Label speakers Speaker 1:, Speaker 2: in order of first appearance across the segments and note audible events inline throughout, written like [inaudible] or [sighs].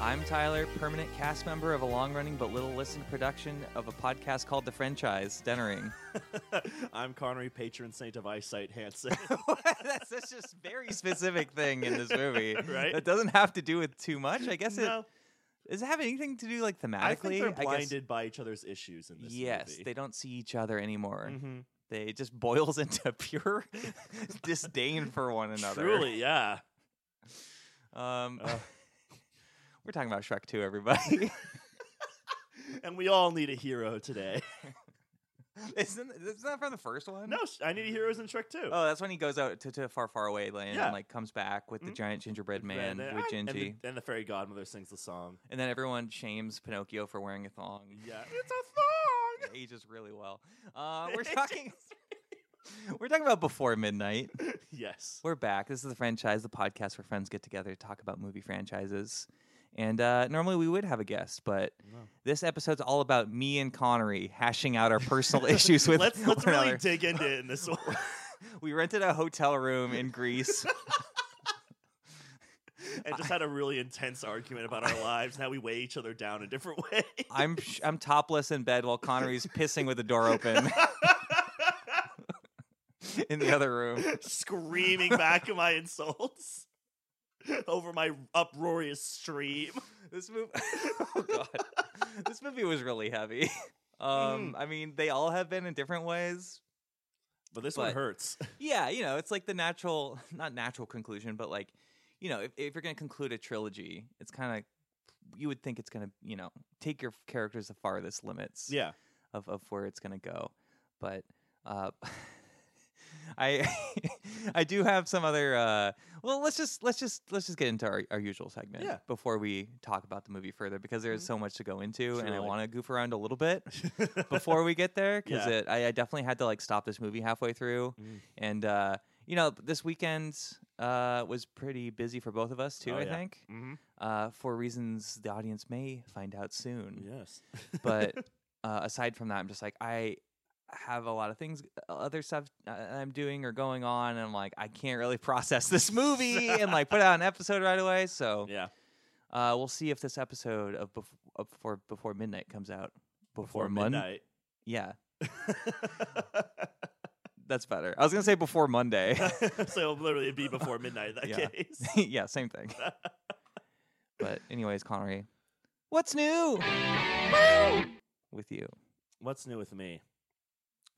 Speaker 1: I'm Tyler, permanent cast member of a long running but little listened production of a podcast called The Franchise,
Speaker 2: [laughs]
Speaker 1: Dennering.
Speaker 2: I'm Connery, patron saint of
Speaker 1: [laughs]
Speaker 2: eyesight, Hanson.
Speaker 1: That's such a very specific thing in this movie.
Speaker 2: Right?
Speaker 1: That doesn't have to do with too much. I guess
Speaker 2: no,
Speaker 1: it does it have anything to do like thematically.
Speaker 2: I think they're
Speaker 1: guess-
Speaker 2: blinded by each other's issues in this
Speaker 1: yes,
Speaker 2: movie.
Speaker 1: they don't see each other anymore.
Speaker 2: Mhm.
Speaker 1: They it just boils [laughs] into pure disdain for one another.
Speaker 2: Truly,
Speaker 1: [laughs]
Speaker 2: Uh. yeah.
Speaker 1: Um,
Speaker 2: Ugh.
Speaker 1: we're talking about Shrek 2, everybody.
Speaker 2: [laughs]
Speaker 1: [laughs]
Speaker 2: And we all need a hero
Speaker 1: [laughs]
Speaker 2: today.
Speaker 1: isn't, isn't that from the first one?
Speaker 2: No, sh- I need a heroes in Shrek too.
Speaker 1: Oh, that's when he goes out to, to far, far away land
Speaker 2: Yeah.
Speaker 1: and like comes back with the
Speaker 2: Mhm.
Speaker 1: giant Mm-hmm. gingerbread man with
Speaker 2: and,
Speaker 1: Gingy,
Speaker 2: the, and the fairy godmother sings the song.
Speaker 1: and then everyone shames Pinocchio for wearing a thong. [laughs]
Speaker 2: Yeah, [laughs] it's a
Speaker 1: It ages really well. [laughs] Uh, we're
Speaker 2: It
Speaker 1: talking. We're talking about before midnight.
Speaker 2: song. yes.
Speaker 1: We're back. This is the franchise, the podcast where friends get together to talk about movie franchises. And uh, normally we would have a guest, but
Speaker 2: No.
Speaker 1: this episode's all about me and Connery hashing out our [laughs] personal issues with
Speaker 2: [laughs] let's let's
Speaker 1: one
Speaker 2: really
Speaker 1: another.
Speaker 2: dig into it in
Speaker 1: [laughs]
Speaker 2: this one.
Speaker 1: we rented a hotel room in [laughs] Greece.
Speaker 2: and just had a really intense argument about our lives and how we weigh each other down in different [laughs] ways.
Speaker 1: I'm sh- I'm topless in bed while Connery's pissing with the door open [laughs] in the other room.
Speaker 2: [laughs] Screaming back at my insults [laughs] over my uproarious stream.
Speaker 1: This movie, [laughs] oh god, this movie was really heavy. Um, I mean, they all have been in different ways.
Speaker 2: But this
Speaker 1: But-
Speaker 2: one hurts. [laughs]
Speaker 1: Yeah, you know, it's like the natural, not natural conclusion, but like, you know, if, if you're going to conclude a trilogy, it's kind of, you would think it's going to, you know, take your characters the farthest limits.
Speaker 2: Yeah.
Speaker 1: of, of where it's going to go. But uh, [laughs] I [laughs] I do have some other. Uh, well, let's just let's just let's just get into our, our usual segment
Speaker 2: Yeah.
Speaker 1: before we talk about the movie further because there's
Speaker 2: Mhm.
Speaker 1: so much to go into, and I
Speaker 2: Surely.
Speaker 1: want to goof around a little bit
Speaker 2: [laughs]
Speaker 1: before we get there because
Speaker 2: Yeah.
Speaker 1: it I, I definitely had to like stop this movie halfway through,
Speaker 2: Mm.
Speaker 1: and uh, you know this weekend uh, was pretty busy for both of us too.
Speaker 2: Oh,
Speaker 1: I
Speaker 2: yeah.
Speaker 1: think
Speaker 2: Mhm.
Speaker 1: uh, for reasons the audience may find out soon
Speaker 2: Yes. [laughs]
Speaker 1: but uh, aside from that, I'm just like I have a lot of things, other stuff uh, I'm doing or going on, and I'm like I can't really [laughs] process this movie and like put out an episode right away. So
Speaker 2: Yeah.
Speaker 1: uh, we'll see if this episode of, bef- of before before midnight comes out before,
Speaker 2: Before
Speaker 1: Mon-
Speaker 2: midnight. [laughs]
Speaker 1: Yeah, that's better. I was gonna say before
Speaker 2: [laughs]
Speaker 1: Monday. [laughs]
Speaker 2: so it'll literally be before midnight in that
Speaker 1: Yeah.
Speaker 2: case. [laughs]
Speaker 1: yeah, same thing. but anyways, Connery, what's
Speaker 2: [laughs]
Speaker 1: new with you?
Speaker 2: What's new with me?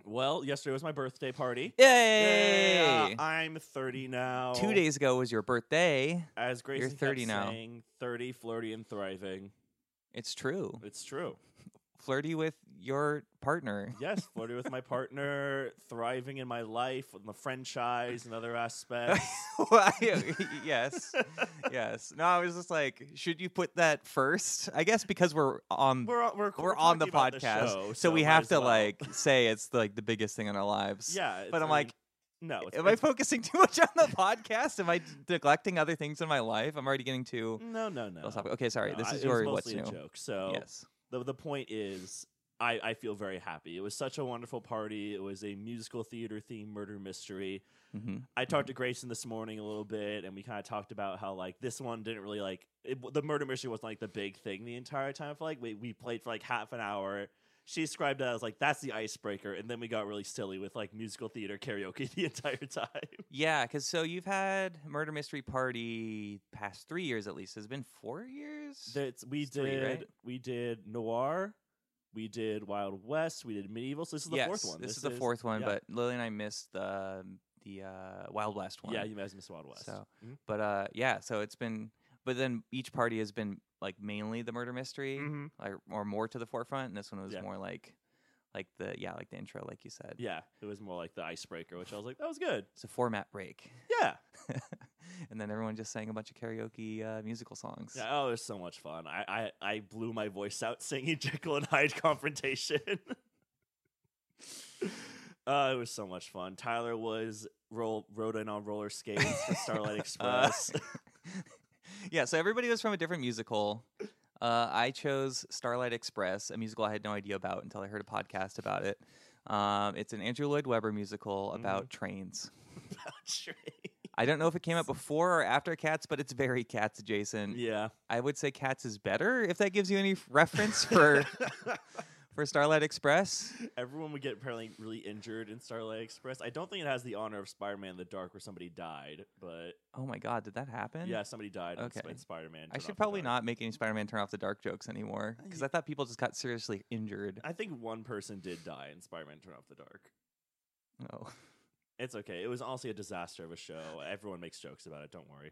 Speaker 2: Well, yesterday was my birthday party.
Speaker 1: Yay!
Speaker 2: Yeah, I'm 30 now.
Speaker 1: Two days ago was your birthday.
Speaker 2: As Grayson kept
Speaker 1: 30 now.
Speaker 2: saying, 30, flirty, and thriving.
Speaker 1: It's true.
Speaker 2: It's true.
Speaker 1: Flirty with your
Speaker 2: [laughs]
Speaker 1: partner. [laughs]
Speaker 2: Yes, flirty with my partner, thriving in my life, with my franchise and other aspects.
Speaker 1: Why- [laughs] yes. Yes. No, I was just like, should you put that first? I guess because we're on we're,
Speaker 2: [laughs] We're, on- we're, we're
Speaker 1: on the
Speaker 2: talking about
Speaker 1: podcast,
Speaker 2: show,
Speaker 1: so,
Speaker 2: so
Speaker 1: we
Speaker 2: might
Speaker 1: have
Speaker 2: as
Speaker 1: to
Speaker 2: well. [laughs]
Speaker 1: like say it's like the biggest thing in our lives.
Speaker 2: Yeah. it's-
Speaker 1: But I'm
Speaker 2: I mean,
Speaker 1: like,
Speaker 2: no. It's,
Speaker 1: am I
Speaker 2: it's-
Speaker 1: focusing too much on the podcast? Am I neglecting other things in my life? I'm already getting too
Speaker 2: no, no, no.
Speaker 1: philosophical. Okay, sorry.
Speaker 2: No,
Speaker 1: this
Speaker 2: I-
Speaker 1: is
Speaker 2: it was
Speaker 1: your what's
Speaker 2: mostly
Speaker 1: new.
Speaker 2: a joke. So
Speaker 1: Yes.
Speaker 2: the the point is I, I feel very happy. It was such a wonderful party. It was a musical theater themed murder mystery.
Speaker 1: hmm
Speaker 2: I talked to Grayson this morning a little bit, and we kind of talked about how like this one didn't really like it, the murder mystery wasn't like the big thing the entire time. For like we we played for like half an hour. She described it as like that's the icebreaker, and then we got really silly with like musical theater karaoke [laughs] the entire time.
Speaker 1: Yeah, because so you've had Murder Mystery Party past three years at least. Has it been four years?
Speaker 2: That's, we
Speaker 1: It's
Speaker 2: did
Speaker 1: three, right?
Speaker 2: we did noir, we did Wild West, we did medieval. So this is the
Speaker 1: yes,
Speaker 2: fourth one.
Speaker 1: This, is the fourth one,
Speaker 2: yeah.
Speaker 1: but Lily and I missed the the uh, Wild West one.
Speaker 2: yeah, you guys missed Wild West.
Speaker 1: So-
Speaker 2: Mhm.
Speaker 1: but uh, yeah, so it's been. But then each party has been like mainly the murder mystery,
Speaker 2: Mhm.
Speaker 1: like or more to the forefront, and this one was
Speaker 2: Yeah.
Speaker 1: more like, like the yeah, like the intro, like you said.
Speaker 2: yeah, it was more like the icebreaker, which I was like, that was good.
Speaker 1: It's a format break, [laughs]
Speaker 2: Yeah,
Speaker 1: and then everyone just sang a bunch of karaoke uh, musical songs.
Speaker 2: Yeah, oh, it was so much fun. I, I, I blew my voice out [laughs] singing Jekyll and Hyde Confrontation. [laughs] uh, it was so much fun. Tyler was roll rode in on roller skates for Starlight
Speaker 1: [laughs] Uh,
Speaker 2: Express.
Speaker 1: yeah, so everybody was from a different musical. Uh, I chose Starlight Express, a musical I had no idea about until I heard a podcast about it.
Speaker 2: Mm.
Speaker 1: Um, it's an Andrew Lloyd Webber musical about trains.
Speaker 2: Trey.
Speaker 1: I don't know if it came out before or after Cats, but it's very Cats adjacent.
Speaker 2: [laughs] Yeah.
Speaker 1: I would say Cats is better if that gives you any f-
Speaker 2: [laughs]
Speaker 1: reference for for Starlight Express.
Speaker 2: Everyone would get apparently really injured in Starlight Express. I don't think it has the honor of Spider Man in the Dark where somebody died, but
Speaker 1: Oh my God, did that happen?
Speaker 2: yeah, somebody died
Speaker 1: Okay.
Speaker 2: in Spider Man.
Speaker 1: I should probably not make any Spider-Man turn off the dark jokes
Speaker 2: Uh,
Speaker 1: anymore because I thought people just got seriously
Speaker 2: [laughs]
Speaker 1: injured.
Speaker 2: I think one person did die in Spider Man Turn Off the Dark.
Speaker 1: Oh,
Speaker 2: It's okay. It was honestly a disaster of a show. Everyone makes jokes about it. Don't
Speaker 1: [laughs]
Speaker 2: worry.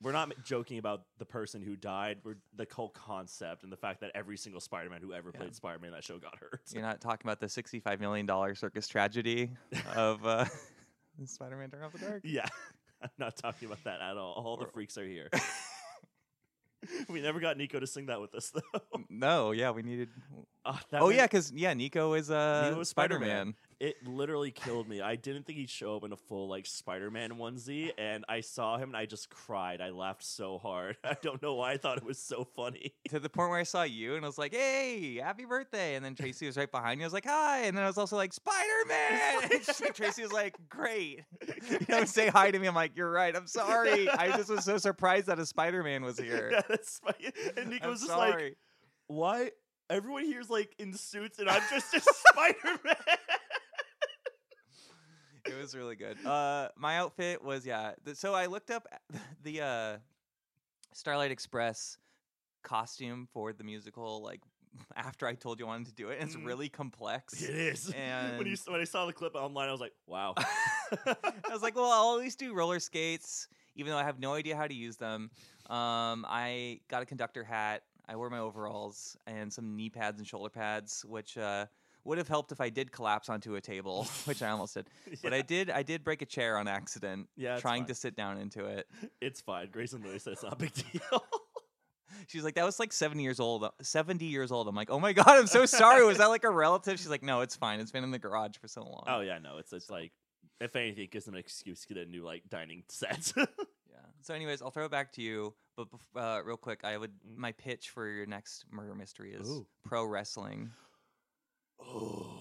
Speaker 2: We're not m- joking about the person who died. We're the whole concept and the fact that every single Spider Man who ever
Speaker 1: Yeah.
Speaker 2: played Spider Man in that show got hurt.
Speaker 1: you're not talking about the sixty-five million dollar circus tragedy of uh, [laughs] Spider-Man turn off the
Speaker 2: [laughs]
Speaker 1: dark.
Speaker 2: Yeah. I'm not talking about that at all. All the
Speaker 1: We're-
Speaker 2: freaks
Speaker 1: [laughs]
Speaker 2: are here. we never got Nico to sing that with us, though. [laughs]
Speaker 1: No, yeah, we needed.
Speaker 2: Ah, that
Speaker 1: Oh
Speaker 2: made-
Speaker 1: yeah, because yeah, Nico is uh,
Speaker 2: Nico is Spider-Man.
Speaker 1: Spider-Man.
Speaker 2: It literally killed me. I didn't think he'd show up in a full, like, Spider Man onesie, and I saw him and I just cried. I laughed so hard. [laughs] I don't know why I thought it was so funny.
Speaker 1: to the point where I saw you and I was like, "Hey, happy birthday!" And then Tracy was right behind you. I was like, "Hi!" And then I was also like, "Spider [laughs] Man!" Tracy was like, "Great." [laughs] You know, say hi to me. I'm like, "You're right. I'm sorry. I just was so surprised that a Spider Man was here."
Speaker 2: Yeah, [laughs] that's funny. And Nico
Speaker 1: I'm
Speaker 2: was just like,
Speaker 1: sorry.
Speaker 2: why? Everyone here's like in suits, and I'm
Speaker 1: [laughs]
Speaker 2: just a Spider Man.
Speaker 1: it was really good. Uh, my outfit was yeah. th- so I looked up the uh, Starlight Express costume for the musical like [laughs] after I told you I wanted to do it. And it's
Speaker 2: Mhm.
Speaker 1: really complex.
Speaker 2: It is. when, you,
Speaker 1: And-
Speaker 2: s- when I saw the clip online, I was like,
Speaker 1: [laughs]
Speaker 2: wow. [laughs]
Speaker 1: I was like, well, I'll at least do roller skates, even though I have no idea how to use them. Um, I got a conductor hat. I wore my overalls and some knee pads and shoulder pads, which uh, would have helped if I did collapse onto a table, [laughs] which I almost did. But I did. I did break a chair on accident,
Speaker 2: Yeah, it's
Speaker 1: trying
Speaker 2: fine.
Speaker 1: to sit down into it.
Speaker 2: It's fine. Grayson Lewis said it's not a big deal. [laughs]
Speaker 1: She's like, that was like seventy years old. Seventy years old. I'm like, oh my [laughs] god, I'm so sorry. Was that like a relative? She's like, no, it's fine. It's been in the garage for so long.
Speaker 2: oh yeah, no, it's it's like if anything, it gives them an excuse to get a new like dining set. [laughs]
Speaker 1: Yeah. So, anyways, I'll throw it back to you. But bef- uh, real quick, I would
Speaker 2: Mm.
Speaker 1: my pitch for your next murder mystery is
Speaker 2: Ooh.
Speaker 1: pro wrestling.
Speaker 2: oh,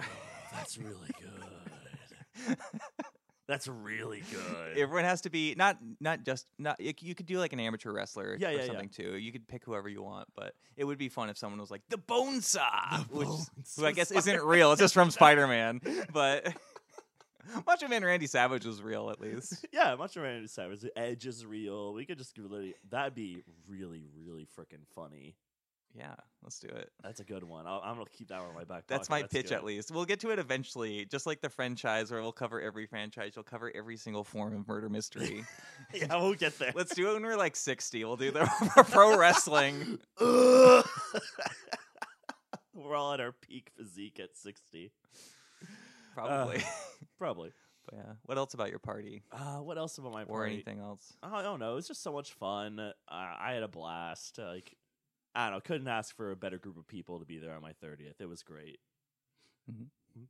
Speaker 2: that's really [laughs] good. That's [laughs] really good.
Speaker 1: Everyone has to be not not just not. You, c- you could do like an amateur wrestler
Speaker 2: Yeah,
Speaker 1: or
Speaker 2: yeah, yeah.
Speaker 1: something too. You could pick whoever you want, but it would be fun if someone was like the
Speaker 2: [laughs]
Speaker 1: Bonesaw, which
Speaker 2: Bones
Speaker 1: Ah, who I
Speaker 2: of
Speaker 1: guess isn't
Speaker 2: Spider-Man.
Speaker 1: real. It's just
Speaker 2: [laughs]
Speaker 1: from Spider Man, but. [laughs] Macho Man Randy Savage was real, at
Speaker 2: [laughs]
Speaker 1: least.
Speaker 2: Yeah, Macho Man is Savage. The Edge is real. We could just give literally that'd be really, really freaking funny.
Speaker 1: Yeah, let's do it.
Speaker 2: That's a good one. I'll, I'm gonna keep that one in my back.
Speaker 1: That's
Speaker 2: pocket.
Speaker 1: my pitch, at
Speaker 2: good.
Speaker 1: least. We'll get to it eventually, just like the franchise, where we'll cover every franchise. You'll cover every single form of murder mystery.
Speaker 2: [laughs] yeah, we'll get there.
Speaker 1: Let's do it when we're like 60. We'll do the [laughs] pro
Speaker 2: [laughs]
Speaker 1: wrestling.
Speaker 2: Uh. Ugh. [laughs] We're all at our peak physique at 60.
Speaker 1: Probably.
Speaker 2: Probably.
Speaker 1: but yeah. What else about your party?
Speaker 2: Uh, what else about my
Speaker 1: Or
Speaker 2: party?
Speaker 1: anything else?
Speaker 2: I don't know. It was just so much fun. Uh, I had a blast. Uh, Like, I don't know. Couldn't ask for a better group of people to be there on my 30th. It was great.
Speaker 1: Mhm.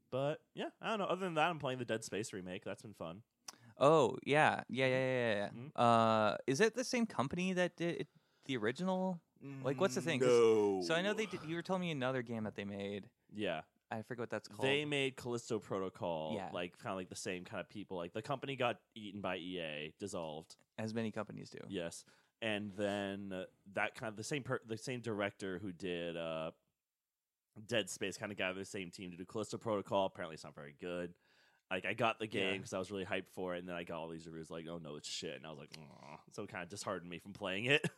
Speaker 2: But yeah, I don't know. Other than that, I'm playing the Dead Space remake. That's been fun.
Speaker 1: Oh, yeah. Yeah, yeah, yeah, yeah.
Speaker 2: Mhm.
Speaker 1: yeah. Uh, is it the same company that did the original? Like, what's the thing? 'Cause-
Speaker 2: No.
Speaker 1: So I know they did. You were telling me another game that they made.
Speaker 2: [sighs] Yeah.
Speaker 1: I forget what that's called.
Speaker 2: They made Callisto Protocol.
Speaker 1: Yeah.
Speaker 2: Like, kind of like the same kind of people. Like, the company got eaten by EA, dissolved.
Speaker 1: As many companies do.
Speaker 2: Yes, and then uh, that kind of the same per- the same director who did uh, Dead Space kind of got the same team to do Callisto Protocol. Apparently, it's not very good. Like I got the game
Speaker 1: Yeah.
Speaker 2: because I was really hyped for it, and then I got all these reviews like, "Oh no, it's shit," and I was like, Aw. "So it kind of disheartened me from playing it." [laughs]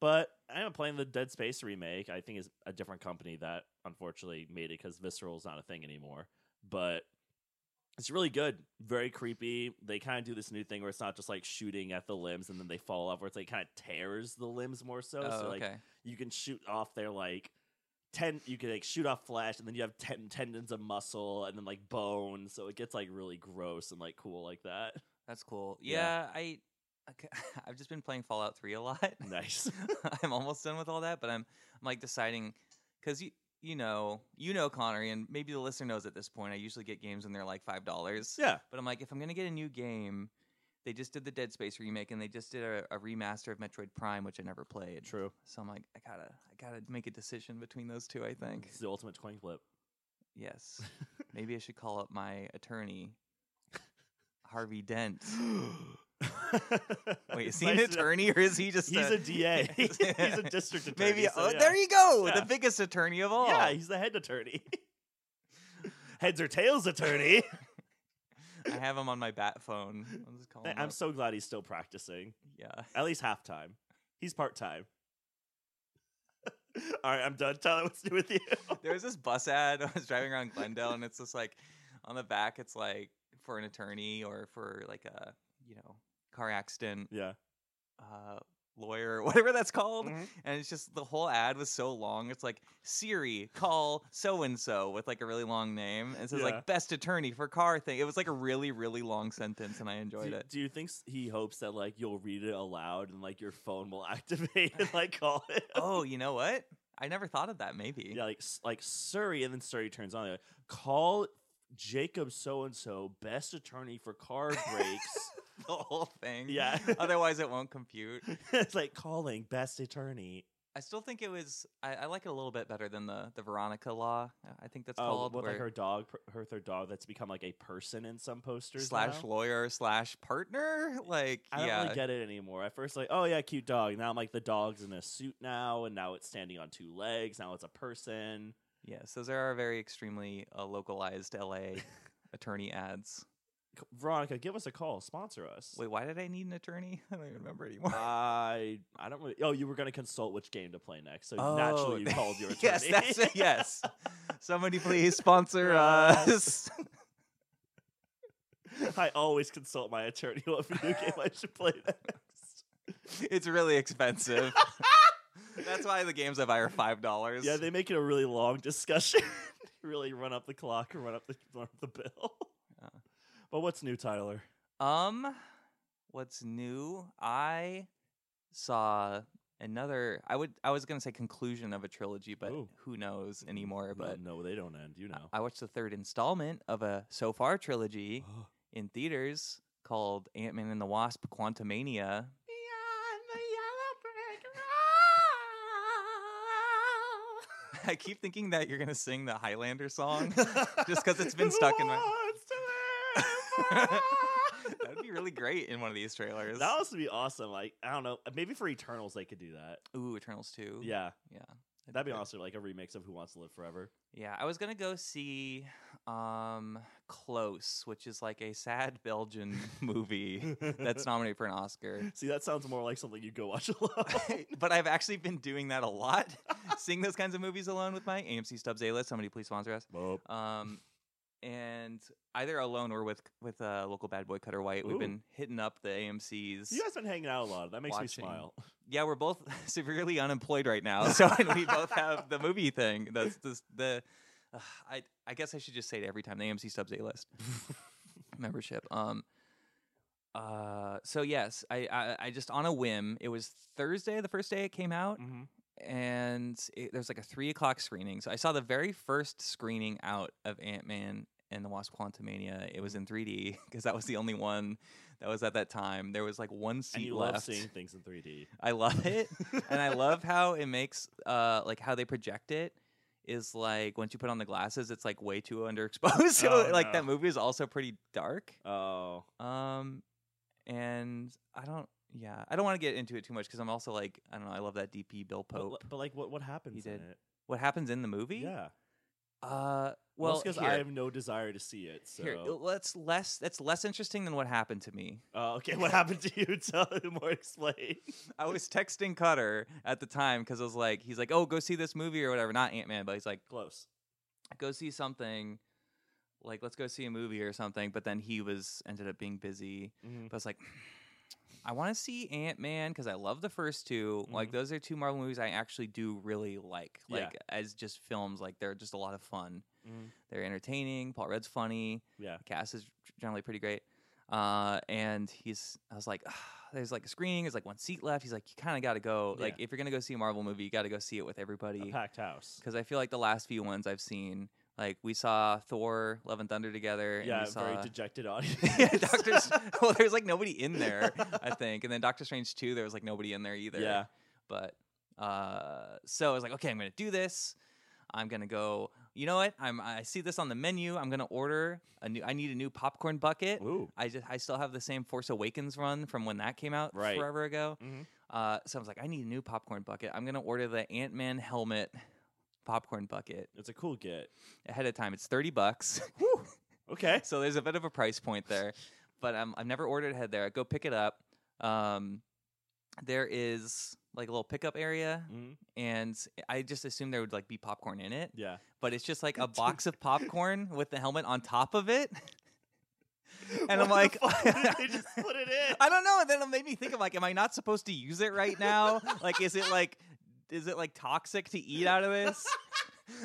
Speaker 2: but I am playing the Dead Space remake. I think it's a different company that unfortunately made it because Visceral's not a thing anymore. But it's really good. Very creepy. They kind of do this new thing where it's not just like shooting at the limbs and then they fall off, where it's like kind of tears the limbs more so.
Speaker 1: Oh,
Speaker 2: so like
Speaker 1: okay.
Speaker 2: you can shoot off their like ten. You can like shoot off flesh, and then you have ten tendons of muscle, and then like bone. So it gets like really gross and like cool like that.
Speaker 1: That's cool. Yeah,
Speaker 2: Yeah.
Speaker 1: I okay, [laughs] I've just been playing Fallout 3 a lot.
Speaker 2: Nice.
Speaker 1: [laughs] I'm almost done with all that, but I'm I'm like deciding cuz you you know, you know Connery and maybe the listener knows at this point. I usually get games when they're like $5.
Speaker 2: yeah.
Speaker 1: But I'm like if I'm going to get a new game, they just did the Dead Space remake and they just did a, a remaster of Metroid Prime which I never played.
Speaker 2: True.
Speaker 1: So I'm like I got to I got to make a decision between those two, I think.
Speaker 2: It's the ultimate coin flip. [laughs]
Speaker 1: Yes. maybe I should call up my attorney. Harvey Dent. [gasps] Wait,
Speaker 2: [laughs]
Speaker 1: is he
Speaker 2: Nice
Speaker 1: an
Speaker 2: to know.
Speaker 1: attorney or is he just
Speaker 2: He's a [laughs] DA.
Speaker 1: [laughs]
Speaker 2: he's a district attorney.
Speaker 1: Maybe.
Speaker 2: so
Speaker 1: oh,
Speaker 2: yeah.
Speaker 1: there you go.
Speaker 2: Yeah.
Speaker 1: The biggest attorney of all.
Speaker 2: Yeah, he's the head attorney. [laughs] Heads or tails attorney.
Speaker 1: I have him on my bat phone. I'll just call him
Speaker 2: [laughs] I'm
Speaker 1: up.
Speaker 2: so glad he's still practicing.
Speaker 1: yeah.
Speaker 2: At least half time. He's part time. [laughs] All right, I'm done. Tyler, what's new with you?
Speaker 1: There was this bus ad [laughs] I was driving around Glendale, and it's just like on the back, it's like for an attorney or for like a you know car accident
Speaker 2: yeah.
Speaker 1: uh, lawyer, [laughs] whatever that's called.
Speaker 2: Mhm.
Speaker 1: And it's just the whole ad was so long. It's like Siri call so and so with like a really long name. And it says
Speaker 2: Yeah.
Speaker 1: like best attorney for car thing. It was like a really really long sentence, and I
Speaker 2: Do,
Speaker 1: enjoyed
Speaker 2: you-
Speaker 1: it.
Speaker 2: do you think s- he hopes that like you'll read it aloud and like your phone will [laughs] activate and like call it?
Speaker 1: oh, you know what? I never thought of that. Maybe.
Speaker 2: Yeah, like s- like Surrey, and then Surrey turns on. They're Like, Call Jacob so and so, best attorney for car breaks.
Speaker 1: [laughs] The whole thing.
Speaker 2: Yeah.
Speaker 1: Otherwise, it won't compute.
Speaker 2: [laughs] it's like calling best attorney.
Speaker 1: I still think it was. I, I like it a little bit better than the the Veronica Law. uh, I think that's
Speaker 2: Oh,
Speaker 1: called.
Speaker 2: with like
Speaker 1: where
Speaker 2: her dog, her third dog that's become like a person in some posters.
Speaker 1: slash
Speaker 2: now.
Speaker 1: lawyer slash partner. Like
Speaker 2: I don't
Speaker 1: yeah.
Speaker 2: really get it anymore. At first, like, oh yeah, cute dog. Now I'm like, the dog's in a suit now, and now it's standing on two legs. Now it's a person.
Speaker 1: Yes, those are our very extremely uh, localized
Speaker 2: [laughs]
Speaker 1: LA attorney ads.
Speaker 2: C- Veronica, give us a call. Sponsor us. [laughs]
Speaker 1: Wait, why did I need an attorney? [laughs] I don't even remember anymore.
Speaker 2: I I don't really. Oh, you were gonna consult which game to play next, so
Speaker 1: [laughs]
Speaker 2: naturally you called your attorney.
Speaker 1: Oh, yes, that's it.
Speaker 2: [laughs]
Speaker 1: Yes. Somebody please sponsor
Speaker 2: Yes.
Speaker 1: us.
Speaker 2: [laughs] I always consult my attorney [laughs] what video game I
Speaker 1: [laughs]
Speaker 2: should play next.
Speaker 1: it's really expensive. [laughs] that's why the games I buy are five dollars.
Speaker 2: Yeah, they make it a really long [laughs] discussion. really run up the clock and run up the run up the bill.
Speaker 1: Yeah.
Speaker 2: [laughs] But what's new, Tyler?
Speaker 1: Um, what's new? I saw another. I would. I was gonna say conclusion of a trilogy, but
Speaker 2: Ooh.
Speaker 1: who knows anymore?
Speaker 2: Well,
Speaker 1: But
Speaker 2: no, they don't end. You know. [gasps]
Speaker 1: I watched the third installment of a so far trilogy in theaters called Ant Man and the Wasp: Quantumania. [laughs] I keep thinking that you're gonna sing the Highlander
Speaker 2: [laughs]
Speaker 1: song. [laughs] Just 'cause it's been stuck in my- [laughs]
Speaker 2: my.
Speaker 1: that would be really great in one of these trailers.
Speaker 2: That would be awesome. Like I don't know, maybe for Eternals they could do that.
Speaker 1: Ooh, Eternals two.
Speaker 2: Yeah,
Speaker 1: yeah,
Speaker 2: that'd be
Speaker 1: good.
Speaker 2: awesome. Like a remix of Who Wants to Live Forever.
Speaker 1: Yeah, I was gonna go see um Close, which is like a sad [laughs] Belgian movie [laughs] that's nominated for an Oscar.
Speaker 2: [laughs] See, that sounds more like something you go watch [laughs]
Speaker 1: [laughs]
Speaker 2: alone.
Speaker 1: but I've actually been doing that a lot, [laughs] seeing those kinds of movies alone with my AMC Stubbs A list. Somebody please sponsor us.
Speaker 2: Well,
Speaker 1: Um, and either alone or with with uh, local bad boy Cutter White,
Speaker 2: Ooh.
Speaker 1: we've been hitting up the AMCs.
Speaker 2: you guys been hanging out a lot. That makes
Speaker 1: Watching. [laughs]
Speaker 2: me smile.
Speaker 1: Yeah, we're both severely unemployed right now, so and we both have the movie thing. That's this, the. Uh, I I guess I should just say it every time the AMC Stubbs A
Speaker 2: [laughs]
Speaker 1: list membership. Um. Uh. So yes, I, I I just on a whim. It was Thursday, the first day it came out,
Speaker 2: Mhm.
Speaker 1: and it, there was like a three o'clock screening. So I saw the very first screening out of Ant Man and the Wasp: Quantumania. It was in 3D because that was the only one that was at that time. There was like one seat
Speaker 2: And you
Speaker 1: left.
Speaker 2: love seeing things
Speaker 1: [laughs]
Speaker 2: in 3D.
Speaker 1: I love it, and
Speaker 2: [laughs]
Speaker 1: I love how it makes uh like how they project it is like once you put on the glasses, it's like way too [laughs] underexposed. so
Speaker 2: Oh,
Speaker 1: like
Speaker 2: no.
Speaker 1: that movie is also pretty dark.
Speaker 2: Oh,
Speaker 1: Um, and I don't. Yeah, I don't want to get into it too much because I'm also like I don't know. I love that DP Bill
Speaker 2: but,
Speaker 1: Pope.
Speaker 2: li- but like, what what happens in
Speaker 1: did.
Speaker 2: it?
Speaker 1: What happens in the movie?
Speaker 2: Yeah.
Speaker 1: Uh, well,
Speaker 2: Well, because
Speaker 1: here-
Speaker 2: I have no desire to see it. So,
Speaker 1: here, let's less. That's less interesting than what happened to me. [laughs]
Speaker 2: Uh, okay, what happened to you? [laughs] Tell more. Explain.
Speaker 1: I was texting Cutter at the time because I was like, he's like, oh, go see this movie or whatever. Not Ant Man, but he's like,
Speaker 2: Close.
Speaker 1: go see something. Like, let's go see a movie or something. But then he was ended up being busy.
Speaker 2: Mm-hmm.
Speaker 1: But it's like, I want to see Ant Man because I love the first 2 Like,
Speaker 2: Mhm.
Speaker 1: those are two Marvel movies I actually do really like.
Speaker 2: Yeah.
Speaker 1: Like, as just films, like they're just a lot of fun.
Speaker 2: Mhm.
Speaker 1: They're entertaining. Paul Rudd's funny.
Speaker 2: Yeah.
Speaker 1: The cast is generally pretty great. Uh, and he's, I was like, "Ah, there's like a screening. There's like one seat left. He's like, you kind of got to go. Like,
Speaker 2: Yeah.
Speaker 1: if you're gonna go see a Marvel movie, you got to go see it with
Speaker 2: A
Speaker 1: everybody
Speaker 2: packed house.
Speaker 1: because I feel like the last few ones I've seen, like we saw Thor: Love and Thunder together.
Speaker 2: Yeah,
Speaker 1: and we saw...
Speaker 2: very dejected audience.
Speaker 1: yeah, [laughs] Doctor.
Speaker 2: [laughs]
Speaker 1: S- [laughs] well, there's like nobody in there, I think. And then Doctor Strange 2, there was like nobody in there either.
Speaker 2: Yeah.
Speaker 1: But uh, so I was like, okay, I'm gonna do this. I'm gonna go. You know what? I'm. I see this on the menu. I'm gonna order a new. I need a new popcorn bucket.
Speaker 2: Ooh.
Speaker 1: I just. I still have the same Force Awakens run from when that came out
Speaker 2: Right.
Speaker 1: forever ago.
Speaker 2: Mhm.
Speaker 1: Uh, so I was like, I need a new popcorn bucket. I'm gonna order the Ant Man helmet popcorn bucket
Speaker 2: It's a cool get.
Speaker 1: ahead of time. It's thirty bucks. [laughs]
Speaker 2: Okay.
Speaker 1: so there's a bit of a price point there, but um, I've never ordered ahead there. I go pick it up. Um, there is like a little pickup area,
Speaker 2: hmm
Speaker 1: and I just assumed there would like be popcorn in it,
Speaker 2: Yeah.
Speaker 1: but it's just like a box of popcorn with the helmet on top of it. And I'm
Speaker 2: What the
Speaker 1: like- [laughs]
Speaker 2: fuck? they just put it in.
Speaker 1: I don't know. And then it made me think of like, am I not supposed to use it right
Speaker 2: [laughs]
Speaker 1: now? like, is it like, is it like toxic to eat out of this?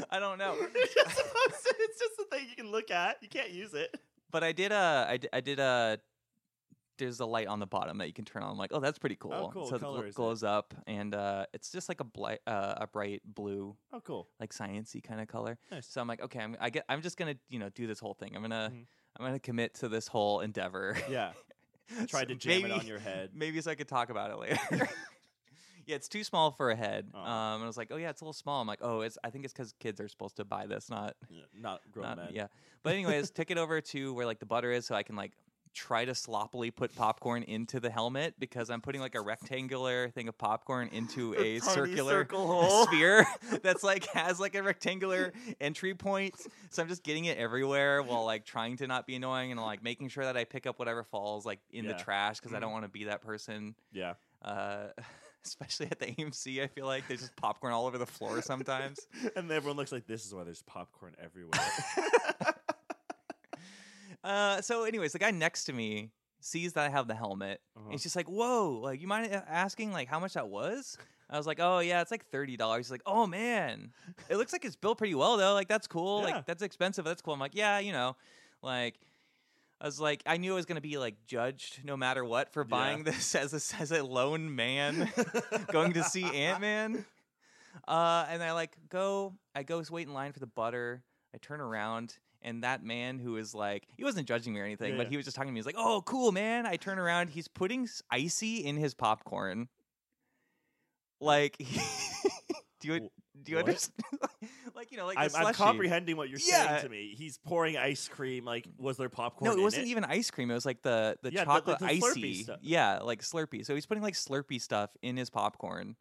Speaker 1: I don't know.
Speaker 2: [laughs] It's just supposed to- it's just a thing you can look at. You can't use it.
Speaker 1: But I did a, I, d- I did a. There's a light on the bottom that you can turn on. I'm like, oh, that's pretty cool.
Speaker 2: cool.
Speaker 1: So it
Speaker 2: Color
Speaker 1: gl-
Speaker 2: is it?
Speaker 1: glows up, and uh, it's just like a bli- uh, a bright blue,
Speaker 2: Oh, cool.
Speaker 1: like sciency kind of color.
Speaker 2: Nice.
Speaker 1: So I'm like, okay, I'm I get, I'm just gonna you know do this whole thing. I'm gonna
Speaker 2: Mhm.
Speaker 1: I'm gonna commit to this whole endeavor.
Speaker 2: Yeah.
Speaker 1: [laughs]
Speaker 2: Tried
Speaker 1: So
Speaker 2: to jam it on
Speaker 1: maybe- [laughs]
Speaker 2: your head.
Speaker 1: Maybe so I could talk about it later. [laughs] yeah, it's too small for a head.
Speaker 2: Oh.
Speaker 1: Um, and I was like, oh yeah, it's a little small. I'm like, oh, it's. I think it's because kids are supposed to buy this, not
Speaker 2: Yeah, Not grown
Speaker 1: not
Speaker 2: men.
Speaker 1: yeah. But anyways, took it over to where like the butter is, so I can like try to sloppily put popcorn into the helmet because I'm putting like a rectangular thing of popcorn into
Speaker 2: [laughs]
Speaker 1: a,
Speaker 2: tiny
Speaker 1: circular. [laughs]
Speaker 2: circle hole.
Speaker 1: sphere that's like has like a rectangular entry point so i'm just getting it everywhere while like trying to not be annoying and like making sure that i pick up whatever falls like in the
Speaker 2: Yeah.
Speaker 1: trash because i
Speaker 2: Mhm.
Speaker 1: don't want to be that person
Speaker 2: Yeah.
Speaker 1: [laughs] uh, especially at the AMC. I feel like there's just popcorn all over the floor
Speaker 2: [laughs]
Speaker 1: sometimes.
Speaker 2: and everyone looks like this is why there's popcorn [laughs] everywhere.
Speaker 1: Uh-huh. uh, so, anyways, the guy next to me sees that I have the helmet.
Speaker 2: Uh-huh.
Speaker 1: and [laughs] He's just like, "Whoa! Like, you mind a- asking like how much that was?" I was like, "Oh yeah, it's like thirty dollars." He's like, "Oh man, it looks like it's built pretty well though. Like that's cool.
Speaker 2: Yeah.
Speaker 1: Like that's expensive. but That's cool." I'm like, "Yeah, you know, like." I was like, I knew I was gonna be like judged no matter what for
Speaker 2: Yeah.
Speaker 1: buying this [laughs] as a as a lone man [laughs] going to see Ant Man. Uh, and I like go, I go wait in line for the butter. I turn around, and that man who is like, he wasn't judging me or anything,
Speaker 2: Yeah,
Speaker 1: but
Speaker 2: yeah.
Speaker 1: he was just talking to me. He's like, "Oh, cool, man." I turn around, he's putting s- icy in his popcorn. Like, [laughs] do you do you
Speaker 2: What?
Speaker 1: understand? [laughs] like, you know, like the
Speaker 2: I'm, I'm
Speaker 1: slushy.
Speaker 2: comprehending what you're
Speaker 1: Yeah.
Speaker 2: saying to me. He's pouring ice cream. Like, was there popcorn?
Speaker 1: No, it
Speaker 2: in
Speaker 1: wasn't even ice cream. It was like the the
Speaker 2: Yeah, the-
Speaker 1: chocolate
Speaker 2: the Slurpee
Speaker 1: icy.
Speaker 2: stuff.
Speaker 1: Yeah, like Slurpee. So he's putting like Slurpee stuff in his popcorn.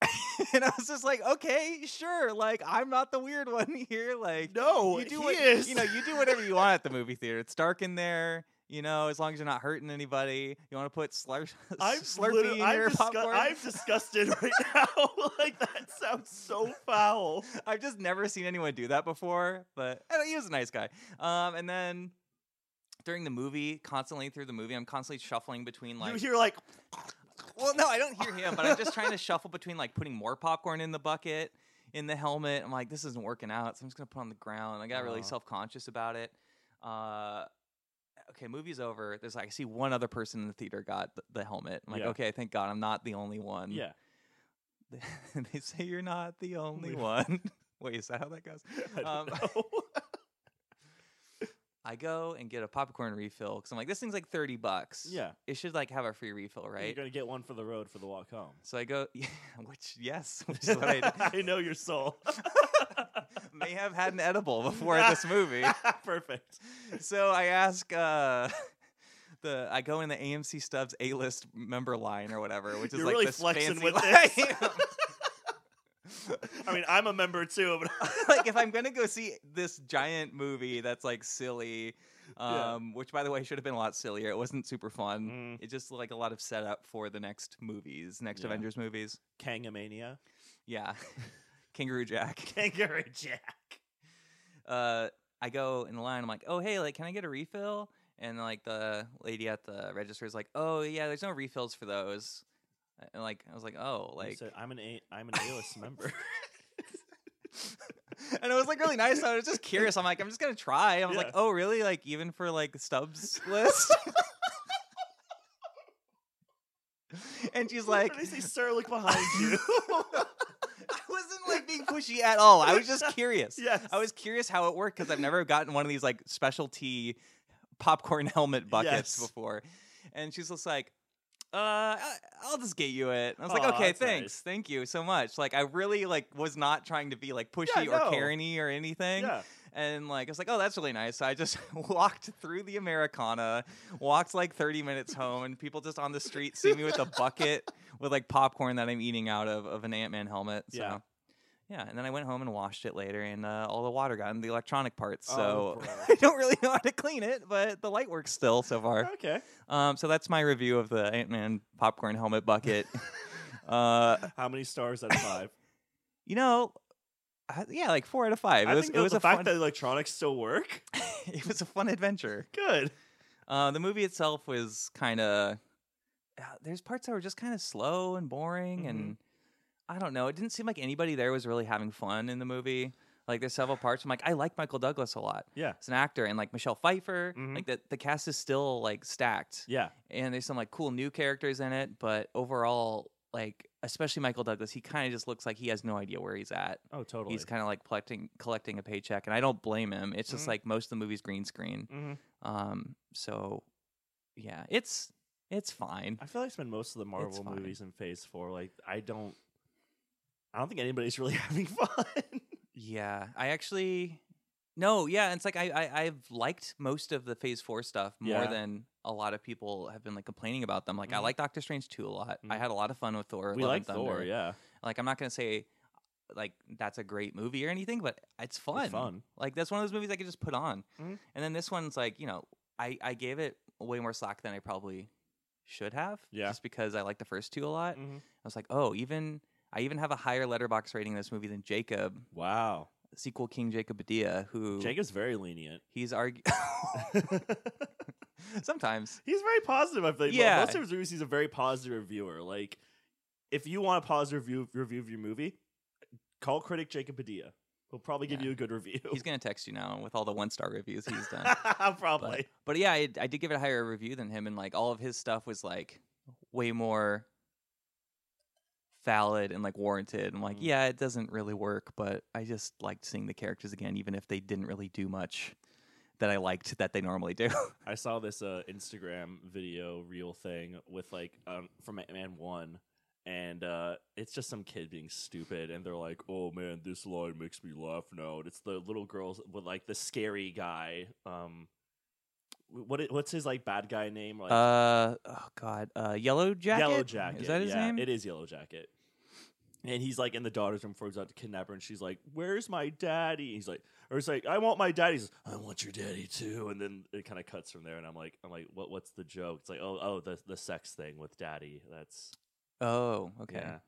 Speaker 1: [laughs] and I was just like, okay, sure. Like I'm not the weird one [laughs] here. Like
Speaker 2: No,
Speaker 1: you do
Speaker 2: he
Speaker 1: what
Speaker 2: is.
Speaker 1: you know. You do whatever you want at the movie theater. It's dark in there. You know, as long as you're not hurting anybody, you want to put slur-
Speaker 2: [laughs]
Speaker 1: [laughs]
Speaker 2: I'm
Speaker 1: Slurpee
Speaker 2: literally-
Speaker 1: in
Speaker 2: I'm
Speaker 1: your
Speaker 2: disgu-
Speaker 1: popcorn.
Speaker 2: I'm [laughs] disgusted right now. [laughs] like that sounds so foul.
Speaker 1: I've just never seen anyone do that before, but I don't- he was a nice guy. Um, and then during the movie, constantly through the movie, I'm constantly shuffling between like.
Speaker 2: you hear like,
Speaker 1: [laughs] well, no, I don't hear him, but I'm just [laughs] trying to shuffle between like putting more popcorn in the bucket, in the helmet. I'm like, this isn't working out, so I'm just gonna put it on the ground. I got really
Speaker 2: Aw.
Speaker 1: self conscious about it. Uh, okay, movie's over. There's like I see one other person in the theater got the, the helmet. I'm like,
Speaker 2: Yeah.
Speaker 1: okay, thank God I'm not the only one.
Speaker 2: yeah,
Speaker 1: [laughs] they say you're not [laughs] the only
Speaker 2: Only
Speaker 1: one. Wait, is that how that goes?
Speaker 2: [laughs] I don't
Speaker 1: Um,
Speaker 2: know.
Speaker 1: [laughs]
Speaker 2: [laughs]
Speaker 1: I go and get a popcorn refill because I'm like, this thing's like 30 bucks.
Speaker 2: yeah.
Speaker 1: It should like have a free refill,
Speaker 2: You're
Speaker 1: right?
Speaker 2: gonna get one for the road for the walk home.
Speaker 1: So I go, [laughs] which, yes, [laughs] which is what
Speaker 2: [laughs]
Speaker 1: I did.
Speaker 2: I know your soul. [laughs]
Speaker 1: may have had an edible before
Speaker 2: [laughs]
Speaker 1: this movie.
Speaker 2: Perfect.
Speaker 1: So I ask, uh, [laughs] the I go in the AMC Stubbs A list member line or whatever, which is
Speaker 2: You're
Speaker 1: like
Speaker 2: really
Speaker 1: this
Speaker 2: flexing
Speaker 1: fancy
Speaker 2: with
Speaker 1: line.
Speaker 2: I mean, I'm a member too, [laughs] but
Speaker 1: [laughs] like if I'm gonna go see this giant movie that's like silly,
Speaker 2: Yeah.
Speaker 1: um, which by the way should have been a lot sillier. It wasn't super fun.
Speaker 2: Mm.
Speaker 1: It's just like a lot of setup for the next movies, next
Speaker 2: Yeah.
Speaker 1: Avengers movies.
Speaker 2: Kangamania, [laughs]
Speaker 1: Yeah, Kangaroo Jack.
Speaker 2: Kangaroo Jack.
Speaker 1: Uh, I go in the line. I'm like, oh hey, like can I get a refill? And like the lady at the register is like, oh yeah, there's no refills for those. And like I was like, oh
Speaker 2: Like,
Speaker 1: like,
Speaker 2: I'm an A, I'm an A-list member.
Speaker 1: [laughs] and it was like really nice. I was just curious. I'm like, I'm just gonna try. I was
Speaker 2: Yeah.
Speaker 1: like, oh really? Like even for like the Stubbs
Speaker 2: [laughs]
Speaker 1: list. [laughs] and she's like,
Speaker 2: I say, sir,
Speaker 1: [laughs]
Speaker 2: look behind you. [laughs]
Speaker 1: I wasn't like being pushy at all. I was just curious.
Speaker 2: yes,
Speaker 1: I was curious how it worked because I've never gotten one of these like specialty popcorn [laughs] helmet buckets
Speaker 2: Yes.
Speaker 1: before. And she's just like, uh, I- I'll just get you it. And I was
Speaker 2: Aw,
Speaker 1: like, okay,
Speaker 2: that's
Speaker 1: thanks,
Speaker 2: nice.
Speaker 1: thank you so much. Like, I really like was not trying to be like pushy
Speaker 2: Yeah, no.
Speaker 1: or Kareny or anything.
Speaker 2: Yeah.
Speaker 1: And like, I was like, oh, that's really nice. So I just [laughs] walked through the Americana, walked like 30 minutes home, and people just on the street see me with a bucket with like popcorn that I'm eating out of of an Ant Man helmet. So.
Speaker 2: Yeah.
Speaker 1: Yeah. and then I went home and washed it later, and uh, all the water got in the electronic parts.
Speaker 2: Oh,
Speaker 1: [laughs] So
Speaker 2: bro.
Speaker 1: I don't really know how to clean it, but the light works still so [laughs]
Speaker 2: [laughs]
Speaker 1: far.
Speaker 2: okay.
Speaker 1: Um, so that's my review of the Ant Man popcorn helmet
Speaker 2: [laughs]
Speaker 1: bucket. [laughs] uh,
Speaker 2: How many stars out of five?
Speaker 1: you know, I, yeah, like four out of five. [laughs]
Speaker 2: I
Speaker 1: it was
Speaker 2: think
Speaker 1: it
Speaker 2: that
Speaker 1: was
Speaker 2: the
Speaker 1: a
Speaker 2: fact
Speaker 1: fun,
Speaker 2: that electronics still work.
Speaker 1: [laughs]
Speaker 2: [laughs]
Speaker 1: it was a fun adventure.
Speaker 2: Good.
Speaker 1: Uh, the movie itself was kind of there's parts that were just kind of slow and boring,
Speaker 2: Mhm.
Speaker 1: and I don't know. It didn't seem like anybody there was really having fun in the movie. Like there's several parts. I'm like, I like Michael Douglas a lot
Speaker 2: Yeah.
Speaker 1: as an actor, and like Michelle Pfeiffer.
Speaker 2: Mhm.
Speaker 1: Like the the cast is still like stacked.
Speaker 2: Yeah.
Speaker 1: and there's some like cool new characters in it but overall like especially michael douglas he kind of just looks like he has no idea where he's at
Speaker 2: Oh, totally.
Speaker 1: he's kind of like collecting collecting a paycheck and i don't blame him it's just
Speaker 2: Mhm.
Speaker 1: like most of the movie's green screen
Speaker 2: hmm
Speaker 1: um so yeah it's it's fine
Speaker 2: I feel like it's been most of the Marvel
Speaker 1: fine.
Speaker 2: movies in Phase Four. Like, I don't, I don't think anybody's [laughs] really having fun.
Speaker 1: yeah i actually no yeah it's like i, I i've liked most of the phase four stuff more
Speaker 2: Yeah.
Speaker 1: than a lot of people have been like complaining about them like i
Speaker 2: Mhm.
Speaker 1: like doctor strange 2 a lot i
Speaker 2: Mhm.
Speaker 1: had a lot of fun with thor
Speaker 2: we
Speaker 1: Love
Speaker 2: like
Speaker 1: and Thunder.
Speaker 2: Thor, yeah.
Speaker 1: Like I'm not gonna say like that's a great movie or anything, but it's fun.
Speaker 2: fun.
Speaker 1: Like that's one of those movies I could just put on.
Speaker 2: Mhm.
Speaker 1: And then this one's like, you know, I I gave it way more slack than I probably should have.
Speaker 2: Yeah.
Speaker 1: Just because I like the first two a lot. I
Speaker 2: Mhm.
Speaker 1: was like, oh, even I even have a higher letterbox rating in this movie than Jacob,
Speaker 2: Wow,
Speaker 1: sequel King Jacob Badia, who
Speaker 2: Jacob's very lenient. [laughs]
Speaker 1: he's arguing [laughs] sometimes.
Speaker 2: He's very positive. I think.
Speaker 1: Yeah.
Speaker 2: Most of his reviews, he's a very positive reviewer. Like, if you want a positive review, review of your movie, call critic Jacob Padilla. He'll probably give
Speaker 1: Yeah.
Speaker 2: you a good review. [laughs]
Speaker 1: He's gonna text you now with all the one star reviews he's done.
Speaker 2: probably.
Speaker 1: But yeah, I, I did give it a higher review than him, and like all of his stuff was like way more valid and like warranted. I'm like,
Speaker 2: Mm.
Speaker 1: yeah, it doesn't really work, but I just liked seeing the characters again, even if they didn't really do much that I liked that they normally do.
Speaker 2: I saw this uh, Instagram video reel thing with like um, from Ant Man One, and uh, it's just some kid being stupid, and they're like, "Oh man, this line makes me laugh now." And it's the little girls with like the scary guy. Um, wh- what i- what's his like bad guy name? Like
Speaker 1: [laughs] uh oh god, uh, Yellow Jacket.
Speaker 2: Yellow Jacket.
Speaker 1: Is that his
Speaker 2: yeah,
Speaker 1: name?
Speaker 2: It is Yellow Jacket. And he's like in the daughter's room before he's out to kidnap her, and she's like, "Where's my daddy?" He's like, or he's like, "I want my daddy." He's like, "I want your daddy too." And then it kind of cuts from there, and I'm like, "I'm like, what? What's the joke?" It's like, "Oh, oh, the the sex thing with daddy." That's
Speaker 1: Oh, okay.
Speaker 2: yeah,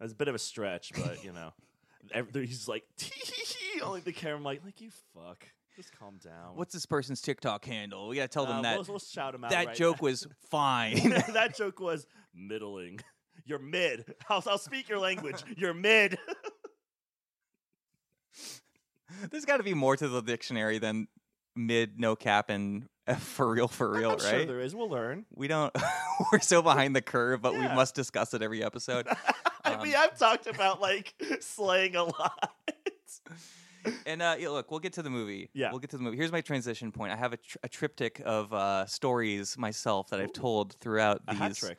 Speaker 2: that's a bit of a stretch, but you know, [laughs] Ev- there- he's like, [laughs] on like the camera, I'm like, like you fuck, just calm down.
Speaker 1: What's this person's TikTok handle? We gotta tell them
Speaker 2: um Uh,
Speaker 1: that
Speaker 2: we'll, [laughs] we'll shout him out.
Speaker 1: that
Speaker 2: right
Speaker 1: joke
Speaker 2: now. [laughs]
Speaker 1: was fine. [laughs]
Speaker 2: that joke was middling. You're mid. I'll, I'll speak your [laughs] language. You're mid.
Speaker 1: There's got to be more to the dictionary than mid, no cap, and [laughs] uh, for real, for real,
Speaker 2: I'm
Speaker 1: right?
Speaker 2: Sure there is. We'll learn.
Speaker 1: we don't. [laughs] we're so behind the curve, but
Speaker 2: Yeah.
Speaker 1: we must discuss it every episode.
Speaker 2: [laughs] [laughs] I
Speaker 1: Um,
Speaker 2: mean, I've talked about like slang a lot.
Speaker 1: and uh, yeah, look, we'll get to the movie.
Speaker 2: Yeah.
Speaker 1: we'll get to the movie. Here's my transition point. I have a, tr- a triptych of uh, stories myself that
Speaker 2: Ooh.
Speaker 1: I've told throughout
Speaker 2: A
Speaker 1: these.
Speaker 2: hat [laughs] trick.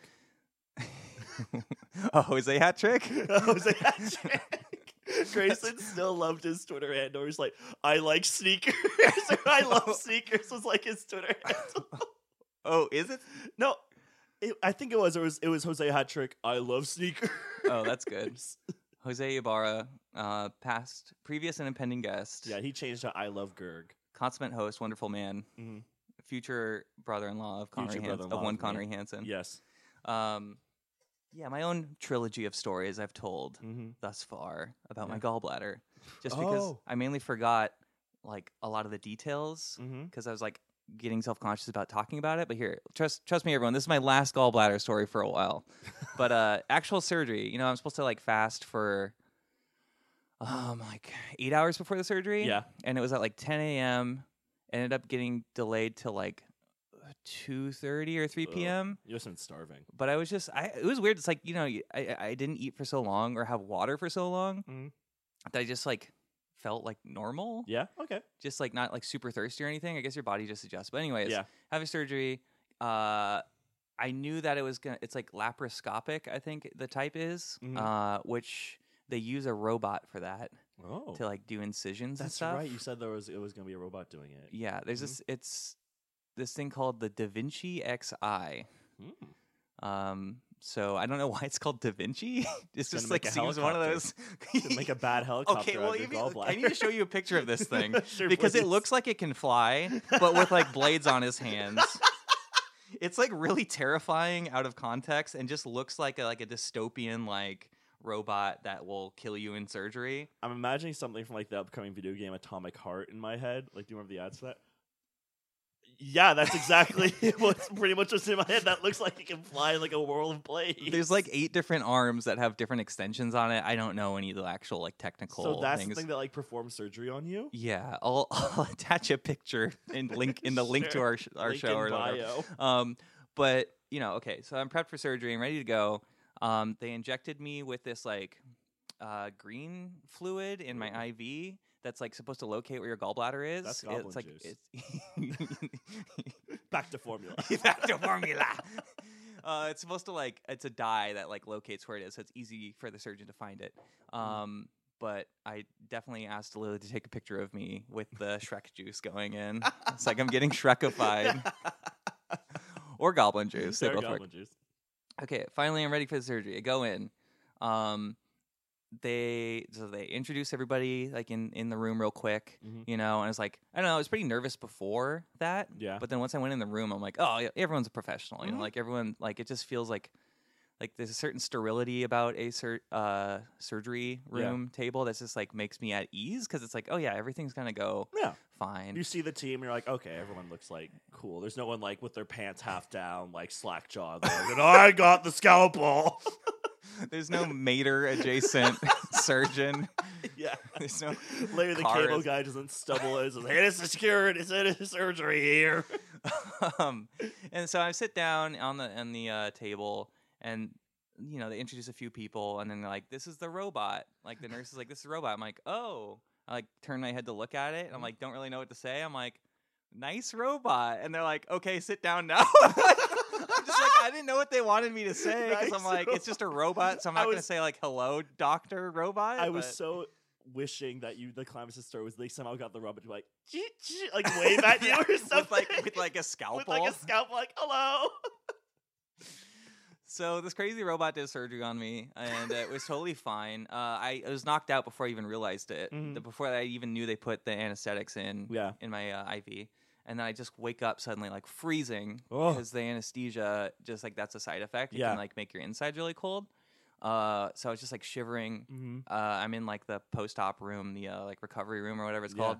Speaker 1: [laughs] oh, is a hat
Speaker 2: [laughs]
Speaker 1: trick?
Speaker 2: That Oh, was a hat [laughs] trick. Grayson still loved his Twitter handle. He's like, I like [laughs] sneakers. or I love sneakers was like his Twitter handle.
Speaker 1: [laughs]
Speaker 2: [laughs]
Speaker 1: oh, is it?
Speaker 2: No, it, I think it was. It was. It was Jose hat trick. I love sneakers.
Speaker 1: Oh, that's good. Jose Ibarra, uh, past, previous, and impending guest,
Speaker 2: [laughs] Yeah, he changed to I love Gerg.
Speaker 1: consummate host, wonderful man,
Speaker 2: Mhm.
Speaker 1: future brother-in-law of Connery
Speaker 2: Future
Speaker 1: Hans-
Speaker 2: brother-in-law
Speaker 1: of one
Speaker 2: of me.
Speaker 1: Connery Hansen.
Speaker 2: Yes.
Speaker 1: Um, yeah, my own trilogy of stories I've told
Speaker 2: Mm-hmm.
Speaker 1: thus far about
Speaker 2: Yeah.
Speaker 1: my gallbladder, just because
Speaker 2: Oh.
Speaker 1: I mainly forgot like a lot of the details
Speaker 2: Mm-hmm.
Speaker 1: because I was like getting self conscious about talking about it. But here, trust trust me, everyone, this is my last gallbladder story for a while. but uh,
Speaker 2: [laughs]
Speaker 1: actual surgery, you know, I'm supposed to like fast for um like eight hours before the surgery.
Speaker 2: Yeah.
Speaker 1: and it was at like 10 a.m. Ended up getting delayed to like 2:30 or 3
Speaker 2: Ugh.
Speaker 1: p.m
Speaker 2: You must have been starving.
Speaker 1: but I was just I it was weird. It's like you know you- I I didn't eat for so long or have water for so long
Speaker 2: Mhm.
Speaker 1: that I just like felt like normal,
Speaker 2: Yeah. Okay.
Speaker 1: just like not like super thirsty or anything. I guess your body just adjusts. But anyways,
Speaker 2: Yeah.
Speaker 1: having surgery, uh, I knew that it was gonna. It's like laparoscopic. I think the type is,
Speaker 2: Mhm.
Speaker 1: uh, which they use a robot for that
Speaker 2: Oh,
Speaker 1: to like do incisions and
Speaker 2: that's
Speaker 1: stuff.
Speaker 2: right. You said there was it was gonna be a robot doing it.
Speaker 1: yeah, there's
Speaker 2: Mhm.
Speaker 1: this. It's this thing called the Da Vinci Xi.
Speaker 2: Mm.
Speaker 1: Um, so I don't know [laughs] why it's called Da Vinci. it's
Speaker 2: Gonna
Speaker 1: just like
Speaker 2: make a
Speaker 1: seems one of those.
Speaker 2: To
Speaker 1: [laughs]
Speaker 2: make a bad helicopter.
Speaker 1: okay, well,
Speaker 2: out of
Speaker 1: if
Speaker 2: your
Speaker 1: you, I
Speaker 2: gallbladder.
Speaker 1: need to show you a picture of
Speaker 2: [laughs]
Speaker 1: this thing
Speaker 2: Sure,
Speaker 1: because it
Speaker 2: please.
Speaker 1: looks like it can fly, but with like blades on his
Speaker 2: [laughs]
Speaker 1: hands. It's like really terrifying out of context, and just looks like a, like a dystopian like robot that will kill you in surgery.
Speaker 2: I'm imagining something from like the upcoming video game Atomic Heart in my head. Like, do you remember the ads for that? Yeah,
Speaker 1: [laughs]
Speaker 2: that's exactly [laughs] what's pretty much what's in my head. That looks like it can fly like a whirl of blades.
Speaker 1: There's like eight different arms that have different extensions on it. I don't know any of the actual like technical.
Speaker 2: so that's
Speaker 1: things.
Speaker 2: the thing that like performs surgery on you.
Speaker 1: Yeah, I'll, [laughs] I'll attach a picture and link in the link to
Speaker 2: Sure.
Speaker 1: our sh- our
Speaker 2: Link
Speaker 1: show
Speaker 2: in
Speaker 1: or whatever. [laughs]
Speaker 2: bio.
Speaker 1: Um, but you know, okay, so I'm prepped for surgery and ready to go. Um, they injected me with this like uh, green fluid in my IV that's like supposed to locate where your gallbladder is. it's
Speaker 2: That's goblin
Speaker 1: like
Speaker 2: juice.
Speaker 1: it's [laughs]
Speaker 2: [laughs] Back to formula.
Speaker 1: back to formula. [laughs] Uh, it's supposed to like it's a dye that like locates where it is, so it's easy for the surgeon to find it.
Speaker 2: Mm-hmm.
Speaker 1: Um, but I definitely asked Lily to take a picture of me with
Speaker 2: [laughs]
Speaker 1: the Shrek juice going in. It's like I'm getting Shrekified
Speaker 2: [laughs]
Speaker 1: or Goblin juice. They
Speaker 2: Sarah
Speaker 1: both work.
Speaker 2: Goblin juice.
Speaker 1: Okay, finally I'm ready for the surgery. I go in. Um, they so they introduce everybody like in in the room real quick,
Speaker 2: Mhm.
Speaker 1: you know. And I was like, I don't know, I was pretty nervous before that.
Speaker 2: Yeah.
Speaker 1: But then once I went in the room, I'm like, oh, yeah, everyone's a professional. You
Speaker 2: Mhm.
Speaker 1: know, like everyone, like it just feels like like there's a certain sterility about a sur- uh, surgery
Speaker 2: Yeah.
Speaker 1: room table that's just like makes me at ease because it's like, oh yeah, everything's gonna go
Speaker 2: Yeah.
Speaker 1: fine.
Speaker 2: You see the team, you're like, okay, everyone looks like cool. There's no one like with their pants half down, like slack jaw. Like, and I got
Speaker 1: [laughs]
Speaker 2: the [laughs] scalpel.
Speaker 1: There's no mater adjacent
Speaker 2: [laughs]
Speaker 1: surgeon. [laughs]
Speaker 2: yeah.
Speaker 1: There's no
Speaker 2: Later, the
Speaker 1: Car
Speaker 2: cable
Speaker 1: is-
Speaker 2: guy doesn't stumble. and says, "Hey, this is security. It's it is
Speaker 1: [laughs]
Speaker 2: surgery here."
Speaker 1: um, and so I sit down on the on the uh, table, and you know they introduce a few people, and then they're like, "This is the robot." Like the nurse is like, "This is the robot." I'm like, "Oh." I like turn my head to look at it,
Speaker 2: Mm-hmm.
Speaker 1: and I'm like, "Don't really know what to say." I'm like, "Nice robot," and they're like, "Okay, sit down now." [laughs] I'm just like, I didn't know what they wanted me to say because
Speaker 2: Nice
Speaker 1: I'm like, "It's just a robot," so I'm
Speaker 2: I
Speaker 1: not gonna
Speaker 2: was-
Speaker 1: say like, "Hello, doctor robot."
Speaker 2: I was
Speaker 1: but-
Speaker 2: so wishing that you, the climax star, was like somehow got the robot to be like, "Chee, chee,"
Speaker 1: [laughs]
Speaker 2: like wave at you or something
Speaker 1: with like with like a scalpel.
Speaker 2: [laughs] With, like, a scalpel, like
Speaker 1: [laughs]
Speaker 2: hello.
Speaker 1: So this crazy robot did surgery on me, and uh, it was totally fine. Uh, I, I was knocked out before I even realized it.
Speaker 2: Mhm.
Speaker 1: The- Before I even knew they put the anesthetics in
Speaker 2: Yeah.
Speaker 1: in my uh, IV, and then I just wake up suddenly like freezing
Speaker 2: Oh.
Speaker 1: because the anesthesia just like that's a side effect. It
Speaker 2: Yeah.
Speaker 1: can like make your insides really cold. Uh, so I was just like shivering.
Speaker 2: Mm-hmm.
Speaker 1: Uh, I'm in like the post-op room, the uh, like recovery room or whatever it's
Speaker 2: Yeah.
Speaker 1: called.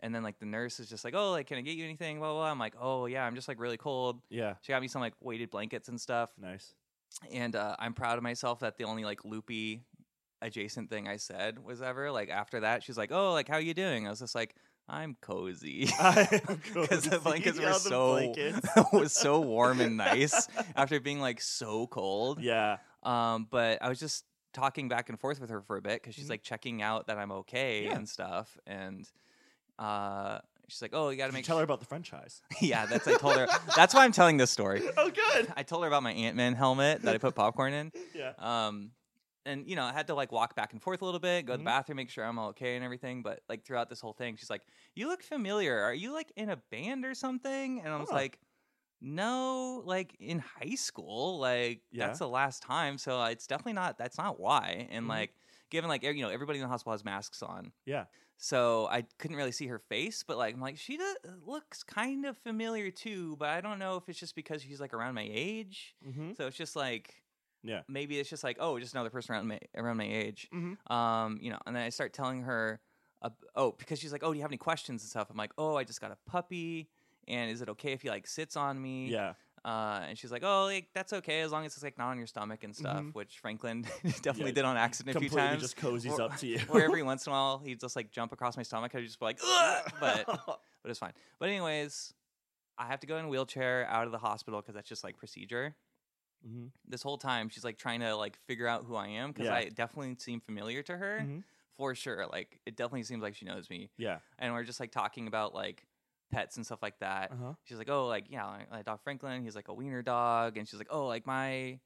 Speaker 1: And then like the nurse is just like, oh, like can I get you anything? Blah blah. blah. I'm like, oh yeah, I'm just like really cold.
Speaker 2: Yeah.
Speaker 1: She got me some like weighted blankets and stuff [laughs]
Speaker 2: Nice. [laughs]
Speaker 1: and uh, I'm proud of myself that the only like loopy adjacent thing I said was ever like after that she's like oh like how you doing I was just like I'm
Speaker 2: [laughs]
Speaker 1: cozy [laughs]
Speaker 2: Oh,
Speaker 1: because the blankets were so [laughs] was so warm and
Speaker 2: [laughs]
Speaker 1: nice after being like so cold
Speaker 2: Yeah.
Speaker 1: um but I was just talking back and forth with her for a bit because she's
Speaker 2: Mhm.
Speaker 1: like checking out that I'm okay
Speaker 2: Yeah.
Speaker 1: and stuff and uh she's like oh you gotta
Speaker 2: Did you
Speaker 1: make
Speaker 2: tell her
Speaker 1: sure-
Speaker 2: about
Speaker 1: [laughs]
Speaker 2: the franchise. [laughs]
Speaker 1: yeah that's I told her that's why I'm telling this story
Speaker 2: oh, good.
Speaker 1: I told her about my Ant Man helmet that I put popcorn in
Speaker 2: Yeah.
Speaker 1: um, and you know, I had to like walk back and forth a little bit, go to
Speaker 2: Mhm.
Speaker 1: the bathroom, make sure I'm okay and everything. But like throughout this whole thing, she's like, "You look familiar. Are you like in a band or something?" And I was
Speaker 2: Huh.
Speaker 1: like, "No, like in high school. Like
Speaker 2: Yeah.
Speaker 1: that's the last time. So uh, it's definitely not. That's not why." And
Speaker 2: Mhm.
Speaker 1: like, given like e- you know, everybody in the hospital has masks on.
Speaker 2: Yeah.
Speaker 1: So I couldn't really see her face, but like I'm like she does, looks kind of familiar too, but I don't know if it's just because she's like around my age.
Speaker 2: Mm-hmm.
Speaker 1: So it's just like,
Speaker 2: Yeah.
Speaker 1: maybe it's just like, oh, just another person around my around my age,
Speaker 2: Mhm.
Speaker 1: um, you know. And then I start telling her, uh, oh, because she's like, oh, do you have any questions and stuff? I'm like, oh, I just got a puppy, and is it okay if he like sits on me?
Speaker 2: Yeah.
Speaker 1: Uh, and she's like, oh, like that's okay as long as it's like not on your stomach and stuff,
Speaker 2: Mhm.
Speaker 1: which Franklin [laughs] definitely
Speaker 2: Yeah,
Speaker 1: did on accident a few
Speaker 2: Completely
Speaker 1: times.
Speaker 2: just [laughs] cozies
Speaker 1: Or-
Speaker 2: up
Speaker 1: [laughs]
Speaker 2: to you. [laughs]
Speaker 1: or every once in a while, he'd just like jump across my stomach. I'd just be like, Ugh! but
Speaker 2: [laughs]
Speaker 1: but it's fine. But anyways, I have to go in a wheelchair out of the hospital because that's just like procedure
Speaker 2: Mhm.
Speaker 1: this whole time she's like trying to like figure out who I am because
Speaker 2: Yeah.
Speaker 1: I definitely seem familiar to her
Speaker 2: Mhm.
Speaker 1: for sure. Like it definitely seems like she knows me,
Speaker 2: Yeah.
Speaker 1: and we're just like talking about like pets and stuff like that.
Speaker 2: Uh-huh.
Speaker 1: She's like, oh, like yeah, like, like Doc Franklin, he's like a wiener dog, and she's like, oh, like my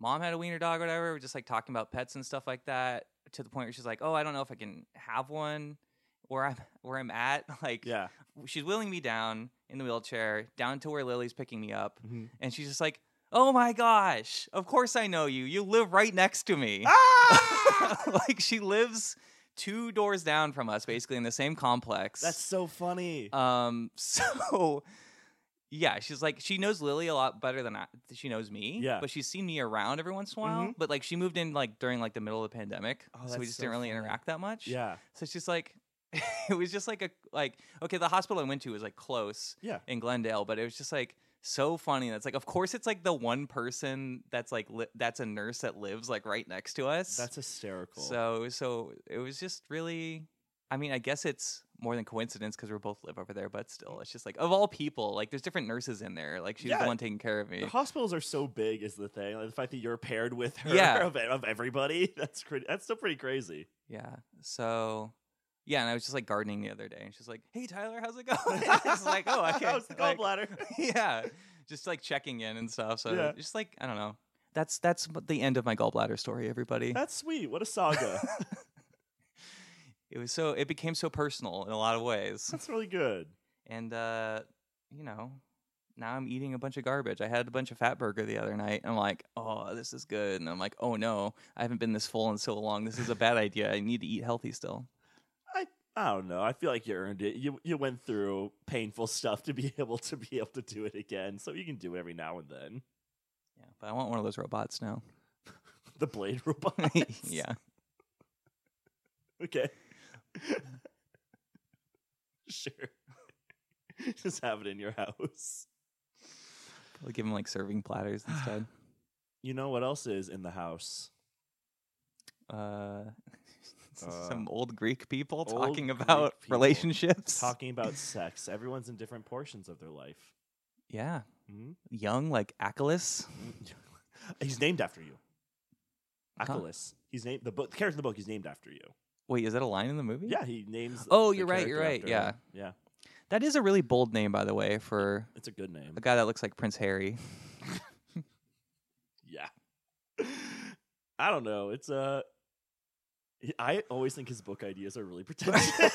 Speaker 1: mom had a wiener dog or whatever. We're just like talking about pets and stuff like that to the point where she's like, oh, I don't know if I can have one where I'm where I'm at. [laughs] Like,
Speaker 2: Yeah.
Speaker 1: she's wheeling me down in the wheelchair down to where Lily's picking me up,
Speaker 2: [laughs] Mhm.
Speaker 1: and she's just like, oh my gosh, of course I know you. You live right next to me.
Speaker 2: Ah!
Speaker 1: [laughs] like she lives two doors down from us, basically in the same complex.
Speaker 2: That's so funny.
Speaker 1: Um, [laughs] so yeah, she's like she knows Lily a lot better than I, she knows me.
Speaker 2: Yeah.
Speaker 1: but she's seen me around every once in a while.
Speaker 2: Mhm.
Speaker 1: But like she moved in like during like the middle of the pandemic,
Speaker 2: Oh,
Speaker 1: so we
Speaker 2: that's
Speaker 1: just
Speaker 2: so
Speaker 1: didn't really
Speaker 2: funny.
Speaker 1: interact that much.
Speaker 2: yeah.
Speaker 1: so she's like. [laughs] it was just like a like okay the hospital i went to was like close
Speaker 2: Yeah.
Speaker 1: in glendale but it was just like so funny that's like of course it's like the one person that's like li- that's a nurse that lives like right next to us
Speaker 2: That's hysterical.
Speaker 1: so so it was just really I mean, I guess it's more than coincidence because we both live over there, but still, it's just like of all people, like there's different nurses in there. Like she's
Speaker 2: Yeah.
Speaker 1: the one taking care of me.
Speaker 2: the hospitals are so big is the thing. Like, the fact that you're paired with her
Speaker 1: Yeah.
Speaker 2: [laughs] of, e, of everybody, [laughs] that's cra- that's still
Speaker 1: [laughs]
Speaker 2: pretty crazy.
Speaker 1: Yeah. So yeah, and I was just like gardening the other day, and she's like, "Hey, Tyler, how's it going?" [laughs] I was like,
Speaker 2: [laughs]
Speaker 1: "Oh, okay."
Speaker 2: that was the
Speaker 1: Like, [laughs]
Speaker 2: gallbladder.
Speaker 1: yeah, just like checking in and stuff. So
Speaker 2: Yeah.
Speaker 1: just like I don't know. That's that's b- the end of my gallbladder story, everybody.
Speaker 2: that's sweet. What
Speaker 1: [laughs]
Speaker 2: a saga.
Speaker 1: it was so it became so personal in a lot of ways.
Speaker 2: that's really good.
Speaker 1: and uh, you know, now I'm eating a bunch of garbage. I had a bunch of fat burger the other night. And I'm like, oh, this is good, and I'm like, oh no, I haven't been this full in so long. This is a bad idea. I need to eat healthy still.
Speaker 2: I don't know. I feel like you earned it. You you went through painful [laughs] stuff to be able to be able to do it again. So you can do it every now and then. [laughs]
Speaker 1: Yeah, but I want one of those robots now. [laughs]
Speaker 2: The blade robot.
Speaker 1: yeah,
Speaker 2: Okay. [laughs] sure. [laughs] Just have it in your house.
Speaker 1: I'll give him like serving platters instead.
Speaker 2: You know what else is in the house? [laughs]
Speaker 1: Uh,
Speaker 2: Uh,
Speaker 1: some old Greek people
Speaker 2: old
Speaker 1: talking
Speaker 2: Greek
Speaker 1: about
Speaker 2: people
Speaker 1: relationships. [laughs]
Speaker 2: Talking about sex. Everyone's in different portions of their life.
Speaker 1: yeah,
Speaker 2: Hmm? [laughs]
Speaker 1: young like Achilles.
Speaker 2: He's named after you.
Speaker 1: Huh.
Speaker 2: Achilles. He's named the book. The character in the book. He's named after you.
Speaker 1: Wait, is that a line in the movie?
Speaker 2: Yeah, he names.
Speaker 1: Oh,
Speaker 2: the
Speaker 1: you're right, you're
Speaker 2: character
Speaker 1: right,
Speaker 2: after him. yeah.
Speaker 1: that is a really bold name, by the way, for
Speaker 2: It's a good name.
Speaker 1: a guy that looks like Prince
Speaker 2: [laughs]
Speaker 1: Harry. [laughs]
Speaker 2: Yeah. [laughs] I don't know. It's uh I always think his book ideas are really [laughs] pretentious.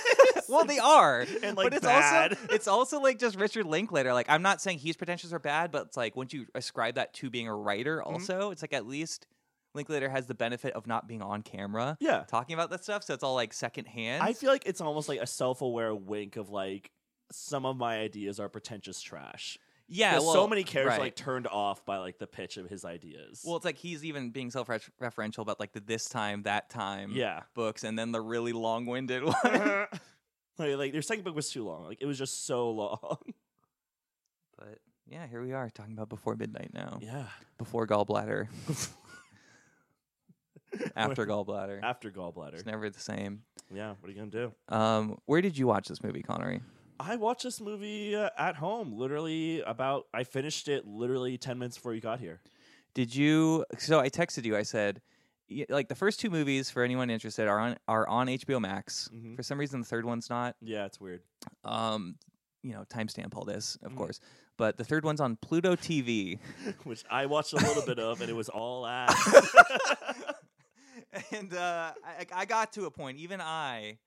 Speaker 1: well, they are.
Speaker 2: [laughs] And, like,
Speaker 1: but it's
Speaker 2: bad.
Speaker 1: also [laughs] it's also like just Richard Linklater. Like I'm not saying he's pretentious or bad, but it's like once you ascribe that to being a writer,
Speaker 2: Mm-hmm.
Speaker 1: also it's like at least Linklater has the benefit of not being on camera
Speaker 2: [laughs] Yeah.
Speaker 1: talking about that stuff, so it's all like secondhand.
Speaker 2: I feel like it's almost like a self-aware wink of like some of my ideas are pretentious trash.
Speaker 1: yeah,
Speaker 2: There's
Speaker 1: well,
Speaker 2: so many characters
Speaker 1: right.
Speaker 2: like turned off by like the pitch of his ideas.
Speaker 1: well, it's like he's even being self-referential about like the this time, that time, [laughs]
Speaker 2: yeah. [laughs]
Speaker 1: books, and then the really long-winded [laughs] one.
Speaker 2: like, like their second book was too long. Like it was just so long.
Speaker 1: Oh,
Speaker 2: [laughs]
Speaker 1: but yeah, here we are talking about before midnight now,
Speaker 2: Yeah.
Speaker 1: before
Speaker 2: [laughs]
Speaker 1: gallbladder, after gallbladder.
Speaker 2: After gallbladder.
Speaker 1: It's never the same.
Speaker 2: Yeah, what are you going to do?
Speaker 1: Um, where did you watch this movie, Connery?
Speaker 2: I watched this movie uh, at home, literally about. I finished it literally ten minutes before you got here.
Speaker 1: Did you? So I texted you. I said, y- like the first two movies for anyone interested are on are on HBO Max.
Speaker 2: Mhm.
Speaker 1: For some reason, the third one's not.
Speaker 2: Yeah,
Speaker 1: [laughs]
Speaker 2: it's weird.
Speaker 1: Um, you know, timestamp all this, of
Speaker 2: Mm.
Speaker 1: course. But the third one's on Pluto TV,
Speaker 2: Which I watched a little bit of, and it
Speaker 1: [laughs]
Speaker 2: was all ass.
Speaker 1: and uh, I, I got to a point. Even I,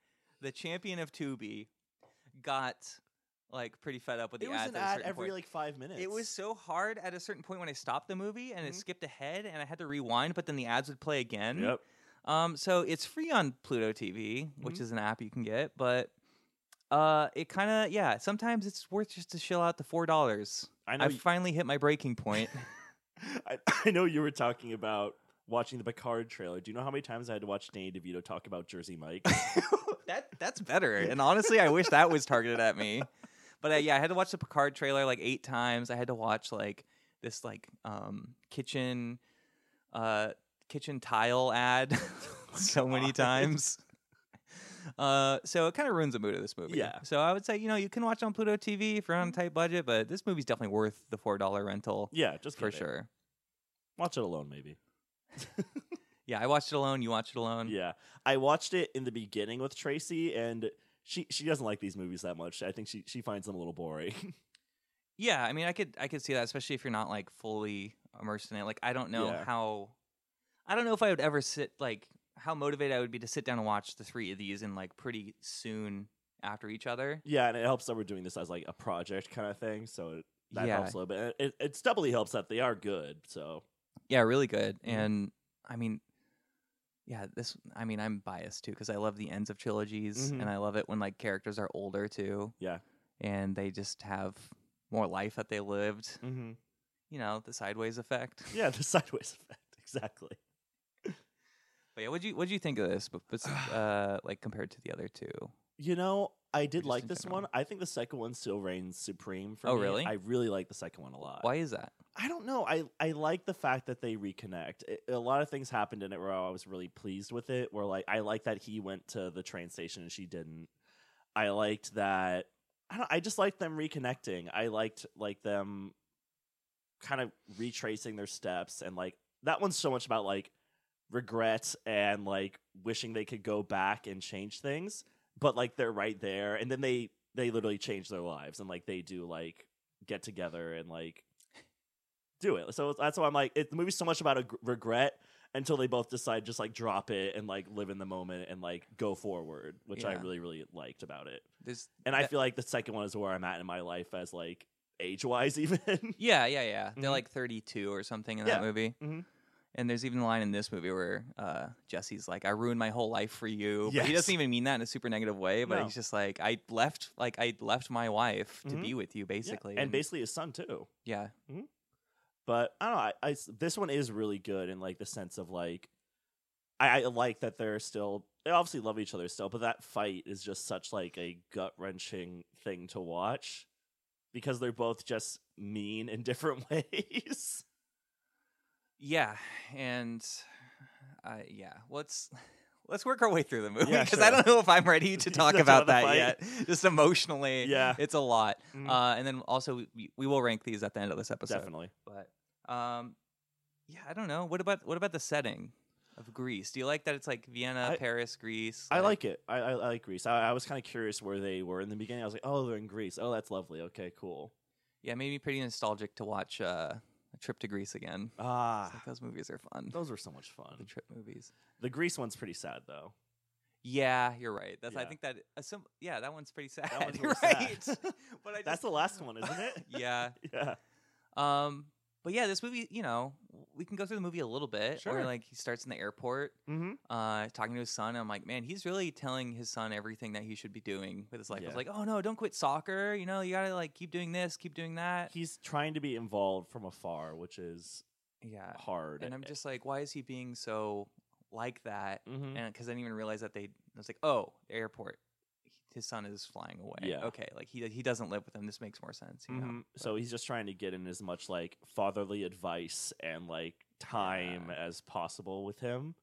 Speaker 1: the champion of Tubi, got like pretty fed up with the
Speaker 2: it was
Speaker 1: ads
Speaker 2: an
Speaker 1: at a
Speaker 2: ad
Speaker 1: certain
Speaker 2: every
Speaker 1: point.
Speaker 2: like five minutes.
Speaker 1: It was so hard at a certain point when I stopped the movie and it
Speaker 2: Mhm.
Speaker 1: skipped ahead and I had to rewind, but then the ads would play again.
Speaker 2: Yep.
Speaker 1: Um, so it's free on Pluto TV, which
Speaker 2: Mm-hmm.
Speaker 1: is an app you can get, but uh, it kind of yeah. Sometimes it's worth just to shell out the four dollars.
Speaker 2: I know.
Speaker 1: I finally hit my breaking point. [laughs]
Speaker 2: I, [laughs] I know you were talking about watching the Picard trailer. Do you know how many times I had to watch Danny DeVito talk about
Speaker 1: [laughs]
Speaker 2: Jersey Mike?
Speaker 1: that that's better. And honestly, I wish that was targeted at me. But uh, yeah, I had to watch the Picard trailer like eight times. I had to watch like this like um kitchen uh kitchen tile ad [laughs] so many
Speaker 2: Oh God.
Speaker 1: times. Uh, so it kind of ruins the mood of this movie.
Speaker 2: Yeah. Mm-hmm.
Speaker 1: So I would say you know you can watch on Pluto TV if you're on a tight budget, but this movie's definitely worth the four dollar rental
Speaker 2: yeah, just
Speaker 1: for
Speaker 2: get it.
Speaker 1: sure.
Speaker 2: Watch it alone, maybe.
Speaker 1: Yeah, I watched it alone. You watched it alone.
Speaker 2: Yeah, I watched it in the beginning with Tracy, and she she doesn't like these movies that much. I think she she finds them a little boring.
Speaker 1: Yeah, I mean, I could I could see that, especially if you're not like fully immersed in it. Like, I don't know
Speaker 2: Yeah.
Speaker 1: how, I don't know if I would ever sit like how motivated I would be to sit down and watch the three of these and like pretty soon after each other.
Speaker 2: yeah, and it helps that we're doing this as like a project kind of thing, so it, that
Speaker 1: yeah,
Speaker 2: helps a little bit. It, it, it doubly helps that they are good. So
Speaker 1: yeah, really good.
Speaker 2: Mhm.
Speaker 1: And I mean, yeah, this. I mean, I'm biased too because I love the ends of trilogies
Speaker 2: Mhm.
Speaker 1: and I love it when like characters are older too.
Speaker 2: Yeah.
Speaker 1: and they just have more life that they lived.
Speaker 2: mm-hmm.
Speaker 1: You know, the sideways effect.
Speaker 2: yeah, [laughs] the sideways effect exactly.
Speaker 1: But yeah, what you what do you think of this? But, but [sighs] uh, like compared to the other two,
Speaker 2: You know, I did
Speaker 1: Just
Speaker 2: like
Speaker 1: in
Speaker 2: this
Speaker 1: general.
Speaker 2: one. I think the second one still reigns supreme for
Speaker 1: Oh,
Speaker 2: me.
Speaker 1: really?
Speaker 2: I really like the second one a lot.
Speaker 1: why is that?
Speaker 2: I don't know. I, I like the fact that they reconnect. It- a lot of things happened in it where I was really pleased with it. Where like I like that he went to the train station and she didn't. I liked that. I don't. I just liked them reconnecting. I liked like them kind of retracing their steps and like that one's so much about like regret and like wishing they could go back and change things but like they're right there and then they they literally change their lives and like they do like get together and like do it so that's why i'm like it, the movie's so much about a gr- regret until they both decide just like drop it and like live in the moment and like go forward which i
Speaker 1: Yeah.
Speaker 2: really really liked about it
Speaker 1: There's
Speaker 2: and i
Speaker 1: that-
Speaker 2: feel like the second one is where i'm at in my life as like age wise [laughs] even
Speaker 1: yeah, yeah, yeah.
Speaker 2: Mhm.
Speaker 1: They're like 32 or something in
Speaker 2: Yeah.
Speaker 1: that movie.
Speaker 2: Mhm.
Speaker 1: And there's even a line in this movie where uh, Jesse's like, "I ruined my whole life for you," but he
Speaker 2: Yes.
Speaker 1: doesn't even mean that in a super negative way. But
Speaker 2: No.
Speaker 1: he's just like, "I left, like, I left my wife to
Speaker 2: Mhm.
Speaker 1: be with you, basically."
Speaker 2: Yeah, and basically his son too
Speaker 1: yeah,
Speaker 2: but I don't know. I, I s- this one is really good in like the sense of like I, I like that they're still they obviously love each other still, but that fight is just such like a gut wrenching thing to watch because they're both just mean in [laughs] different ways.
Speaker 1: yeah, and uh, yeah. Let's [laughs] let's work our way through the movie
Speaker 2: Yeah,
Speaker 1: because I
Speaker 2: sure.
Speaker 1: don't know if I'm
Speaker 2: [laughs]
Speaker 1: ready to talk
Speaker 2: Talk
Speaker 1: about that
Speaker 2: about the
Speaker 1: yet. [laughs] Just emotionally,
Speaker 2: yeah,
Speaker 1: it's a lot.
Speaker 2: Mm.
Speaker 1: Uh, and then also we, we will rank these at the end of this episode.
Speaker 2: definitely.
Speaker 1: But um, yeah, I don't know. What about what about the setting of Greece? Do you like that it's like Vienna,
Speaker 2: I-
Speaker 1: Paris, Greece?
Speaker 2: I like it. I, I, I like Greece. I, I was kind of curious where they were in the beginning. I was like, oh, they're in Greece. Oh, that's lovely. Okay, cool.
Speaker 1: Yeah, it made me pretty nostalgic to watch uh, a trip to Greece again. It's
Speaker 2: Ah,
Speaker 1: like, those movies are fun.
Speaker 2: those were so much
Speaker 1: The
Speaker 2: fun.
Speaker 1: trip movies.
Speaker 2: The Greece one's pretty sad though.
Speaker 1: Yeah, you're right. That's I
Speaker 2: Yeah.
Speaker 1: think that a sim- yeah, that one's pretty [laughs] sad.
Speaker 2: one's
Speaker 1: You're
Speaker 2: really
Speaker 1: right.
Speaker 2: sad. [laughs]
Speaker 1: but I
Speaker 2: That's
Speaker 1: just,
Speaker 2: the last one, isn't
Speaker 1: [laughs]
Speaker 2: [laughs] it?
Speaker 1: yeah.
Speaker 2: yeah.
Speaker 1: Um but yeah, this movie, you know, we can go through the movie a little bit. Or
Speaker 2: Sure.
Speaker 1: like he starts in the airport
Speaker 2: Mm-hmm.
Speaker 1: uh, talking to his son. I'm like, man, he's really telling his son everything that he should be doing with his life. I was
Speaker 2: Yeah.
Speaker 1: like, oh no, don't quit soccer. You know, you gotta like keep doing this, keep doing that.
Speaker 2: he's trying to be involved from afar, which is
Speaker 1: Yeah,
Speaker 2: hard.
Speaker 1: Uh, and I'm just like, why is he being so like that?
Speaker 2: Mhm.
Speaker 1: And because I didn't even realize that they, I was like, oh, airport. His son is flying away.
Speaker 2: Yeah.
Speaker 1: Okay. Like he he doesn't live with him. This makes more sense. You know?
Speaker 2: Mhm. so he's just trying to get in as much like fatherly advice and like time as possible with him.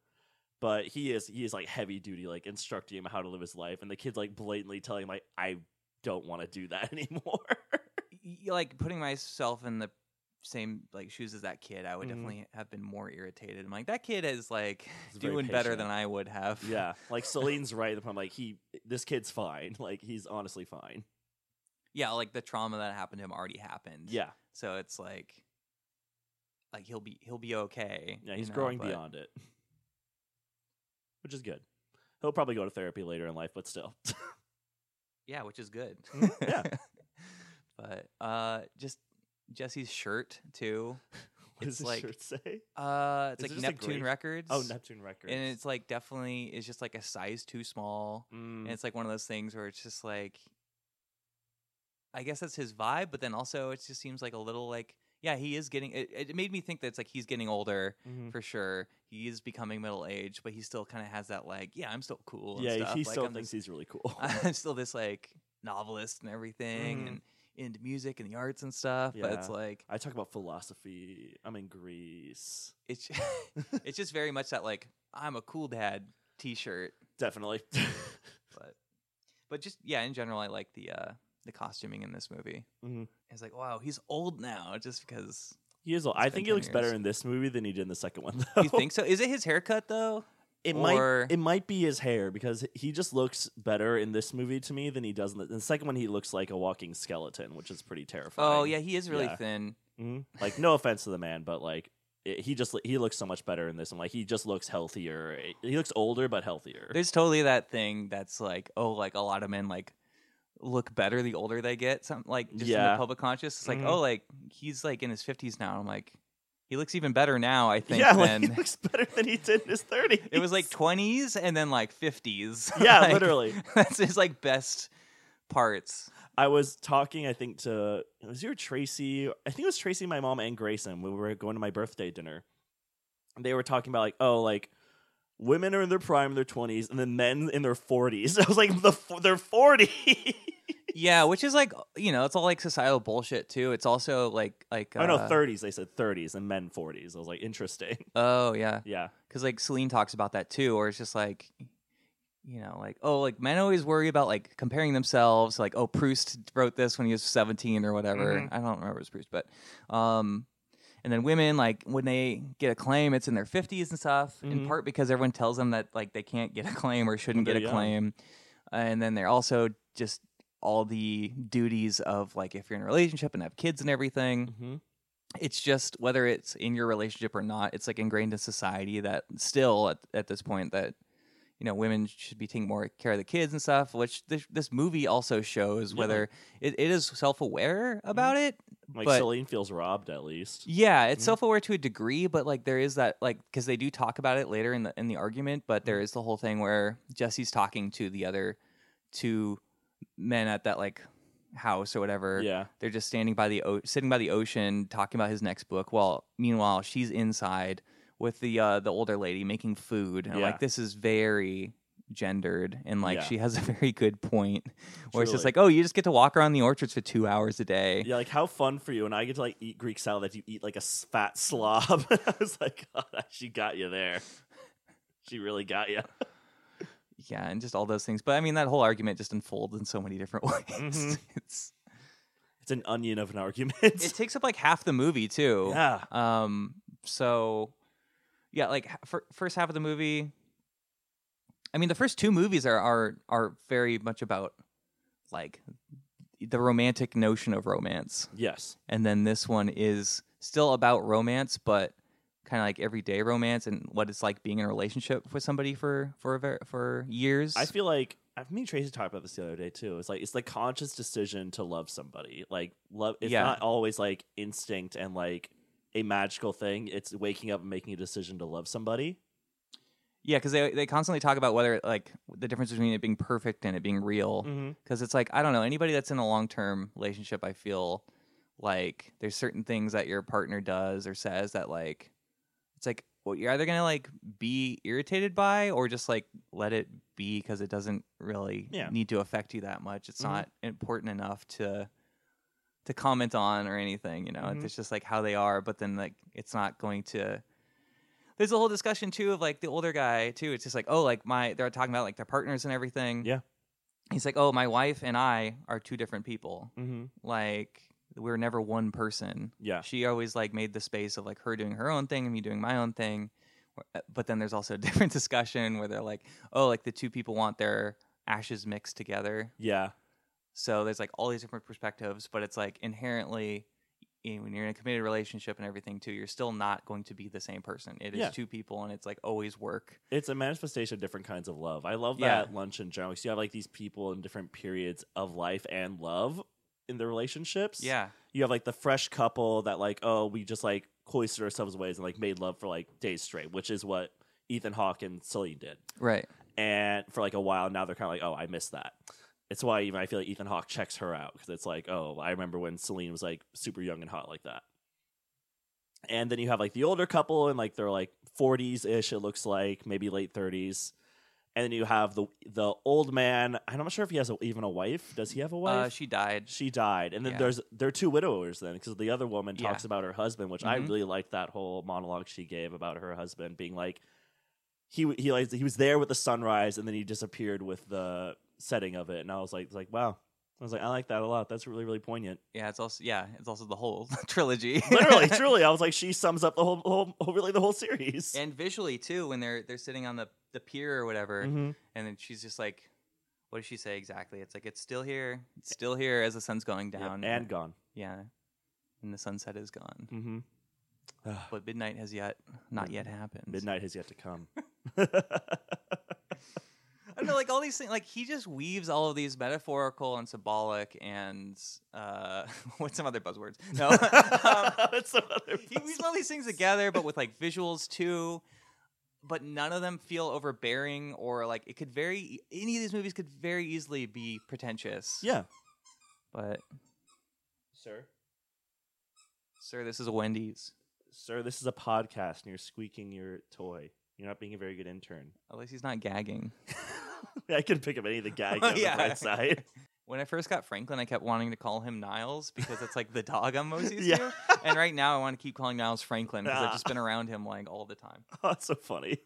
Speaker 2: But he is he is like heavy duty, like instructing him how to live his life, and the kid's like blatantly telling him like I don't want to do that [laughs] anymore.
Speaker 1: Y- y- like putting myself in the same like shoes as that kid, I would
Speaker 2: Mhm.
Speaker 1: definitely have been more irritated. I'm like, that kid is like
Speaker 2: He's very
Speaker 1: doing better
Speaker 2: patient.
Speaker 1: than I would have.
Speaker 2: yeah, like Celine's right. upon like he this kid's fine. Like he's honestly fine.
Speaker 1: [laughs] Yeah, like the trauma that happened to him already happened.
Speaker 2: Yeah,
Speaker 1: So it's like like he'll be he'll be okay.
Speaker 2: Yeah,
Speaker 1: you
Speaker 2: he's
Speaker 1: know,
Speaker 2: growing
Speaker 1: but-
Speaker 2: beyond it, [laughs] which is good. He'll probably go to therapy later in life, but still. [laughs]
Speaker 1: Yeah, which is good.
Speaker 2: Mhm, yeah.
Speaker 1: [laughs] but uh just Jesse's shirt too.
Speaker 2: what
Speaker 1: It's
Speaker 2: does his
Speaker 1: like-
Speaker 2: shirt say?
Speaker 1: Uh it's
Speaker 2: Is it
Speaker 1: like
Speaker 2: just a
Speaker 1: Neptune
Speaker 2: grape?
Speaker 1: Records.
Speaker 2: Oh, Neptune Records.
Speaker 1: And it's like definitely it's just like a size too small.
Speaker 2: Mm,
Speaker 1: And it's like one of those things where it's just like I guess that's his vibe, but then also it just seems like a little like yeah, he is getting it, it made me think that it's like he's getting older
Speaker 2: mhm.
Speaker 1: for sure. He is becoming middle aged, but he still kind of has that like, yeah, I'm still cool. And
Speaker 2: yeah, he-
Speaker 1: stuff.
Speaker 2: he
Speaker 1: like,
Speaker 2: still
Speaker 1: I'm
Speaker 2: thinks
Speaker 1: [laughs] this,
Speaker 2: he's really cool.
Speaker 1: I'm still this like novelist and everything,
Speaker 2: Mhm.
Speaker 1: and into music and the arts and stuff. But it's
Speaker 2: Yeah.
Speaker 1: like
Speaker 2: [laughs] I talk about philosophy. I'm in Greece. [laughs]
Speaker 1: it's it's just very much that like I'm a cool dad T-shirt,
Speaker 2: Definitely.
Speaker 1: but but just yeah, in general, I like the uh the costuming in this movie.
Speaker 2: Mhm.
Speaker 1: It's like wow, he's old now, just because.
Speaker 2: [laughs] [laughs] he is. Old.
Speaker 1: It's
Speaker 2: I
Speaker 1: been
Speaker 2: think he
Speaker 1: 10
Speaker 2: looks better
Speaker 1: years.
Speaker 2: in this movie than he did in the second one, [laughs] though.
Speaker 1: You think so? Is it his haircut though?
Speaker 2: It
Speaker 1: Or-
Speaker 2: might it might be his hair because he just looks better in this movie to me than he does in the, in the second one. He looks like a walking skeleton, which is pretty terrifying.
Speaker 1: Oh yeah, he is really
Speaker 2: Yeah.
Speaker 1: thin.
Speaker 2: Mhm. Like no offense to the man, but like it, he just he looks so much better in this, and like he just looks healthier. He looks older but healthier. [laughs]
Speaker 1: There's totally that thing that's like, oh, like a lot of men like look better the older they get. Some like just in
Speaker 2: Yeah.
Speaker 1: the public conscious, it's like,
Speaker 2: Mhm.
Speaker 1: oh, like he's like in his 50s now. I'm like, he looks even better now. I think
Speaker 2: [laughs] yeah, like,
Speaker 1: than
Speaker 2: he looks better than he did in his thirties.
Speaker 1: it was like 20s and then like [laughs] 50s.
Speaker 2: [laughs] yeah,
Speaker 1: Like,
Speaker 2: literally.
Speaker 1: That's his like best parts.
Speaker 2: I was talking, I think, to it was your Tracy. I think it was Tracy, my mom, and Grayson when we were going to my birthday dinner. And They were talking about like, oh, like women are in their prime, in their twenties, and then men in their forties. [laughs] I was like, the f- they're forty.
Speaker 1: Yeah, which is like you know, it's all like societal bullshit too. It's also like like
Speaker 2: [laughs] oh no,
Speaker 1: uh,
Speaker 2: thirties. They said thirties and men forties. I was like, interesting. [laughs]
Speaker 1: oh yeah,
Speaker 2: Yeah,
Speaker 1: because like Celine talks about that too, or it's just like, you know, like oh, like men always worry about like comparing themselves. Like oh, Proust wrote this when he was seventeen or whatever.
Speaker 2: Mhm.
Speaker 1: I don't remember it was Proust, but um, and then women like when they get a claim, it's in their fifties and stuff. In
Speaker 2: Mhm.
Speaker 1: part because everyone tells them that like they can't get a claim or shouldn't
Speaker 2: They're
Speaker 1: get a
Speaker 2: young.
Speaker 1: claim, and then they're also just all the duties of like if you're in a relationship and have kids and everything
Speaker 2: mm-hmm.
Speaker 1: it's just whether it's in your relationship or not it's like ingrained in society that still at, at this point that you know women should be taking more care of the kids and stuff which this, this movie also shows
Speaker 2: Yeah.
Speaker 1: whether it, it is self-aware about it
Speaker 2: like
Speaker 1: But-
Speaker 2: Celine feels robbed at least.
Speaker 1: yeah it's
Speaker 2: Mhm.
Speaker 1: self-aware to a degree but like there is that like because they do talk about it later in the in the argument but there is the whole thing where jesse's talking to the other two men at that like house or whatever
Speaker 2: Yeah,
Speaker 1: they're just standing by the o- sitting by the ocean talking about his next book while meanwhile she's inside with the uh the older lady making food and I'm
Speaker 2: Yeah.
Speaker 1: like this is very gendered and like
Speaker 2: Yeah.
Speaker 1: she has a [laughs] very good point where it's just
Speaker 2: Truly.
Speaker 1: like oh you just get to walk around the orchards for 2 hours a day
Speaker 2: yeah. Like how fun for you, and I get to like eat Greek salad that you eat like a s- fat slob. [laughs] I was like, God, she got you there. She really got you.
Speaker 1: yeah and just all those things but i mean that whole argument just unfolds in so many different [laughs] ways
Speaker 2: Mhm.
Speaker 1: it's
Speaker 2: It's an onion of an argument. [laughs]
Speaker 1: it takes up like half the movie too
Speaker 2: yeah.
Speaker 1: Um, so yeah, like h- fir- first half of the movie. I mean, the first two movies are are are very much about like the romantic notion of romance,
Speaker 2: Yes.
Speaker 1: and then this one is still about romance, but kind of like everyday romance and what it's like being in a relationship with somebody for for a ver- for years.
Speaker 2: I feel like I me and Tracy talked about this the other day too. It's like it's the conscious decision to love somebody. Like love it's
Speaker 1: Yeah.
Speaker 2: not always like instinct and like a magical thing. It's waking up and making a decision to love somebody.
Speaker 1: yeah, because they they constantly talk about whether like the difference between it being perfect and it being real.
Speaker 2: Mm-hmm.
Speaker 1: because it's like I don't know anybody that's in a long term relationship. I feel like there's certain things that your partner does or says that like it's like well you're either gonna like be irritated by or just like let it be because it doesn't really
Speaker 2: Yeah.
Speaker 1: need to affect you that much. It's
Speaker 2: Mhm.
Speaker 1: not important enough to to comment on or anything. You know,
Speaker 2: Mhm.
Speaker 1: it's just like how they are, but then like it's not going to there's a whole discussion too of like the older guy too. It's just like, oh, like my they're talking about like their partners and everything.
Speaker 2: Yeah.
Speaker 1: He's like, oh, my wife and I are two different people.
Speaker 2: Mm-hmm.
Speaker 1: Like we were never one person.
Speaker 2: Yeah.
Speaker 1: She always like made the space of like her doing her own thing and me doing my own thing. uh, But then there's also a [laughs] different discussion where they're like, oh, like the two people want their ashes mixed together.
Speaker 2: Yeah.
Speaker 1: So there's like all these different perspectives, but it's like inherently you know, when you're in a committed relationship and everything too, you're still not going to be the same person. It is
Speaker 2: Yeah.
Speaker 1: two people and it's like always work.
Speaker 2: It's a manifestation of different kinds of love. I love
Speaker 1: Yeah.
Speaker 2: that lunch in general. 'cause you have like these people in different periods of life and love in their relationships.
Speaker 1: Yeah.
Speaker 2: you have like the fresh couple that like oh we just like cloistered ourselves ways and like made love for like days straight which is what ethan hawke and celine did
Speaker 1: Right.
Speaker 2: and for like a while now they're kind of like oh i miss that it's why even i feel like ethan hawke checks her out because it's like oh i remember when celine was like super young and hot like that and then you have like the older couple and like they're like 40s ish it looks like maybe late 30s and then you have the the old man i'm not sure if he has a, even a wife does he have a wife
Speaker 1: Uh, she died.
Speaker 2: she died and then
Speaker 1: Yeah.
Speaker 2: there's there are two widowers then because the other woman
Speaker 1: Yeah.
Speaker 2: talks about her husband which i
Speaker 1: Mhm.
Speaker 2: really liked that whole monologue she gave about her husband being like he w- he like he was there with the sunrise and then he disappeared with the setting of it and i was like like wow I was like, I like that a lot. That's really,
Speaker 1: [laughs]
Speaker 2: really poignant.
Speaker 1: Yeah, it's also yeah, it's also the whole [laughs] trilogy. [laughs]
Speaker 2: Literally, truly, I was like, she sums up the whole, whole, whole- really, the whole series.
Speaker 1: and visually too, when they're they're sitting on the the pier or whatever,
Speaker 2: Mhm.
Speaker 1: and then she's just like, what does she say exactly? It's like it's still here, it's still here as the sun's going
Speaker 2: Yep,
Speaker 1: down,
Speaker 2: and gone.
Speaker 1: yeah, and the sunset is gone,
Speaker 2: Mm-hmm.
Speaker 1: but midnight has yet not yet happened.
Speaker 2: Midnight has yet
Speaker 1: [laughs]
Speaker 2: to come. [laughs]
Speaker 1: I don't know, like all these things. Like he just weaves all of these metaphorical and symbolic and uh, [laughs] what's some other buzzwords? No, [laughs] [laughs] um,
Speaker 2: That's some other
Speaker 1: he weaves
Speaker 2: puzzle.
Speaker 1: all these things together, but with like visuals too. But none of them feel overbearing or like it could very e, any of these movies could very easily be pretentious.
Speaker 2: [laughs] Yeah.
Speaker 1: But
Speaker 2: Sir?
Speaker 1: sir, this is a Wendy's.
Speaker 2: Sir, this is a podcast and you're squeaking your toy. You're not being a very good intern. [laughs]
Speaker 1: At least he's not gagging.
Speaker 2: I can pick up any of
Speaker 1: [laughs]
Speaker 2: the gag on
Speaker 1: Yeah.
Speaker 2: the right side. [laughs]
Speaker 1: When I first got Franklin, I kept wanting to call him Niles because it's like the dog I'm most used
Speaker 2: Yeah.
Speaker 1: to. And right now, I want to keep calling Niles Franklin because
Speaker 2: Ah.
Speaker 1: I've just been around him like all the time.
Speaker 2: Oh, that's so funny.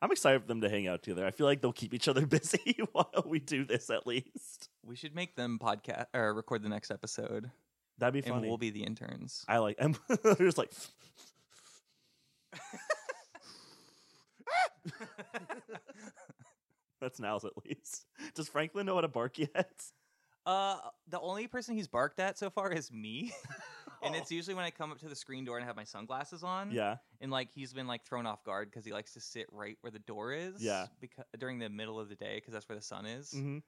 Speaker 2: I'm excited for them to hang out together. I feel like they'll keep each other [laughs] busy while we do this at least.
Speaker 1: We should make them podcast or record the next episode,
Speaker 2: That'd be
Speaker 1: and
Speaker 2: funny.
Speaker 1: we'll be the interns.
Speaker 2: I like I'm [laughs] they're just like that's Niles at least. Does Franklin know how to bark yet?
Speaker 1: Uh, the only person he's barked at so far is
Speaker 2: [laughs]
Speaker 1: me, and
Speaker 2: Oh.
Speaker 1: it's usually when I come up to the screen door and have my sunglasses on.
Speaker 2: Yeah.
Speaker 1: and like he's been like thrown off guard because he likes to sit right where the door is.
Speaker 2: Yeah.
Speaker 1: because during the middle of the day because that's where the sun is.
Speaker 2: Mm-hmm.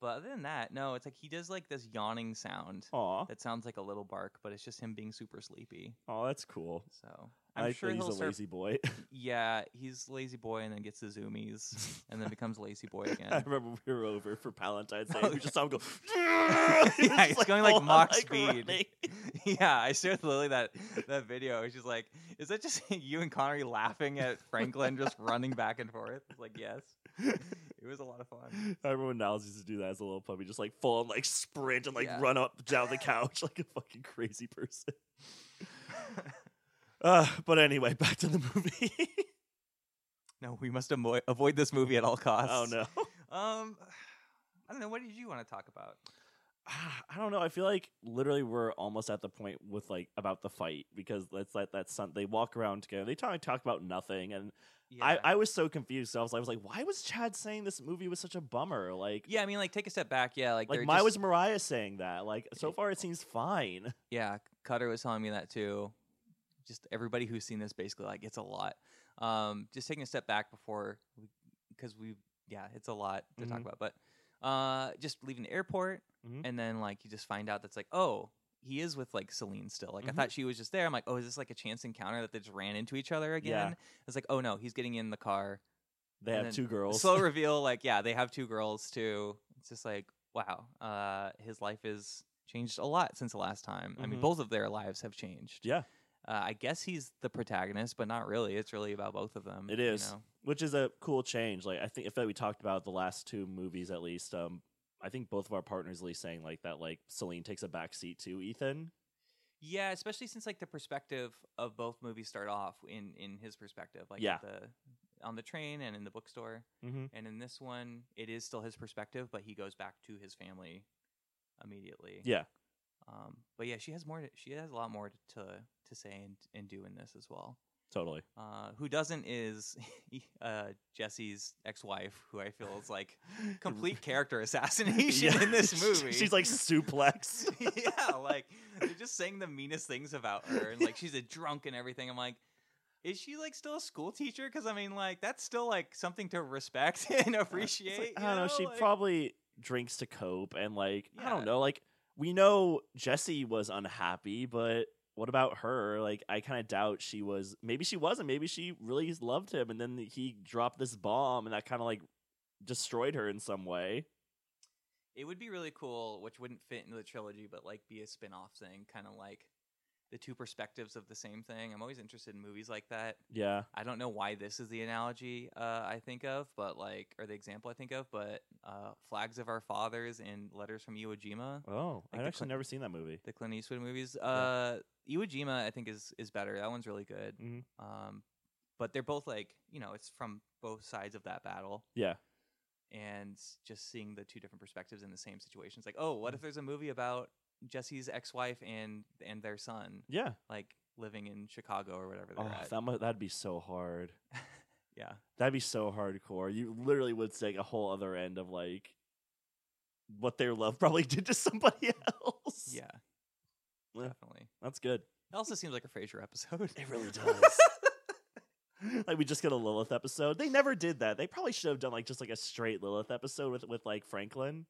Speaker 1: But other than that, no, it's like he does like this yawning sound
Speaker 2: Aw.
Speaker 1: that sounds like a little bark, but it's just him being super sleepy.
Speaker 2: Aw, that's cool.
Speaker 1: So
Speaker 2: i
Speaker 1: I'm
Speaker 2: like
Speaker 1: sure
Speaker 2: that he's
Speaker 1: he'll
Speaker 2: a
Speaker 1: start-
Speaker 2: lazy boy.
Speaker 1: Yeah, he's lazy boy and then gets the zoomies and then becomes lazy boy
Speaker 2: [laughs] I
Speaker 1: again.
Speaker 2: remember we were over for Valentine's Day.
Speaker 1: Oh,
Speaker 2: we
Speaker 1: yeah.
Speaker 2: just
Speaker 1: [laughs]
Speaker 2: saw him go. [laughs] He was
Speaker 1: yeah, he's
Speaker 2: just,
Speaker 1: going like
Speaker 2: full on,
Speaker 1: mock
Speaker 2: like,
Speaker 1: speed.
Speaker 2: running.
Speaker 1: [laughs] yeah, I showed Lily that that video. She's like, "Is that just [laughs] you and Connery laughing at Franklin
Speaker 2: [laughs]
Speaker 1: just running back and forth?" It's like, yes, it was a lot of fun.
Speaker 2: I remember when Niles used to do that as a little puppy, just like full on like sprint and like
Speaker 1: Yeah.
Speaker 2: run up down the couch [laughs] like a fucking
Speaker 1: [laughs]
Speaker 2: crazy person. Uh, but anyway, back to the movie. [laughs]
Speaker 1: No, we must avo- avoid this movie at all costs.
Speaker 2: oh no, [sighs]
Speaker 1: Um, I don't know. What did you want to talk about?
Speaker 2: Ah, I don't know. I feel like literally we're almost at the point with like about the fight because that's like that son. They walk around together. They talk talk about nothing, and I, I was so confused. So I was, I was like, why was Chad saying this movie was such a bummer? Like,
Speaker 1: yeah, I mean, like, take a step back. Yeah, like,
Speaker 2: like
Speaker 1: they're
Speaker 2: why
Speaker 1: just-
Speaker 2: was Mariah saying that? Like, so far it seems fine. [laughs]
Speaker 1: Yeah, Cutter was telling me that too. Just everybody who's seen this basically like it's a lot. Um, just taking a step back before, because we, yeah, it's a lot to talk
Speaker 2: Mhm.
Speaker 1: about. But uh, just leaving the airport
Speaker 2: Mhm.
Speaker 1: and then like you just find out that's like oh he is with like Celine still. Like
Speaker 2: Mhm.
Speaker 1: I thought she was just there. I'm like oh is this like a chance encounter that they just ran into each other again? It's like oh no he's getting in the car.
Speaker 2: They
Speaker 1: And
Speaker 2: have
Speaker 1: then
Speaker 2: two girls. [laughs]
Speaker 1: Slow reveal like yeah they have two girls too. It's just like wow uh, his life is changed a lot since the last time. I mean
Speaker 2: Mhm.
Speaker 1: both of their lives have changed.
Speaker 2: yeah,
Speaker 1: Uh, I guess he's the protagonist, but not really. It's really about both of them.
Speaker 2: It
Speaker 1: you
Speaker 2: is.
Speaker 1: know?
Speaker 2: which is a cool change. Like, I think if we talked about the last two movies, at least, um, I think both of our partners at least saying like that, like Celine takes a back seat to Ethan.
Speaker 1: Yeah, especially since like the perspective of both movies start off in in his perspective, like
Speaker 2: Yeah.
Speaker 1: at the on the train and in the bookstore,
Speaker 2: Mm-hmm.
Speaker 1: and in this one, it is still his perspective, but he goes back to his family immediately.
Speaker 2: Yeah.
Speaker 1: Um, but yeah, she has more. To, she has a lot more to to say and and do in this as well.
Speaker 2: Totally.
Speaker 1: Uh, who doesn't is [laughs] uh, Jesse's ex-wife, who I feel is
Speaker 2: [laughs]
Speaker 1: like complete character assassination
Speaker 2: Yeah.
Speaker 1: in this
Speaker 2: She-
Speaker 1: movie.
Speaker 2: [laughs] She's like suplex.
Speaker 1: [laughs] yeah, like they're just saying the meanest things about her, and like she's a drunk and everything. I'm like, is she like still a school teacher? Because I mean, like that's still like something to respect [laughs] and appreciate.
Speaker 2: It's like,
Speaker 1: you
Speaker 2: I don't know. She
Speaker 1: like-
Speaker 2: probably drinks to cope, and like I don't
Speaker 1: Yeah.
Speaker 2: know. Like we know Jesse was unhappy, but what about her? Like I kind of doubt she was. Maybe she wasn't. Maybe she really loved him, and then he dropped this bomb, and that kind of like destroyed her in some way.
Speaker 1: It would be really cool, which wouldn't fit into the trilogy, but like be a spin-off thing, kind of like the two perspectives of the same thing. I'm always interested in movies like that.
Speaker 2: Yeah,
Speaker 1: I don't know why this is the analogy uh, I think of, but like, or the example I think of, but uh, Flags of Our Fathers and Letters from Iwo Jima,
Speaker 2: Oh,
Speaker 1: Like
Speaker 2: I've
Speaker 1: the
Speaker 2: actually
Speaker 1: Clin-
Speaker 2: never seen that movie.
Speaker 1: the Clint Eastwood movies. Uh, Iwo Jima, I think, is is better. That one's really good.
Speaker 2: Mhm.
Speaker 1: Um, but they're both like, you know, it's from both sides of that battle.
Speaker 2: Yeah.
Speaker 1: and just seeing the two different perspectives in the same situation. It's like, oh,
Speaker 2: Mm-hmm.
Speaker 1: what if there's a movie about Jesse's ex-wife and and their son
Speaker 2: Yeah.
Speaker 1: like living in Chicago or whatever they're
Speaker 2: Oh,
Speaker 1: at?
Speaker 2: that mu- that'd be so hard.
Speaker 1: yeah,
Speaker 2: That'd be so hardcore. You literally would say a whole other end of like what their love probably [laughs] did to somebody else.
Speaker 1: yeah,
Speaker 2: Yeah.
Speaker 1: definitely.
Speaker 2: That's good.
Speaker 1: It also seems like a Frasier episode. [laughs]
Speaker 2: It really does. [laughs] like we just get a Lilith episode. They never did that. They probably should have done like just like a straight Lilith episode with with like Franklin.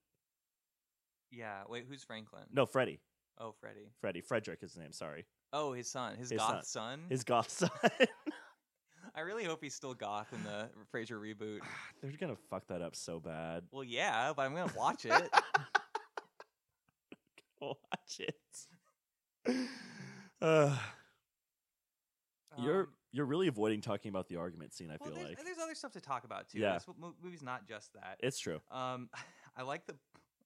Speaker 1: yeah. Wait, who's Franklin?
Speaker 2: No, Freddie.
Speaker 1: Oh, Freddie.
Speaker 2: Freddie. Frederick is his name, sorry.
Speaker 1: Oh, his son, his,
Speaker 2: His
Speaker 1: goth son.
Speaker 2: His goth
Speaker 1: [laughs]
Speaker 2: son.
Speaker 1: I really hope he's still goth in
Speaker 2: [laughs]
Speaker 1: the Frasier reboot.
Speaker 2: [sighs] They're gonna fuck that up so bad.
Speaker 1: Well, yeah, but I'm gonna
Speaker 2: [laughs]
Speaker 1: watch it.
Speaker 2: Watch it. [sighs] Uh, you're
Speaker 1: Um,
Speaker 2: you're really avoiding talking about the argument scene, I
Speaker 1: well,
Speaker 2: feel
Speaker 1: there's,
Speaker 2: like.
Speaker 1: there's other stuff to talk about too.
Speaker 2: Yeah.
Speaker 1: This mo- movie's not just that.
Speaker 2: It's true.
Speaker 1: Um, [laughs] I like the.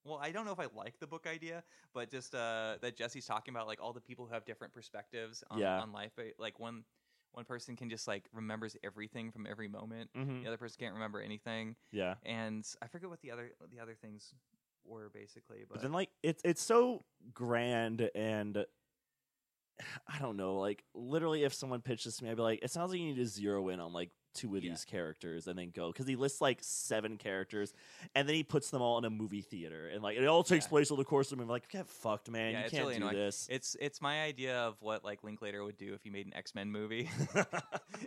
Speaker 1: Well, I don't know if I like the book idea, but just uh, that Jesse's talking about like all the people who have different perspectives on,
Speaker 2: Yeah.
Speaker 1: on life. but, Like one one person can just like remembers everything from every moment.
Speaker 2: Mm-hmm.
Speaker 1: The other person can't remember anything,
Speaker 2: Yeah.
Speaker 1: and I forget what the other the other things were basically. But,
Speaker 2: But then like it's it's so grand and I don't know, like literally if someone pitched this to me, I'd be like, it sounds like you need to zero in on like two of
Speaker 1: Yeah.
Speaker 2: these characters and then go because he lists like seven characters and then he puts them all in a movie theater and like it all takes
Speaker 1: Yeah.
Speaker 2: place over the course of the movie like get fucked man
Speaker 1: Yeah,
Speaker 2: you
Speaker 1: it's
Speaker 2: can't
Speaker 1: really
Speaker 2: do
Speaker 1: annoying.
Speaker 2: this
Speaker 1: It's it's my idea of what like Linklater would do if he made an X Men
Speaker 2: [laughs]
Speaker 1: movie.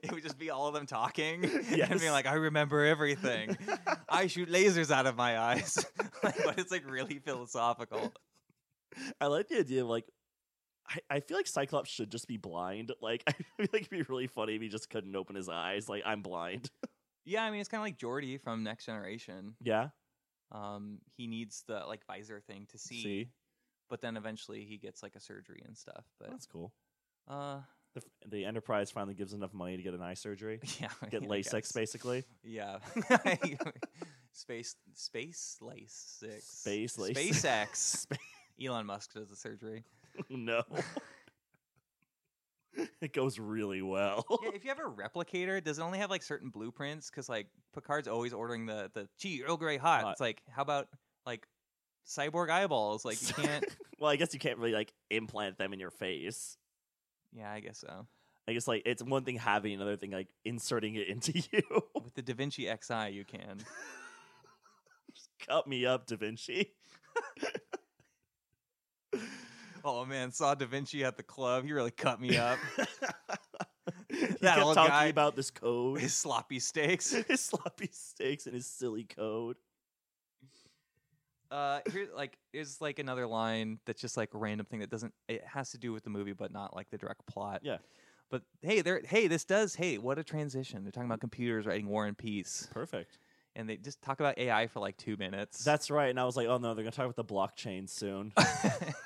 Speaker 1: it would just be all of them talking and
Speaker 2: Yes.
Speaker 1: being like, "I remember
Speaker 2: [laughs]
Speaker 1: everything. I shoot lasers out of my eyes." [laughs] like, but it's like really philosophical.
Speaker 2: I like the idea of like I, I feel like Cyclops should just be blind. Like [laughs] I feel like it'd be really funny if he just couldn't open his eyes. Like I'm
Speaker 1: [laughs]
Speaker 2: blind.
Speaker 1: Yeah, I mean, it's kind of like Jordy from Next Generation.
Speaker 2: Yeah.
Speaker 1: Um, he needs the like visor thing to see,
Speaker 2: See?
Speaker 1: but then eventually he gets like a surgery and stuff. But
Speaker 2: That's cool.
Speaker 1: uh, [laughs]
Speaker 2: The, the Enterprise finally gives enough money to get an eye surgery.
Speaker 1: yeah,
Speaker 2: Get
Speaker 1: I
Speaker 2: LASIX
Speaker 1: guess. [laughs]
Speaker 2: basically. [laughs]
Speaker 1: Yeah. space space lace six.
Speaker 2: Space lace. [laughs]
Speaker 1: SpaceX. Elon Musk does the surgery.
Speaker 2: no. [laughs] it goes really well.
Speaker 1: Yeah, if you have a replicator, does it only have like certain blueprints? Because like Picard's always ordering the the gee Earl Grey hot.
Speaker 2: Hot.
Speaker 1: It's like how about like cyborg eyeballs? Like you
Speaker 2: [laughs]
Speaker 1: can't.
Speaker 2: [laughs] well, I guess you can't really like implant them in your face.
Speaker 1: yeah, I guess so.
Speaker 2: I guess like it's one thing having another thing like inserting it into [laughs] you.
Speaker 1: With the Da Vinci Xi, you can. [laughs]
Speaker 2: Cut me up, Da Vinci.
Speaker 1: Oh man, saw Da Vinci at the club. He really cut me
Speaker 2: [laughs]
Speaker 1: up.
Speaker 2: he
Speaker 1: That
Speaker 2: kept
Speaker 1: old
Speaker 2: talking
Speaker 1: guy.
Speaker 2: about this code,
Speaker 1: His sloppy steaks.
Speaker 2: [laughs] his sloppy steaks, and his silly code.
Speaker 1: Uh, here, like, is like another line that's just like a random thing that doesn't. It has to do with the movie, but not like the direct plot.
Speaker 2: Yeah.
Speaker 1: But hey, there. Hey, this does. Hey, what a transition! They're talking about computers writing War and Peace,
Speaker 2: Perfect.
Speaker 1: and they just talk about AI for like two minutes. [laughs]
Speaker 2: That's right. And I was like, oh no, they're gonna talk about the blockchain soon.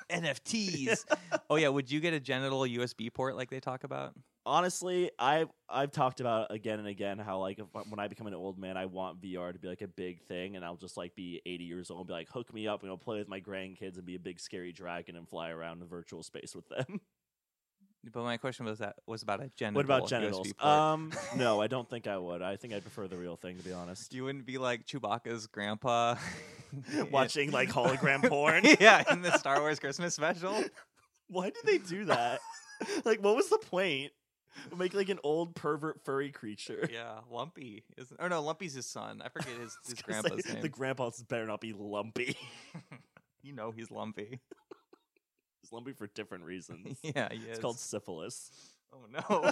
Speaker 1: NFTs. [laughs] oh yeah, would you get a genital USB port like they talk about?
Speaker 2: Honestly, I've I've talked about again and again how like if, when I become an old man, I want VR to be like a big thing, and I'll just like be 80 years old and be like, hook me up, and I'll play with my grandkids and be a big scary dragon and fly around in virtual space with them. [laughs]
Speaker 1: But my question was that was about a genital.
Speaker 2: what about genitals?
Speaker 1: USB port. [laughs]
Speaker 2: Um, no, I don't think I would. I think I'd prefer the real thing to be honest. [laughs]
Speaker 1: you wouldn't be like Chewbacca's grandpa in-
Speaker 2: Watching, like, hologram porn?
Speaker 1: [laughs]
Speaker 2: [laughs]
Speaker 1: yeah, in the Star Wars Christmas special.
Speaker 2: Why did they do
Speaker 1: [laughs]
Speaker 2: that? like, what was the point? Make like an old pervert furry creature.
Speaker 1: Yeah, Lumpy isn't. Or no, Lumpy's his son. I forget his,
Speaker 2: [laughs] I was
Speaker 1: his
Speaker 2: gonna say,
Speaker 1: grandpa's name.
Speaker 2: The grandpa's better not be lumpy. [laughs]
Speaker 1: you know he's Lumpy.
Speaker 2: He's lumpy for different reasons.
Speaker 1: yeah, he
Speaker 2: It's
Speaker 1: is. [laughs]
Speaker 2: called syphilis.
Speaker 1: Oh no.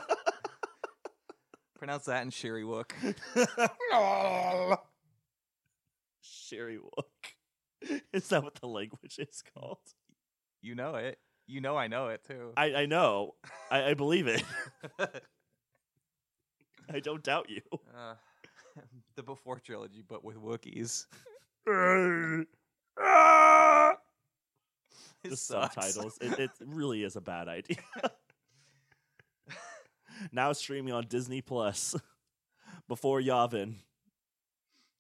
Speaker 2: [laughs]
Speaker 1: Pronounce that in Sherry Wook.
Speaker 2: Sherry Wook. [laughs] Is that what the language is called?
Speaker 1: You know it. You know I know it too. [laughs]
Speaker 2: I, Oh. I know. I, I believe it. [laughs] I don't doubt you.
Speaker 1: uh, [laughs] the Before trilogy, but with
Speaker 2: [laughs]
Speaker 1: Wookiees. It
Speaker 2: the
Speaker 1: sucks.
Speaker 2: subtitles.
Speaker 1: [laughs]
Speaker 2: It, it really is a bad idea. [laughs] now streaming on Disney Plus [laughs] before Yavin.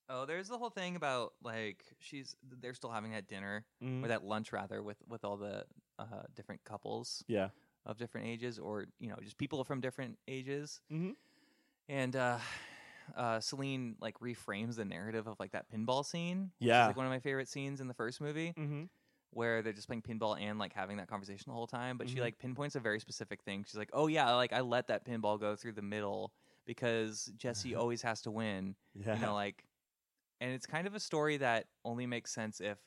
Speaker 1: Oh, there's the whole thing about like she's they're still having that dinner
Speaker 2: Mm-hmm.
Speaker 1: or that lunch rather with with all the uh, different couples
Speaker 2: Yeah.
Speaker 1: of different ages or you know just people from different ages
Speaker 2: Mhm.
Speaker 1: and uh uh, Celine like reframes the narrative of like that pinball scene. which is,
Speaker 2: Yeah.
Speaker 1: like one of my favorite scenes in the first movie
Speaker 2: Mm-hmm.
Speaker 1: where they're just playing pinball and like having that conversation the whole time. But
Speaker 2: Mhm.
Speaker 1: she like pinpoints a very specific thing. She's like, "Oh yeah, like I let that pinball go through the middle because Jesse always has to win."
Speaker 2: [laughs] Yeah.
Speaker 1: You know, like, and it's kind of a story that only makes sense if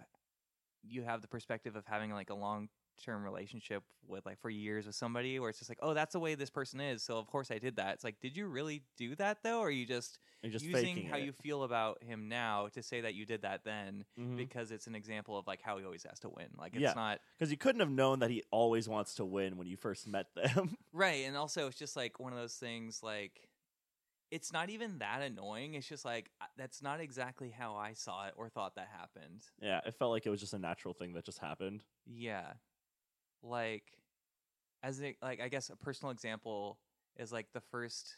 Speaker 1: you have the perspective of having like a long term relationship with like for years with somebody where it's just like, oh, that's the way this person is. So of course I did that. It's like, did you really do that though? Or are you just,
Speaker 2: You're just
Speaker 1: using
Speaker 2: faking
Speaker 1: how
Speaker 2: it.
Speaker 1: you feel about him now to say that you did that then
Speaker 2: Mhm.
Speaker 1: because it's an example of like how he always has to win. Like it's
Speaker 2: Yeah.
Speaker 1: not
Speaker 2: Because you couldn't have known that he always wants to win when you first met them. [laughs]
Speaker 1: Right, and also it's just like one of those things like it's not even that annoying. It's just like I- that's not exactly how I saw it or thought that happened.
Speaker 2: yeah, it felt like it was just a natural thing that just happened.
Speaker 1: Yeah. Like as a, like I guess a personal example is like the first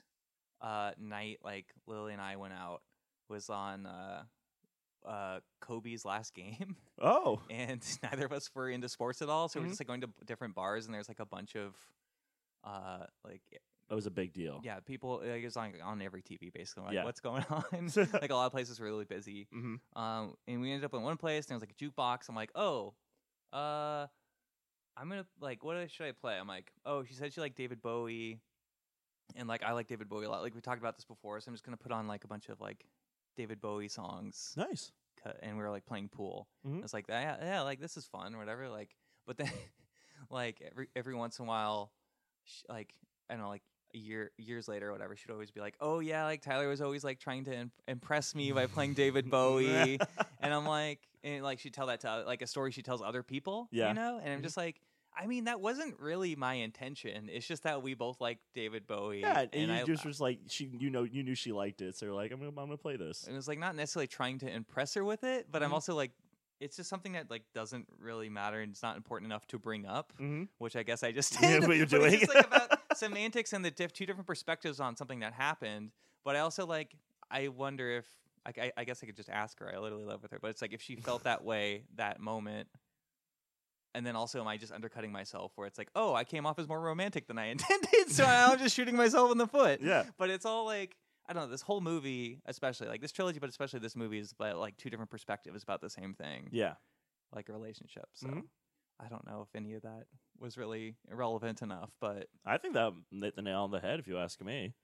Speaker 1: uh night like Lily and I went out was on uh uh Kobe's last game [laughs]
Speaker 2: Oh,
Speaker 1: and [laughs] neither of us were into sports at all so
Speaker 2: Mhm.
Speaker 1: we're just like going to b- different bars and there's like a bunch of uh like
Speaker 2: that was a big deal.
Speaker 1: yeah, people like it's on on every TV basically. Like,
Speaker 2: Yeah.
Speaker 1: what's going [laughs] on? like a lot of places were really busy.
Speaker 2: hmm
Speaker 1: Um, and we ended up in one place. And there was like a jukebox. I'm like, oh, uh, I'm gonna like, what should I play? I'm like, oh, she said she liked David Bowie, and like I like David Bowie a lot. Like we talked about this before, so I'm just gonna put on like a bunch of like David Bowie songs
Speaker 2: Nice.
Speaker 1: cut- and we were like playing pool.
Speaker 2: Mhm.
Speaker 1: It's like yeah, yeah, like this is fun or whatever. Like, but then [laughs] like every every once in a while, sh- like I don't know, like a year years later or whatever, she'd always be like, oh yeah, like Tyler was always like trying to im- impress me by
Speaker 2: [laughs]
Speaker 1: playing David Bowie, and I'm like, and like she would tell that to uh, like a story she tells other people,
Speaker 2: Yeah.
Speaker 1: you know, and I'm
Speaker 2: Mhm.
Speaker 1: just like. I mean, that wasn't really my intention. It's just that we both like David Bowie.
Speaker 2: [laughs] yeah, and, you
Speaker 1: I,
Speaker 2: just was like, she, you know, you knew she liked it, so you're like, I'm gonna, I'm gonna play this.
Speaker 1: it was like not necessarily trying to impress her with it, but
Speaker 2: Mhm.
Speaker 1: I'm also like, it's just something that like doesn't really matter and it's not important enough to bring up,
Speaker 2: Mm-hmm.
Speaker 1: which I guess I just
Speaker 2: [laughs] Yeah,
Speaker 1: did.
Speaker 2: what
Speaker 1: [laughs]
Speaker 2: you're
Speaker 1: But it's
Speaker 2: doing.
Speaker 1: just, like
Speaker 2: [laughs]
Speaker 1: about semantics and the diff- two different perspectives on something that happened. But I also like, I wonder if like I, I guess I could just ask her. I literally live with her, but it's like if she felt that way that moment. And then also, am I just undercutting myself? Where it's like, oh, I came off as more romantic than I [laughs] intended, so now I'm just shooting myself in the foot
Speaker 2: Yeah,
Speaker 1: but it's all like I don't know. This whole movie, especially like this trilogy, but especially this movie, is about like two different perspectives about the same thing,
Speaker 2: yeah.
Speaker 1: like a relationship. So
Speaker 2: Mhm.
Speaker 1: I don't know if any of that was really relevant enough, but
Speaker 2: I think that hit the nail on the head, if you ask me.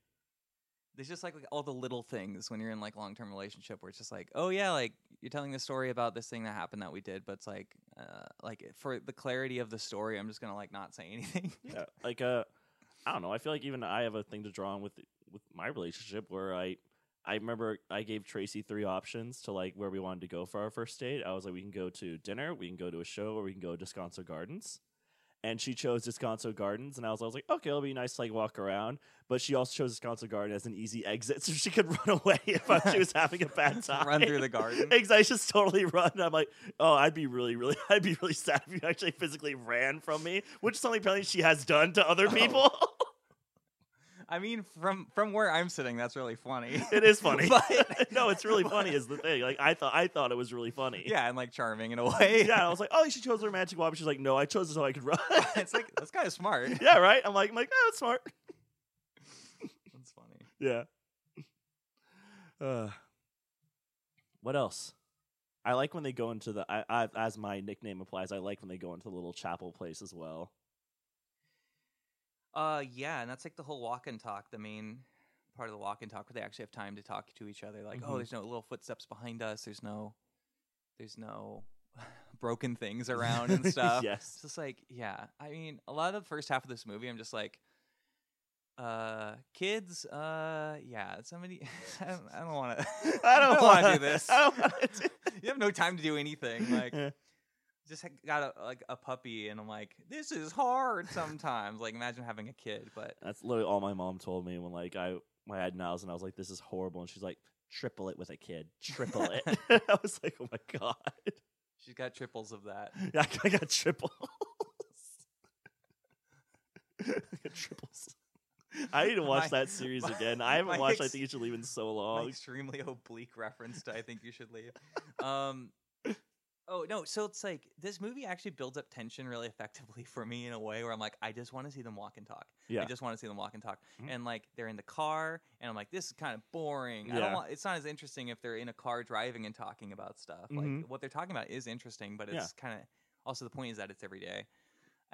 Speaker 1: there's just like, like all the little things when you're in like long term relationship where it's just like, oh yeah, like you're telling the story about this thing that happened that we did, but it's like, uh, like for the clarity of the story, I'm just gonna like not say anything. [laughs]
Speaker 2: [laughs] Yeah, like uh, I don't know. I feel like even I have a thing to draw on with with my relationship where I I remember I gave Tracy three options to like where we wanted to go for our first date. I was like, we can go to dinner, we can go to a show, or we can go to Descanso Gardens. And she chose Descanso Gardens, and I was, I was like, okay, it'll be nice to like walk around. But she also chose Descanso Garden as an easy exit, [laughs] so she could run away if she was having a bad
Speaker 1: [laughs]
Speaker 2: time.
Speaker 1: Run through the
Speaker 2: [laughs]
Speaker 1: garden.
Speaker 2: Exactly, I just totally run. I'm like, oh, I'd be really, really, [laughs] I'd be really sad if you actually physically ran from me, which is something apparently she has done to other
Speaker 1: Oh.
Speaker 2: people. [laughs]
Speaker 1: I mean, from from where I'm sitting, that's really funny.
Speaker 2: it is
Speaker 1: [laughs]
Speaker 2: funny.
Speaker 1: But-
Speaker 2: [laughs] no, it's
Speaker 1: [laughs]
Speaker 2: really
Speaker 1: but-
Speaker 2: funny is the thing. Like I thought, I thought it was really [laughs] funny.
Speaker 1: yeah, and like charming in a [laughs] way.
Speaker 2: yeah. I was like, oh, she chose her magic wand. She's like, no, I chose it so I
Speaker 1: [laughs]
Speaker 2: could run. [laughs]
Speaker 1: it's like that's kind of smart.
Speaker 2: yeah, right. I'm like, I'm like, oh, that's smart. [laughs]
Speaker 1: That's funny.
Speaker 2: Yeah. [sighs] Uh, what else? I like when they go into the. I, I, as my nickname applies, I like when they go into the little chapel place as well.
Speaker 1: Uh, yeah, and that's like the whole walk and talk, the main part of the walk and talk where they actually have time to talk to each other. Like,
Speaker 2: Mhm.
Speaker 1: oh, there's no little footsteps behind us. There's no, there's no [laughs] broken things
Speaker 2: [laughs]
Speaker 1: around and stuff.
Speaker 2: yes.
Speaker 1: It's just like, yeah. I mean, a lot of the first half of this movie, I'm just like, uh, kids. Uh, yeah. Somebody, [laughs] I don't, I don't [laughs] want to.
Speaker 2: I don't,
Speaker 1: want to
Speaker 2: wanna-
Speaker 1: do this.
Speaker 2: I don't want to.
Speaker 1: [laughs] you have no time to do anything. Like,
Speaker 2: [laughs] Yeah.
Speaker 1: just ha- got a, like a puppy, and I'm like, this is hard sometimes. like, imagine having a kid, but
Speaker 2: That's literally all my mom told me when like I when I had Niles and I was like, "This is horrible," and she's like, "Triple it with a kid, triple
Speaker 1: [laughs]
Speaker 2: it." [laughs] I was like, "Oh my god, [laughs]
Speaker 1: she's got triples of that.
Speaker 2: Yeah, I got triples." [laughs] I got triples. I need to watch
Speaker 1: My-
Speaker 2: that series
Speaker 1: my-
Speaker 2: again. I haven't
Speaker 1: my
Speaker 2: watched. I
Speaker 1: ex-
Speaker 2: think you should leave in so
Speaker 1: My [laughs]
Speaker 2: long.
Speaker 1: extremely oblique reference to I think you should leave. Um, Oh no! So it's like this movie actually builds up tension really effectively for me in a way where I'm like, I just want to see them walk and talk.
Speaker 2: Yeah.
Speaker 1: I just want to see them walk and talk.
Speaker 2: Mhm.
Speaker 1: And like they're in the car, and I'm like, this is kind of boring. I don't
Speaker 2: Yeah.
Speaker 1: want. It's not as interesting if they're in a car driving and talking about stuff.
Speaker 2: Mhm.
Speaker 1: Like what they're talking about is interesting, but it's
Speaker 2: Yeah.
Speaker 1: kind of also the point is that it's every day.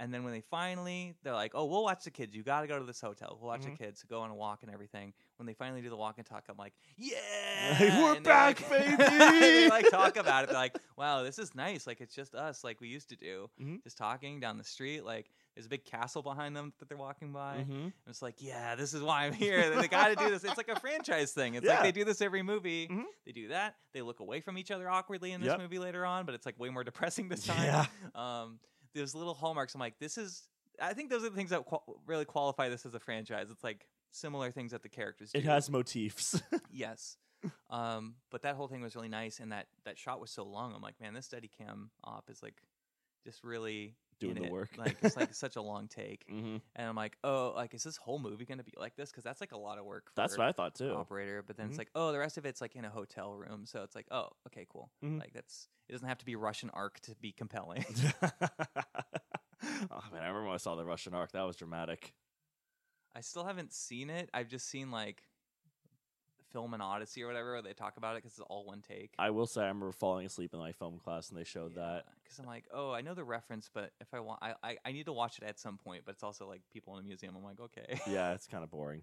Speaker 1: And then when they finally, they're like, oh, we'll watch the kids. You got to go to this hotel. We'll watch
Speaker 2: Mm-hmm.
Speaker 1: the kids go on a walk and everything. When they finally do the walk and talk, I'm like,
Speaker 2: [laughs]
Speaker 1: yeah,
Speaker 2: we're
Speaker 1: And they're like- [laughs]
Speaker 2: back, baby!
Speaker 1: they
Speaker 2: [laughs]
Speaker 1: like talk about it. They're like, wow, this is nice. Like it's just us, like we used to do,
Speaker 2: Mhm.
Speaker 1: just talking down the street. Like there's a big castle behind them that they're walking by.
Speaker 2: Mhm.
Speaker 1: And it's like, yeah, this is why I'm here. They got to do this. It's like a franchise thing. It's like
Speaker 2: Yeah.
Speaker 1: they do this every movie.
Speaker 2: Mhm.
Speaker 1: They do that. They look away from each other awkwardly in this
Speaker 2: Yep.
Speaker 1: movie later on, but it's like way more depressing this time.
Speaker 2: Yeah.
Speaker 1: Um, there's little hallmarks. I'm like, this is. I think those are the things that qual- really qualify this as a franchise. It's like similar things that the characters do.
Speaker 2: It has motifs. [laughs]
Speaker 1: Yes. Um, but that whole thing was really nice, and that that shot was so long. I'm like, man, this steady cam op is like just really
Speaker 2: Doing
Speaker 1: in
Speaker 2: the
Speaker 1: it.
Speaker 2: work.
Speaker 1: [laughs] like it's
Speaker 2: [laughs]
Speaker 1: like such a long take,
Speaker 2: hmm
Speaker 1: and I'm like, oh, like is this whole movie gonna be like this? Because that's like a lot of work. For
Speaker 2: That's what I thought too.
Speaker 1: operator. But then it's
Speaker 2: Mhm.
Speaker 1: like, oh, the rest of it's like in a hotel room, so it's like, oh, okay, cool.
Speaker 2: Mhm.
Speaker 1: Like that's it doesn't have to be Russian arc to be compelling.
Speaker 2: oh [laughs] man, I remember when I saw the Russian arc. That was dramatic.
Speaker 1: [laughs] I still haven't seen it. I've just seen like film and Odyssey or whatever where they talk about it because it's all one take.
Speaker 2: I will say I remember falling asleep in my film class and they showed that.
Speaker 1: because I'm like, oh, I know the reference, but if I want, I, I I need to watch it at some point. But it's also like people in a museum. I'm like, okay, [laughs]
Speaker 2: Yeah, it's kind of boring.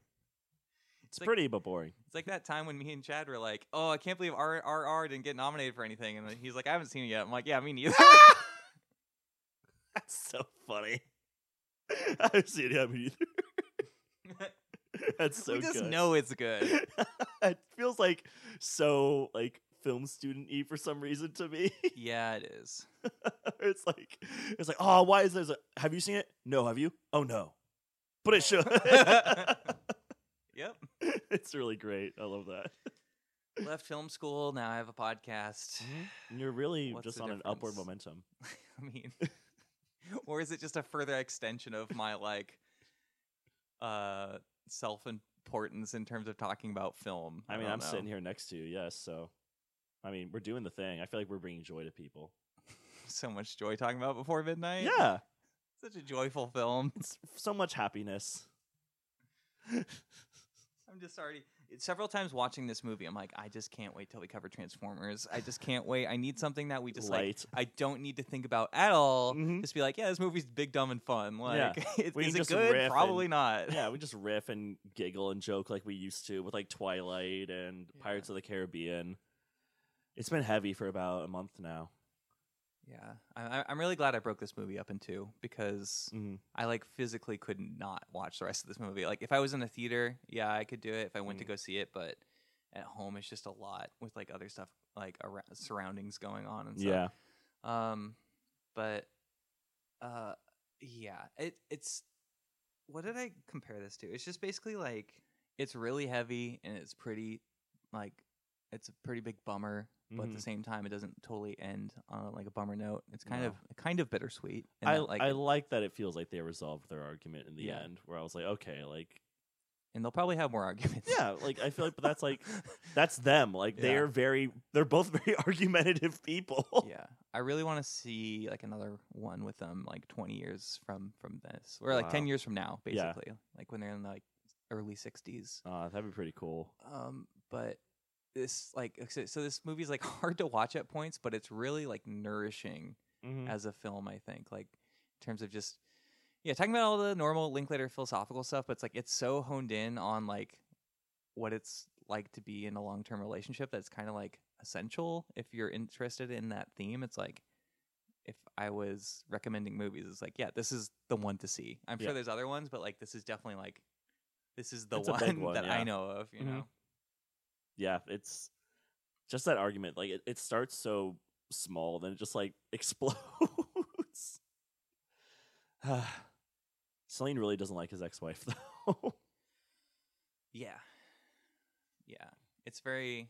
Speaker 2: It's,
Speaker 1: like-
Speaker 2: pretty but boring.
Speaker 1: it's like that time when me and Chad were like, oh, I can't believe RRR didn't get nominated for anything, and then he's like, I haven't seen it yet. I'm like, yeah, me
Speaker 2: [laughs]
Speaker 1: neither.
Speaker 2: [laughs] That's so funny. [laughs] I haven't seen him either. [laughs] That's so
Speaker 1: we just
Speaker 2: good. [laughs]
Speaker 1: know it's good.
Speaker 2: it feels like so like film student y for some reason to me. [laughs]
Speaker 1: yeah, it is.
Speaker 2: it's like it's like, oh, why is there a have you seen it? No, have you? Oh no. But it [laughs] should
Speaker 1: Yep.
Speaker 2: [laughs] It's really great. I love that.
Speaker 1: Left film school. Now I have a podcast. [laughs]
Speaker 2: And You're really
Speaker 1: What's
Speaker 2: just
Speaker 1: the
Speaker 2: on an upward
Speaker 1: difference?
Speaker 2: momentum.
Speaker 1: I mean, [laughs] or is it just a further extension of my like uh self importance in terms of talking about film?
Speaker 2: I mean,
Speaker 1: don't
Speaker 2: I'm
Speaker 1: know.
Speaker 2: sitting here next to you, yes. So, I mean, we're doing the thing. I feel like we're bringing joy to people.
Speaker 1: so much joy talking about before midnight.
Speaker 2: Yeah,
Speaker 1: such a joyful film.
Speaker 2: it's so much happiness.
Speaker 1: [laughs] I'm just already several times watching this movie. I'm like, I just can't wait till we cover Transformers. I just can't wait. I need something that we just like.
Speaker 2: Light.
Speaker 1: I don't need to think about at all.
Speaker 2: Mhm.
Speaker 1: Just be like, yeah, this movie's big, dumb, and fun.
Speaker 2: Yeah.
Speaker 1: Like, [laughs] it-
Speaker 2: We
Speaker 1: is
Speaker 2: can
Speaker 1: it
Speaker 2: just
Speaker 1: good?
Speaker 2: riff
Speaker 1: Probably
Speaker 2: and-
Speaker 1: not.
Speaker 2: [laughs] yeah, we just riff and giggle and joke like we used to with like Twilight and Pirates of the Caribbean. It's been heavy for about a month now.
Speaker 1: Yeah, I, I- I'm really glad I broke this movie up in two because
Speaker 2: Mhm.
Speaker 1: I like physically could not watch the rest of this movie. Like if I was in a theater, yeah, I could do it if I went to
Speaker 2: Mm.
Speaker 1: go see it, but at home it's just a lot with like other stuff like around, surroundings going on and stuff.
Speaker 2: Yeah,
Speaker 1: Um, but uh, yeah, it it's what did I compare this to? It's just basically like it's really heavy and it's pretty like it's a pretty big bummer, but at the
Speaker 2: Mhm.
Speaker 1: same time, it doesn't totally end on like a bummer note. It's kind
Speaker 2: No.
Speaker 1: of kind of bittersweet. and
Speaker 2: I
Speaker 1: that, like,
Speaker 2: I like that it feels like they resolved their argument in the
Speaker 1: Yeah.
Speaker 2: end. Where I was like, okay, like
Speaker 1: and they'll probably have more [laughs] arguments.
Speaker 2: yeah, like I feel like, but that's
Speaker 1: [laughs]
Speaker 2: like that's them. Like they
Speaker 1: Yeah.
Speaker 2: are very, they're both [laughs] very argumentative [laughs] people.
Speaker 1: yeah. I really want to see like another one with them like 20 years from from this or like 10
Speaker 2: Wow.
Speaker 1: years from now
Speaker 2: Yeah.
Speaker 1: basically. Like when they're in like early 60s.
Speaker 2: Uh, that'd be pretty cool.
Speaker 1: um but this like so- so this movie's like [laughs] hard to watch at points but it's really like nourishing
Speaker 2: Mhm.
Speaker 1: as a film i think like in terms of just yeah talking about all the normal linklater philosophical stuff but it's like it's so honed in on like what it's like to be in a long-term relationship that's kind of like essential if you're interested in that theme it's like if i was recommending movies it's like yeah this is the one to see i'm
Speaker 2: Yeah.
Speaker 1: sure there's other ones but like this is definitely like this is the
Speaker 2: It's a big
Speaker 1: one, [laughs]
Speaker 2: one,
Speaker 1: that i
Speaker 2: yeah.
Speaker 1: know of you
Speaker 2: Mhm.
Speaker 1: know
Speaker 2: yeah, it's just that argument. Like it, it starts so small, then it just like [laughs] explodes. [sighs] Celine really doesn't like his ex-wife [laughs] though.
Speaker 1: Yeah. Yeah. It's very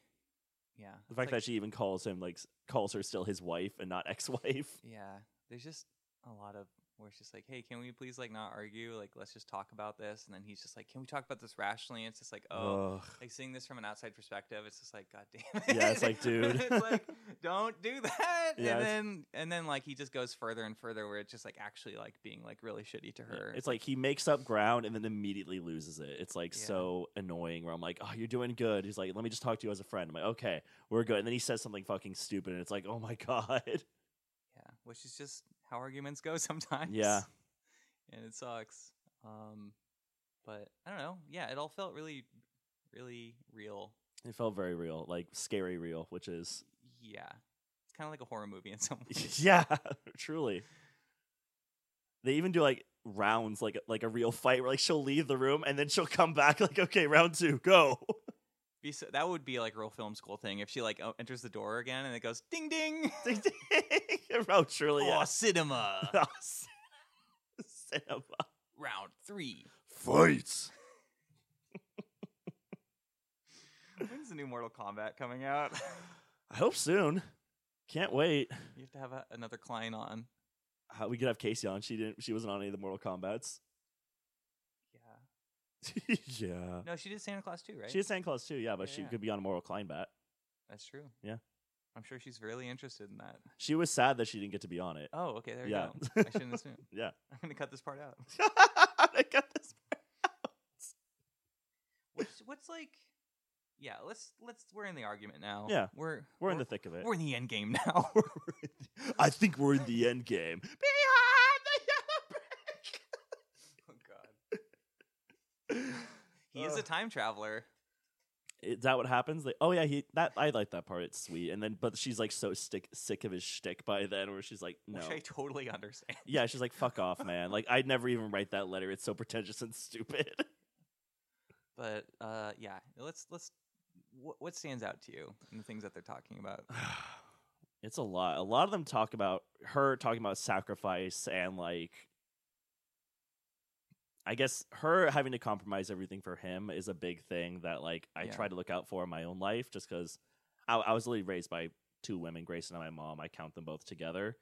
Speaker 1: yeah.
Speaker 2: the fact that she even calls him like s- calls her still his wife and not ex-wife.
Speaker 1: Yeah. There's just a lot of where she's like, "Hey, can we please like not argue? Like, let's just talk about this." And then he's just like, "Can we talk about this rationally?" And it's just like, "Oh,
Speaker 2: Ugh.
Speaker 1: like seeing this from an outside perspective, it's just like, God damn it!"
Speaker 2: Yeah, it's like, dude.
Speaker 1: [laughs] it's
Speaker 2: [laughs]
Speaker 1: like, don't do that.
Speaker 2: Yeah, it's-
Speaker 1: and then and then like he just goes further and further, where it's just like actually like being like really shitty to her.
Speaker 2: It's like he makes up ground and then immediately loses it. It's like
Speaker 1: Yeah.
Speaker 2: so annoying where I'm like, oh, you're doing good. He's like, let me just talk to you as a friend. I'm like, okay, we're good. And then he says something fucking stupid and it's like, oh my [laughs] God.
Speaker 1: yeah, which is just how arguments go [laughs] sometimes.
Speaker 2: Yeah.
Speaker 1: and it sucks. Um, but I don't know. Yeah, it all felt really, really real.
Speaker 2: It felt very real, like scary real, which is, [laughs]
Speaker 1: Yeah, it's kind of like a horror movie in [laughs] some ways.
Speaker 2: yeah, truly. They even do like rounds, like like a real fight where like she'll leave the room and then she'll come back [laughs] like, okay, round two, go. [laughs]
Speaker 1: Be so, that would be like a real film school thing if she like o- enters the door again and it goes ding [laughs] ding.
Speaker 2: Ding, ding. Round truly.
Speaker 1: Oh, [laughs]
Speaker 2: yeah.
Speaker 1: cinema.
Speaker 2: [laughs] Cinema.
Speaker 1: Round three.
Speaker 2: Fights.
Speaker 1: When's the new Mortal Kombat coming out? [laughs]
Speaker 2: I hope soon. Can't wait.
Speaker 1: you have to have a, another client on.
Speaker 2: How- we could have Casey on. She didn't. She wasn't on any of the Mortal Kombat's. [laughs]
Speaker 1: Yeah.
Speaker 2: yeah.
Speaker 1: No, she did Santa Claus too, right?
Speaker 2: She is Santa Claus too. Yeah, but
Speaker 1: Yeah,
Speaker 2: she
Speaker 1: yeah.
Speaker 2: could be on a Mortal Kombat.
Speaker 1: That's true.
Speaker 2: Yeah.
Speaker 1: I'm sure she's really interested in that.
Speaker 2: She was sad that she didn't get to be on it.
Speaker 1: Oh, okay. There you
Speaker 2: Yeah. [laughs]
Speaker 1: go. I shouldn't assume.
Speaker 2: Yeah.
Speaker 1: I'm gonna cut this part out.
Speaker 2: [laughs] I got this.
Speaker 1: What's, what's like? Yeah. Let's let's. We're in the argument now.
Speaker 2: Yeah.
Speaker 1: We're
Speaker 2: We're in the thick of it.
Speaker 1: we're in the end game now.
Speaker 2: I think we're in the end game. [laughs] Behind the
Speaker 1: [laughs] oh God.
Speaker 2: [laughs] yellow brick.
Speaker 1: He is a time traveler.
Speaker 2: is that what happens? Like, oh yeah, he that I like that part. It's sweet. And then, but she's like so stick sick of his shtick by then, where she's like, no,
Speaker 1: Which I totally understand.
Speaker 2: Yeah, she's like, fuck off, man. Like, I'd never even write that letter. It's so pretentious and stupid. [laughs]
Speaker 1: But uh, yeah, let's let's. What, what stands out to you and the things that they're talking about?
Speaker 2: [sighs] it's a lot. A lot of them talk about her talking about sacrifice and, like, I guess her having to compromise everything for him is a big thing that, like, I
Speaker 1: Yeah.
Speaker 2: try to look out for in my own life just because I, I was literally raised by two women, Grayson and my mom. I count them both together.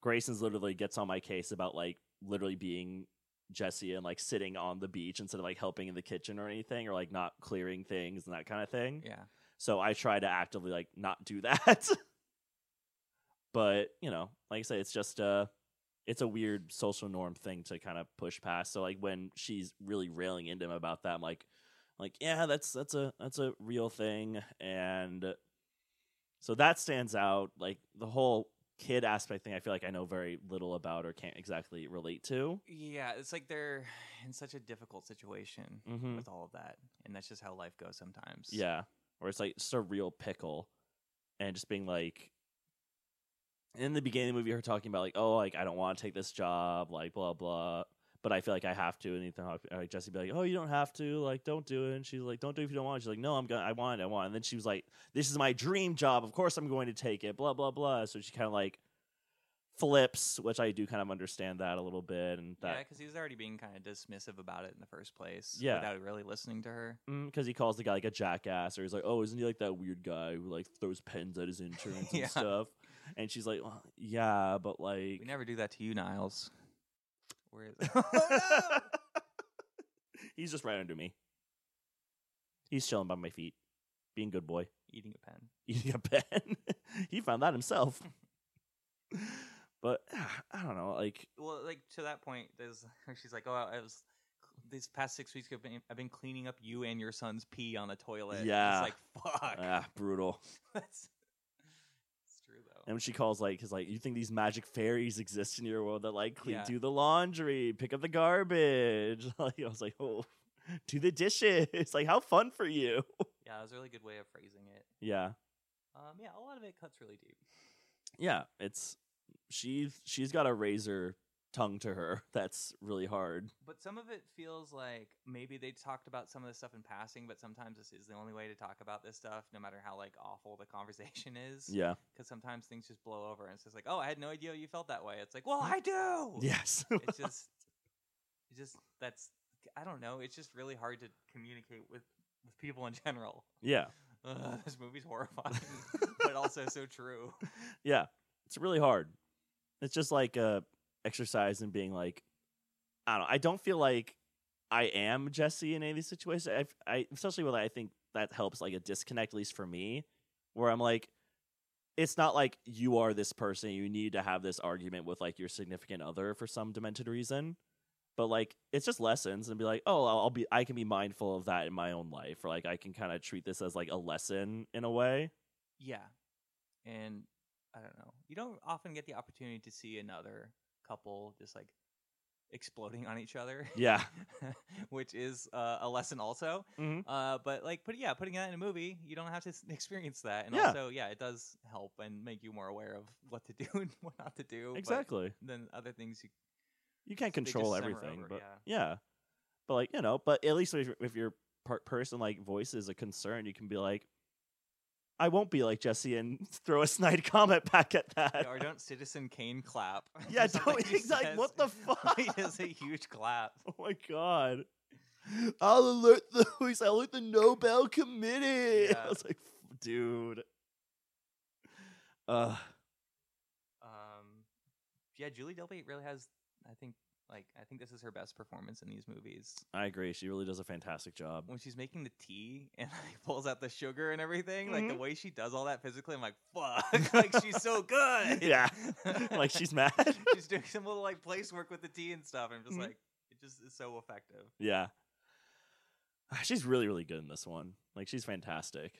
Speaker 2: Grayson's literally gets on my case about, like, literally being Jesse and like sitting on the beach instead of like helping in the kitchen or anything or like not clearing things and that kind of thing.
Speaker 1: Yeah.
Speaker 2: So I try to actively like not do [laughs] that. but, you know, like I said, it's just uh it's a weird social norm thing to kind of push past. So like when she's really railing into him about that, I'm like like, yeah, that's that's a that's a real thing. And so that stands out. Like the whole kid aspect thing I feel like I know very little about or can't exactly relate to.
Speaker 1: Yeah, it's like they're [sighs] in such a difficult situation
Speaker 2: Mm-hmm.
Speaker 1: with all of that, and that's just how life goes sometimes.
Speaker 2: Yeah. Where it's like just a real pickle and just being like in the beginning of the movie her talking about like, oh like I don't want to take this job, like blah blah. But I feel like I have to and Ethan Hawke like Jesse be like, Oh, you don't have to, like don't do it and she's like, Don't do it if you don't want. She's like, No, I'm gonna I want it, I want it. And then she was like, This is my dream job, of course I'm going to take it, blah blah blah. So she kinda like flips, which I do kind of understand that a little bit and
Speaker 1: Yeah,
Speaker 2: that
Speaker 1: because he's already being kind of dismissive about it in the first place.
Speaker 2: Yeah.
Speaker 1: Without really listening to her.
Speaker 2: because Mm, he calls the guy like a jackass, or he's like, "Oh, isn't he like that weird guy who like throws pens at
Speaker 1: [laughs]
Speaker 2: his interns
Speaker 1: Yeah.
Speaker 2: and stuff?" And she's like, well, "Yeah, but like, Oh,
Speaker 1: We never [laughs] Oh, do that to you, Niles. Where is
Speaker 2: [laughs] he's just right under me. He's chilling by my feet, being good boy,
Speaker 1: [laughs]
Speaker 2: [laughs]
Speaker 1: Eating a pen.
Speaker 2: eating a pen. [laughs] he found that
Speaker 1: [laughs]
Speaker 2: himself." but ah, I don't know, like,
Speaker 1: Well, like to that point, there's [laughs] where she's like, "Oh, I was these past six weeks. I've been, I've been cleaning up you and your son's pee on the toilet." And
Speaker 2: Yeah.
Speaker 1: It's like fuck.
Speaker 2: ah, brutal.
Speaker 1: [laughs] That's it's true though.
Speaker 2: And when she calls, like, he's like, "You think these magic fairies exist in your world that like clean,
Speaker 1: Yeah.
Speaker 2: do the laundry, pick up the garbage?" [laughs] Like, I was like, "Oh, do the dishes." Like, how fun for you.
Speaker 1: yeah, it was a really good way of phrasing it.
Speaker 2: Yeah,
Speaker 1: Um, yeah, a lot of it cuts really deep.
Speaker 2: yeah. It's she's she's got a razor tongue to her that's really hard.
Speaker 1: But some of it feels like maybe they talked about some of this stuff in passing, but sometimes this is the only way to talk about this stuff, no matter how like awful the [laughs] conversation is.
Speaker 2: Yeah.
Speaker 1: Because sometimes things just blow over, and it's just like, oh, I had no idea you felt that way. It's like, well, I do.
Speaker 2: [laughs] Yes.
Speaker 1: It's just, it's just that's I don't know. It's just really hard to communicate with with people in general.
Speaker 2: yeah.
Speaker 1: Ugh, this movie's horrifying, [laughs] but also so true.
Speaker 2: Yeah. It's really hard. It's just like uh exercise in being like, I don't know. I don't feel like I am Jesse in any of these situations. I've, I especially with I think that helps like a disconnect, at least for me, where I'm like, it's not like you are this person. You need to have this argument with like your significant other for some demented reason. But like, it's just lessons and be like, oh, I'll, I'll be, I can be mindful of that in my own life, or like I can kind of treat this as like a lesson in a way.
Speaker 1: Yeah. And I don't know. You don't often get the opportunity to see another couple just like exploding on each other,
Speaker 2: Yeah.
Speaker 1: [laughs] which is uh, a lesson also.
Speaker 2: Mhm.
Speaker 1: Uh, but like, put, yeah, putting that in a movie, you don't have to s- [laughs] experience that. And
Speaker 2: Yeah.
Speaker 1: also, yeah, it does help and make you more aware of what to do [laughs] and what not to do. but
Speaker 2: Exactly.
Speaker 1: Then other things
Speaker 2: [laughs]
Speaker 1: you
Speaker 2: you can't
Speaker 1: they just
Speaker 2: control
Speaker 1: simmer
Speaker 2: everything,
Speaker 1: over,
Speaker 2: but yeah. but like you know, but at least if, if your per- person like voice is a concern, you can be like, I won't be like Jesse and [laughs] throw a snide comment back at that.
Speaker 1: Yeah, or don't Citizen Kane clap. [laughs] or
Speaker 2: [laughs] Yeah,
Speaker 1: something
Speaker 2: don't- [laughs]
Speaker 1: he
Speaker 2: it's like,
Speaker 1: says. [laughs]
Speaker 2: what the fuck?
Speaker 1: It is a huge clap.
Speaker 2: [laughs] oh my god. I'll alert the [laughs] police. I'll alert the Nobel Committee. [laughs]
Speaker 1: Yeah.
Speaker 2: I was like, "F- dude. Uh,
Speaker 1: Um, yeah, Julie Delpy really has. I think like I think this is her best performance in these movies
Speaker 2: I agree. She really does a
Speaker 1: [laughs]
Speaker 2: fantastic job. [laughs]
Speaker 1: when she's making the tea [laughs] and like pulls out the sugar and everything. Like the
Speaker 2: Mm-hmm.
Speaker 1: way she does all that physically, I'm like, fuck, [laughs] like she's so good. [laughs]
Speaker 2: Yeah. like she's mad.
Speaker 1: she's doing some little like place work with the tea and stuff. And I'm just
Speaker 2: Mhm.
Speaker 1: like, it just is so effective.
Speaker 2: Yeah. Ah, She's really, really good in this one. Like she's fantastic.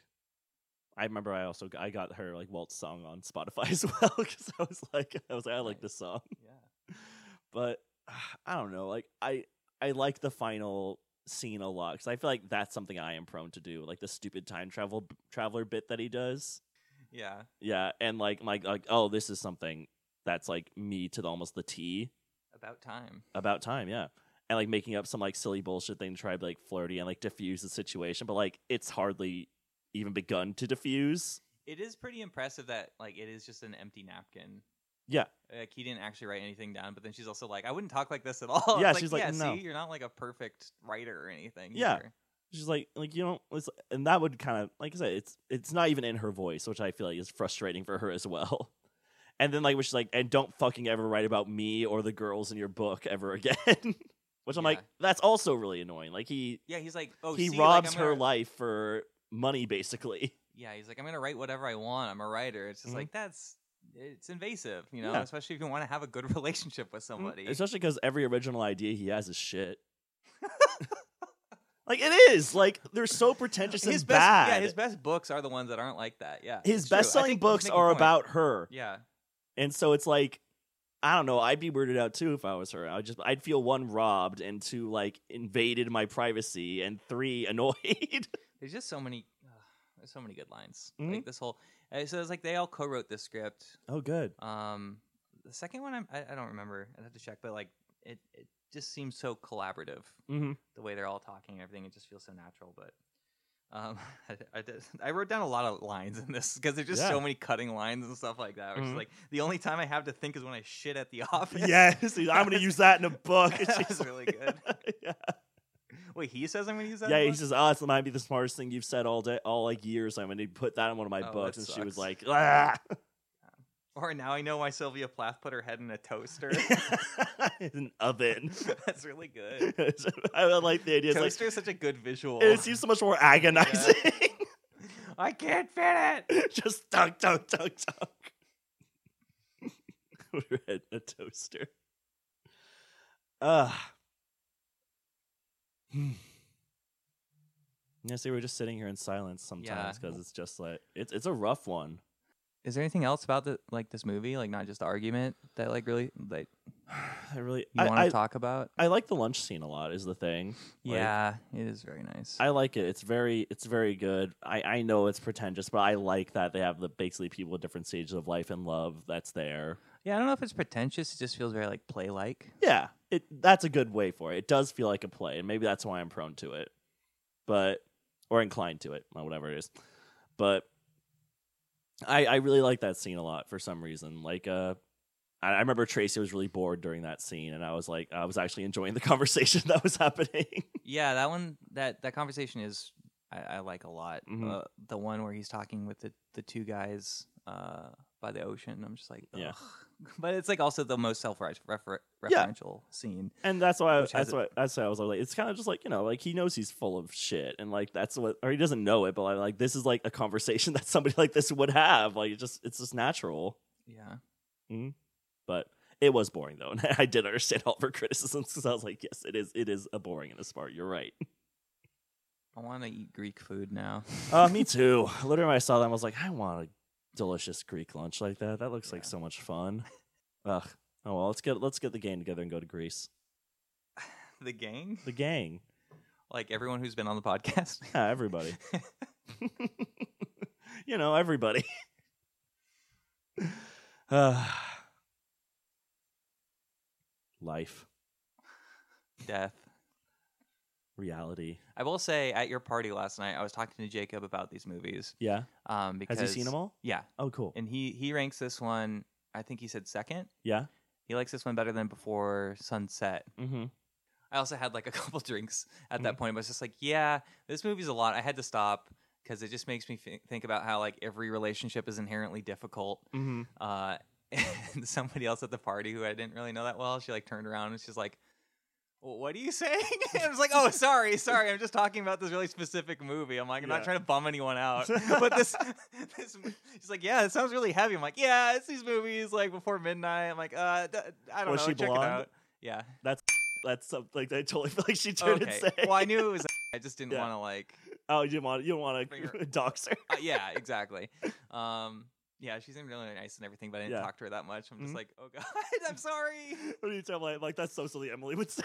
Speaker 2: I remember I also I got her like waltz song on Spotify [laughs] as well because I was like I was like I like this song,
Speaker 1: Yeah,
Speaker 2: but ah, I don't know like I I like the final scene a lot because I feel like that's something I am prone to do like the stupid time travel traveler bit that he does
Speaker 1: yeah,
Speaker 2: yeah and like like like oh this is something that's like me to the, almost the T
Speaker 1: about time.
Speaker 2: about time, yeah. And like making up some like silly bullshit thing to try to like flirty and like diffuse the situation, but like it's hardly even begun to diffuse.
Speaker 1: It is pretty impressive that like it is just an empty napkin.
Speaker 2: Yeah.
Speaker 1: Like he didn't actually write anything down, but then she's also like, I wouldn't talk [laughs] like this at all. It's
Speaker 2: Yeah, she's like,
Speaker 1: yeah,
Speaker 2: "No."
Speaker 1: see, you're not like a perfect writer or anything.
Speaker 2: Yeah.
Speaker 1: either."
Speaker 2: She's like, like you don't, it's, and that would kind of like I said, it's it's not even in her voice, which I feel like is frustrating for her as well. [laughs] And then like, which is like, and don't fucking ever write about me or the girls in your book ever again. [laughs] which I'm like,
Speaker 1: Yeah.
Speaker 2: that's also really annoying. Like he
Speaker 1: Yeah, he's like, oh,
Speaker 2: he
Speaker 1: see, like,
Speaker 2: robs
Speaker 1: I'm
Speaker 2: her
Speaker 1: gonna-
Speaker 2: life for money, basically. [laughs]
Speaker 1: Yeah, he's like, I'm gonna write whatever I want. I'm a writer. It's just
Speaker 2: Mhm.
Speaker 1: like that's it's invasive, you know,
Speaker 2: Yeah. Mm-hmm.
Speaker 1: especially if you want to have a good [laughs] relationship with somebody.
Speaker 2: Mm, Especially because every original idea he has
Speaker 1: [laughs]
Speaker 2: is shit. like it is. Like they're so pretentious
Speaker 1: his
Speaker 2: and
Speaker 1: best,
Speaker 2: bad.
Speaker 1: yeah, his
Speaker 2: his
Speaker 1: best books are the ones that aren't like that. Yeah, it's true. I
Speaker 2: best selling
Speaker 1: think he's
Speaker 2: books
Speaker 1: making a
Speaker 2: are
Speaker 1: point.
Speaker 2: about her.
Speaker 1: yeah,
Speaker 2: And so it's like I don't know, I'd be weirded out too if I was her. I would just I'd feel one robbed and two like invaded my privacy and three [laughs] annoyed.
Speaker 1: There's just so many, ugh, there's so many good lines.
Speaker 2: Mhm.
Speaker 1: Like this whole, uh, so it's like they all co-wrote this script.
Speaker 2: oh good.
Speaker 1: Um, the second one, I'm, I, I don't remember. I'd have to check, but like it, it just seems so collaborative
Speaker 2: Mm-hmm.
Speaker 1: the way they're all talking and everything. It just feels so natural. But um, [laughs] I, I, did- I wrote down a lot of lines in this because there's just so
Speaker 2: Yeah.
Speaker 1: many cutting lines and stuff like that. Which is
Speaker 2: Mhm.
Speaker 1: like the only time I have to think is when I shit at the [laughs] office.
Speaker 2: Yes, I'm gonna use that in a [laughs] book.
Speaker 1: That was really
Speaker 2: [laughs]
Speaker 1: good. [laughs]
Speaker 2: yeah,
Speaker 1: Wait, he says I'm going to use that.
Speaker 2: yeah
Speaker 1: in
Speaker 2: he
Speaker 1: the book?
Speaker 2: says, "Oh, this might be the smartest thing you've said all day, all like years." I'm gonna put that in one of my
Speaker 1: Oh,
Speaker 2: books,
Speaker 1: that
Speaker 2: and she was
Speaker 1: sucks.
Speaker 2: like, "Ah,
Speaker 1: Or now I know why Sylvia Plath put her head in a
Speaker 2: [laughs]
Speaker 1: toaster. [laughs]
Speaker 2: an oven. [laughs]
Speaker 1: That's really good.
Speaker 2: I would like the idea. It's like,
Speaker 1: Toaster is such a good visual.
Speaker 2: it seems so much more agonizing.
Speaker 1: [laughs] I can't fit it.
Speaker 2: [laughs] Just dunk, dunk, dunk, dunk. [laughs] Put her head in a toaster. Ah. Hmm. Yeah, see, we're just sitting here in silence sometimes
Speaker 1: Yeah.
Speaker 2: because it's just like it's it's a rough one.
Speaker 1: Is there anything else about the like this movie, like not just the argument that like really
Speaker 2: [sighs]
Speaker 1: like
Speaker 2: I really,
Speaker 1: you
Speaker 2: I,
Speaker 1: want
Speaker 2: I,
Speaker 1: to talk about?
Speaker 2: I like the lunch scene a lot. Is the thing. Like,
Speaker 1: yeah, it is very nice.
Speaker 2: I like it. It's very it's very good. I I know it's pretentious, but I like that they have the basically people at different stages of life and love that's there.
Speaker 1: yeah, I don't know if it's pretentious. It just feels very like play like.
Speaker 2: Yeah, it that's a good way for it. It does feel like a play, and maybe that's why I'm prone to it, but or inclined to it, or whatever it is. But I I really like that scene a lot for some reason. Like uh. I I remember Tracy was really bored during that scene, and I was like, I was actually enjoying the [laughs] conversation that was happening.
Speaker 1: Yeah, that one that that conversation is I, I like a lot.
Speaker 2: Mhm.
Speaker 1: Uh, the one where he's talking with the the two guys uh, by the ocean. I'm just like,
Speaker 2: Yeah.
Speaker 1: ugh. [laughs] But it's like also the most self referential
Speaker 2: Yeah.
Speaker 1: scene.
Speaker 2: And that's why
Speaker 1: Which has
Speaker 2: that's
Speaker 1: it-
Speaker 2: why that's why I was like, it's kind of just like you know, like he knows he's full of shit, and like that's what, or he doesn't know it, but like, like this is like a conversation [laughs] that somebody like this would have. Like it just it's just natural.
Speaker 1: Yeah.
Speaker 2: But it was boring though, and [laughs] I did understand all of her criticisms because I was like, yes, it is it is a boring and a smart. You're right.
Speaker 1: I want to eat Greek food now.
Speaker 2: [laughs] Uh, me too. Literally, when I saw them, I was like, I want a delicious Greek lunch like that. That looks like
Speaker 1: Yeah.
Speaker 2: so much fun. Ugh. Oh well, let's get let's get the gang together and go to Greece.
Speaker 1: [laughs] the gang?
Speaker 2: The gang,
Speaker 1: Like everyone who's been on the podcast.
Speaker 2: yeah, everybody. [laughs] you know, everybody. [sighs] uh, life,
Speaker 1: [laughs] Death.
Speaker 2: reality.
Speaker 1: I will say at your party last night, I was talking to Jacob about these movies.
Speaker 2: Yeah.
Speaker 1: Um, because,
Speaker 2: Has he seen them all?
Speaker 1: Yeah.
Speaker 2: Oh, cool.
Speaker 1: And he, he ranks this one, I think he said second.
Speaker 2: Yeah.
Speaker 1: He likes this one better than Before Sunset.
Speaker 2: Mm-hmm.
Speaker 1: I also had like a [laughs] couple drinks at that point. I was just like, yeah, this movie's a lot. I had to stop because it just makes me thi- think about how like every relationship is inherently difficult.
Speaker 2: Mm-hmm.
Speaker 1: Uh, [laughs] and somebody else at the party who I didn't really know that well, she like turned around and she's like, "Wh- "What are you saying?" [laughs] And I was like, "Oh, sorry, sorry. I'm just talking about this really specific movie. I'm like, I'm not
Speaker 2: Yeah.
Speaker 1: trying to bum anyone
Speaker 2: [laughs]
Speaker 1: out, but this, [laughs] this." She's like, "Yeah, it sounds really heavy." I'm like, "Yeah, it's these movies like before midnight." I'm like, "Uh, d- I don't
Speaker 2: Was
Speaker 1: know.
Speaker 2: she
Speaker 1: Check it
Speaker 2: blonde?
Speaker 1: out." Yeah.
Speaker 2: That's something like I totally feel like [laughs] she turned
Speaker 1: okay.
Speaker 2: and said.
Speaker 1: Well, I knew it was. [laughs] I just didn't
Speaker 2: Yeah.
Speaker 1: want to like.
Speaker 2: Oh, you didn't want you don't want
Speaker 1: Bring
Speaker 2: [laughs]
Speaker 1: her-
Speaker 2: to dox her.
Speaker 1: uh, yeah, exactly. Um, yeah, she's been really nice and everything, but I didn't
Speaker 2: Yeah.
Speaker 1: talk to her that much. I'm just
Speaker 2: Mhm.
Speaker 1: like, oh god, [laughs] I'm sorry.
Speaker 2: What do you tell like, like that's so silly Emily would [laughs] say.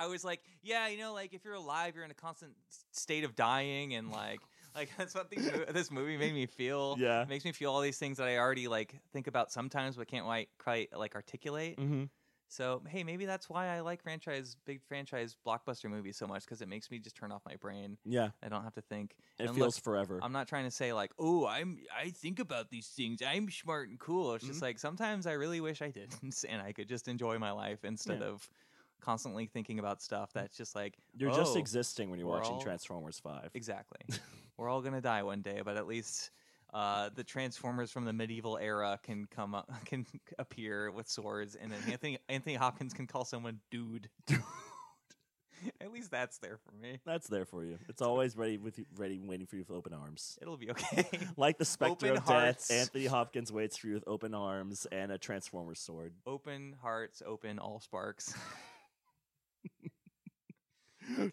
Speaker 1: I was like, yeah, you know, like if you're alive, you're in a constant s- state of dying, and
Speaker 2: [laughs]
Speaker 1: like, like that's what these, mo- this movie made me feel.
Speaker 2: yeah.
Speaker 1: It makes me feel all these things that I already like think about sometimes, but can't quite quite like articulate.
Speaker 2: Mm-hmm.
Speaker 1: So hey, maybe that's why I like franchise big franchise blockbuster movies so much because it makes me just turn off my brain.
Speaker 2: Yeah.
Speaker 1: I don't have to think.
Speaker 2: It
Speaker 1: And
Speaker 2: feels
Speaker 1: look,
Speaker 2: forever.
Speaker 1: I'm not trying to say like, oh, I'm I think about these things. I'm smart and cool. It's just like sometimes I really wish I didn't, [laughs] and I could just enjoy my life instead
Speaker 2: Yeah.
Speaker 1: of constantly thinking about stuff that's just like
Speaker 2: You're just
Speaker 1: oh,
Speaker 2: existing when you're
Speaker 1: we're
Speaker 2: watching
Speaker 1: all-
Speaker 2: Transformers Five.
Speaker 1: exactly. We're all gonna die one day, but at least uh, the Transformers from the medieval era can come up, [laughs] can appear with swords, and then Anthony Anthony Hopkins can call someone dude. at least that's there for me.
Speaker 2: That's there for you. It's always ready with you, ready, and waiting for you with open arms.
Speaker 1: It'll be okay.
Speaker 2: Like the specter
Speaker 1: Open
Speaker 2: of
Speaker 1: hearts.
Speaker 2: death, Anthony Hopkins waits for you with open arms and a Transformers sword.
Speaker 1: open hearts, open all sparks.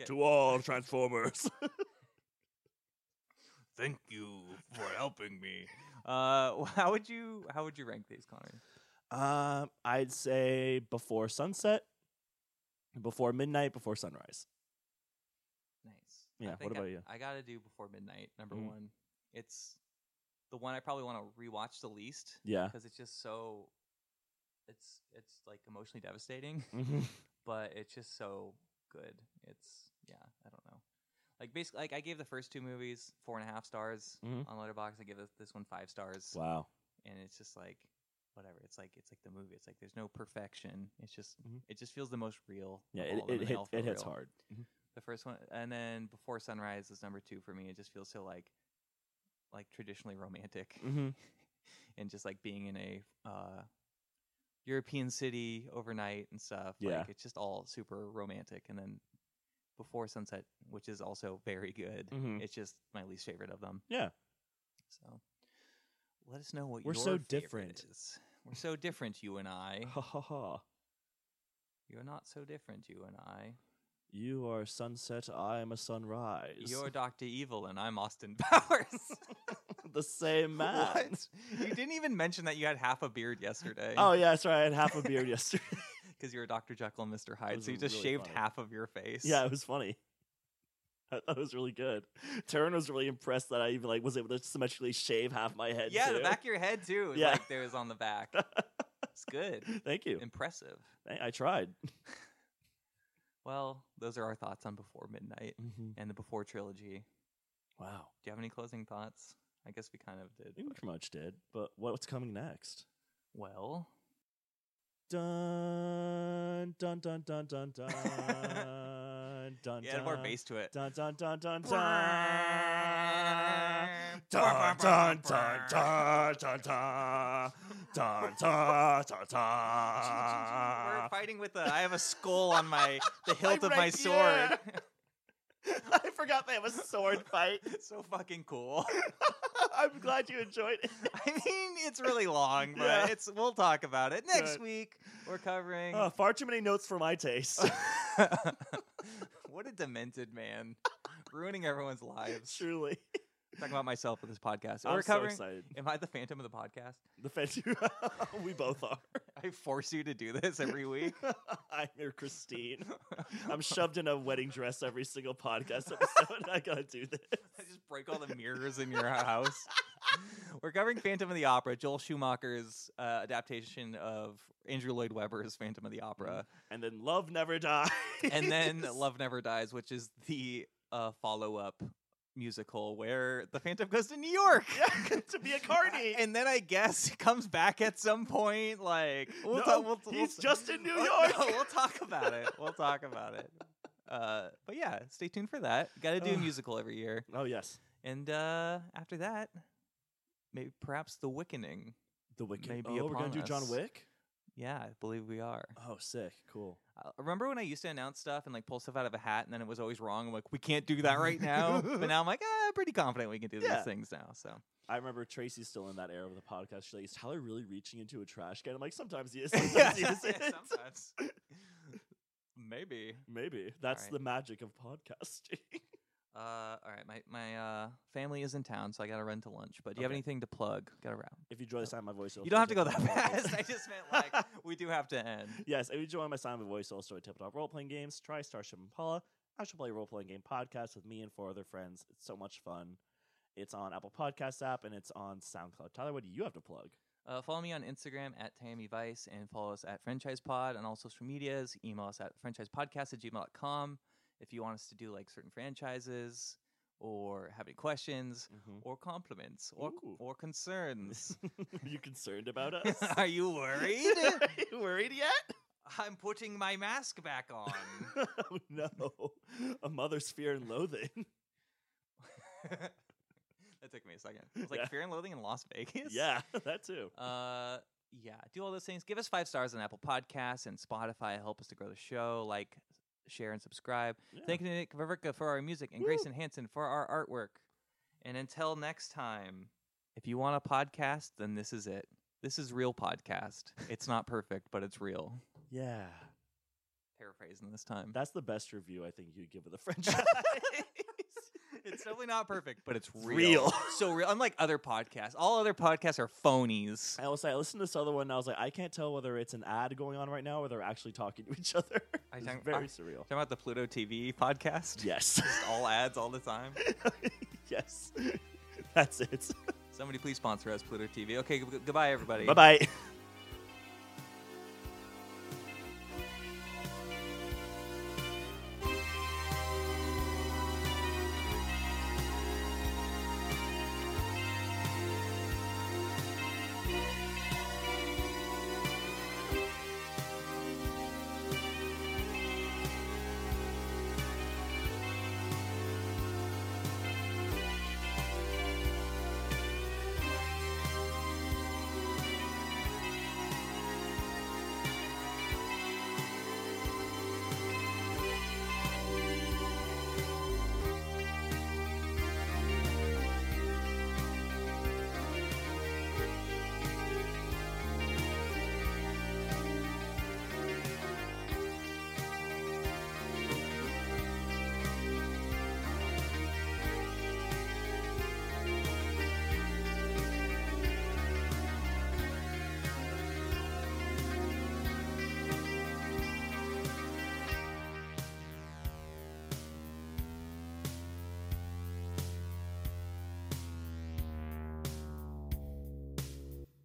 Speaker 2: To all Transformers.
Speaker 1: Thank you for helping me. Uh, [laughs] wh- how would you how would you rank these, Connor?
Speaker 2: [laughs] um, I'd say before sunset, before midnight, before sunrise.
Speaker 1: Nice.
Speaker 2: Yeah,
Speaker 1: I
Speaker 2: what
Speaker 1: think
Speaker 2: about
Speaker 1: I,
Speaker 2: you?
Speaker 1: I gotta do before midnight. Number
Speaker 2: Mhm.
Speaker 1: one, it's the one I probably want to rewatch the least
Speaker 2: [laughs] Yeah.
Speaker 1: because it's just so it's it's like emotionally devastating, [laughs]
Speaker 2: Mhm.
Speaker 1: but it's just so good. It's yeah, I don't know. Like basically, like I gave the first two movies four and a half stars
Speaker 2: Mhm.
Speaker 1: on Letterboxd. I give this, this one five stars.
Speaker 2: Wow.
Speaker 1: and it's just like whatever it's like it's like the movie it's like there's no perfection it's just
Speaker 2: Mhm.
Speaker 1: it just feels the most real
Speaker 2: Yeah,
Speaker 1: of
Speaker 2: it,
Speaker 1: all of them,
Speaker 2: it,
Speaker 1: and they
Speaker 2: hit,
Speaker 1: all feel
Speaker 2: it hits
Speaker 1: real.
Speaker 2: hard. Mm-hmm.
Speaker 1: the first one and then before sunrise is number two for me it just feels so like like traditionally romantic
Speaker 2: Mm-hmm.
Speaker 1: [laughs] and just like being in a uh european city overnight and stuff
Speaker 2: Yeah.
Speaker 1: like it's just all super romantic and then before sunset which is also very good
Speaker 2: Mhm.
Speaker 1: it's just my least favorite of them
Speaker 2: Yeah.
Speaker 1: so let us know what
Speaker 2: We're
Speaker 1: your
Speaker 2: so
Speaker 1: favorite
Speaker 2: different.
Speaker 1: is. We're so different, you and
Speaker 2: [laughs]
Speaker 1: I.
Speaker 2: Mm-hmm. Ha ha ha.
Speaker 1: You're not so different, you and I.
Speaker 2: You are sunset. I'm a sunrise. [laughs]
Speaker 1: You're Doctor Evil, and I'm Austin [laughs] Powers.
Speaker 2: the same man.
Speaker 1: [laughs] What? You didn't even mention that you had half a beard yesterday.
Speaker 2: Oh yeah, that's right. I had half a [laughs] beard yesterday.
Speaker 1: because you're Doctor Jekyll and Mister Hyde,
Speaker 2: was
Speaker 1: so you just
Speaker 2: really
Speaker 1: shaved
Speaker 2: funny.
Speaker 1: half of your face.
Speaker 2: Yeah, it was funny. I thought it was really good. Taryn was really impressed that I even like was able to symmetrically shave half my head.
Speaker 1: yeah,
Speaker 2: too.
Speaker 1: the back of your head too.
Speaker 2: Yeah.
Speaker 1: Yeah, like there was on the back. It's good,
Speaker 2: [laughs] Thank you.
Speaker 1: impressive.
Speaker 2: I, I tried.
Speaker 1: Well, those are our thoughts on Before Midnight and the Before trilogy.
Speaker 2: Wow,
Speaker 1: Do you have any closing thoughts? I guess we kind of did.
Speaker 2: you pretty much did. But what's coming next?
Speaker 1: Well,
Speaker 2: Dun dun dun dun
Speaker 1: [laughs]
Speaker 2: dun dun dun.
Speaker 1: yeah, add more
Speaker 2: dun,
Speaker 1: bass to it.
Speaker 2: Dun dun dun dun dun. Dun, dun, dun, dun, dun, dun. Dun, dun, dun,
Speaker 1: [laughs] We're
Speaker 2: dun.
Speaker 1: fighting with the. I have a skull on my
Speaker 2: [laughs]
Speaker 1: the hilt of
Speaker 2: I'm
Speaker 1: my
Speaker 2: right-
Speaker 1: sword. [laughs]
Speaker 2: yeah. [laughs] I forgot they have a sword fight. [laughs]
Speaker 1: so fucking cool. [laughs]
Speaker 2: I'm glad you enjoyed it.
Speaker 1: I mean, it's really long, but
Speaker 2: Yeah.
Speaker 1: it's we'll talk about it next
Speaker 2: Good.
Speaker 1: week. We're covering.
Speaker 2: [laughs] Uh, far too many notes for my taste. [laughs]
Speaker 1: [laughs] what a demented man, ruining everyone's lives.
Speaker 2: Truly.
Speaker 1: Talking about myself with this podcast.
Speaker 2: I'm
Speaker 1: We're
Speaker 2: so
Speaker 1: covering.
Speaker 2: excited.
Speaker 1: Am I the phantom of the podcast?
Speaker 2: The fence [laughs] we both are. [laughs]
Speaker 1: I force you to do this [laughs] every week.
Speaker 2: I'm your
Speaker 1: [laughs]
Speaker 2: Christine. I'm shoved in a wedding dress every single podcast episode. [laughs] I gotta do this.
Speaker 1: I just break all the mirrors in your house. [laughs] We're covering Phantom of the Opera, Joel Schumacher's uh, adaptation of Andrew Lloyd Webber's Phantom of the Opera,
Speaker 2: And then Love Never Dies.
Speaker 1: [laughs] and
Speaker 2: [laughs]
Speaker 1: then Love Never Dies, which is the uh, follow-up musical where the Phantom goes to New York.
Speaker 2: Yeah, to be a carny.
Speaker 1: [laughs] And then I guess comes back at some point. Like we'll
Speaker 2: No,
Speaker 1: talk. We'll, Oh,
Speaker 2: he's
Speaker 1: we'll,
Speaker 2: just
Speaker 1: [laughs]
Speaker 2: in New
Speaker 1: we'll-
Speaker 2: York.
Speaker 1: no, we'll talk about it. We'll talk about it. Uh, but yeah, stay tuned for that. Got to do a
Speaker 2: Ugh.
Speaker 1: musical every year.
Speaker 2: [laughs] Oh yes,
Speaker 1: And uh, after that, maybe perhaps The Wickening.
Speaker 2: the Wicked.
Speaker 1: May be
Speaker 2: oh, we're gonna
Speaker 1: upon
Speaker 2: do John
Speaker 1: us.
Speaker 2: Wick.
Speaker 1: Yeah, I believe we are.
Speaker 2: Oh, sick, cool.
Speaker 1: Uh, remember when I used to announce stuff and like pull stuff out of a hat, and then it was always wrong. I'm like, we can't do that right now. but now I'm like, ah, I'm pretty confident we can do
Speaker 2: Yeah.
Speaker 1: these things now. So [laughs]
Speaker 2: I remember Tracy's still in that era of the podcast. She's like, "Is Tyler really reaching into a trash can?" I'm like, "Sometimes he is. [laughs] Sometimes
Speaker 1: [laughs]
Speaker 2: he
Speaker 1: Yeah,
Speaker 2: isn't." [laughs]
Speaker 1: sometimes. maybe.
Speaker 2: Maybe that's
Speaker 1: right.
Speaker 2: the magic of podcasting. [laughs]
Speaker 1: Uh, all right, my my uh, family is in town, so I got to run to lunch. But do you have
Speaker 2: Okay.
Speaker 1: anything to plug? Got to wrap.
Speaker 2: if you enjoy the sound of my voice, it'll
Speaker 1: You don't have to
Speaker 2: change
Speaker 1: go
Speaker 2: up
Speaker 1: that
Speaker 2: the [laughs] podcast.
Speaker 1: fast. I just meant
Speaker 2: [laughs]
Speaker 1: like we do have to end.
Speaker 2: Yes, if you join my Simon Voice All Story Tabletop Role Playing Games, try Starship Impala. I shall play role playing game podcast with me and four other friends. It's so much fun. It's on Apple Podcasts app and it's on SoundCloud. Tyler, what do you have to plug?
Speaker 1: Uh, follow me on Instagram at Tammy Vice and follow us at Franchise Pod on all social medias. Email us at franchisepodcast at gmail.com if you want us to do like certain franchises or have any questions or compliments or
Speaker 2: Ooh.
Speaker 1: or concerns.
Speaker 2: [laughs]
Speaker 1: [laughs]
Speaker 2: Are you concerned about us? [laughs]
Speaker 1: Are you worried?
Speaker 2: Are [laughs] you worried yet?
Speaker 1: I'm putting my mask back on. [laughs]
Speaker 2: oh, no. A mother's fear and loathing.
Speaker 1: that took me a second. I was like
Speaker 2: Yeah.
Speaker 1: Fear and Loathing in Las Vegas.
Speaker 2: yeah, [laughs] that too.
Speaker 1: Uh, yeah, do all those things. Give us five stars on Apple Podcasts and Spotify. Help us to grow the show. Like, share, and subscribe.
Speaker 2: Yeah.
Speaker 1: Thank you to Nick Vavrika for our music and
Speaker 2: Woo.
Speaker 1: Grayson Hanson for our artwork. And until next time, if you want a podcast, then this is it. This is real podcast. It's not perfect, but it's real.
Speaker 2: yeah.
Speaker 1: Paraphrasing this time.
Speaker 2: [laughs] That's the best review I think you'd give of the [laughs] franchise.
Speaker 1: [laughs] it's definitely not perfect, but it's real.
Speaker 2: Real.
Speaker 1: [laughs] So real. Unlike other podcasts, all other podcasts are phonies.
Speaker 2: I will say, I listened to this other one and I was like, I can't tell whether it's an ad going on right now or they're actually talking to each other.
Speaker 1: I
Speaker 2: It's
Speaker 1: think-
Speaker 2: very
Speaker 1: I- [laughs]
Speaker 2: surreal.
Speaker 1: Talking about the Pluto TV podcast.
Speaker 2: Yes. [laughs]
Speaker 1: Just all ads all the time.
Speaker 2: yes. That's it.
Speaker 1: [laughs] Somebody please sponsor us, Pluto TV. Okay, g- goodbye, everybody.
Speaker 2: Bye bye.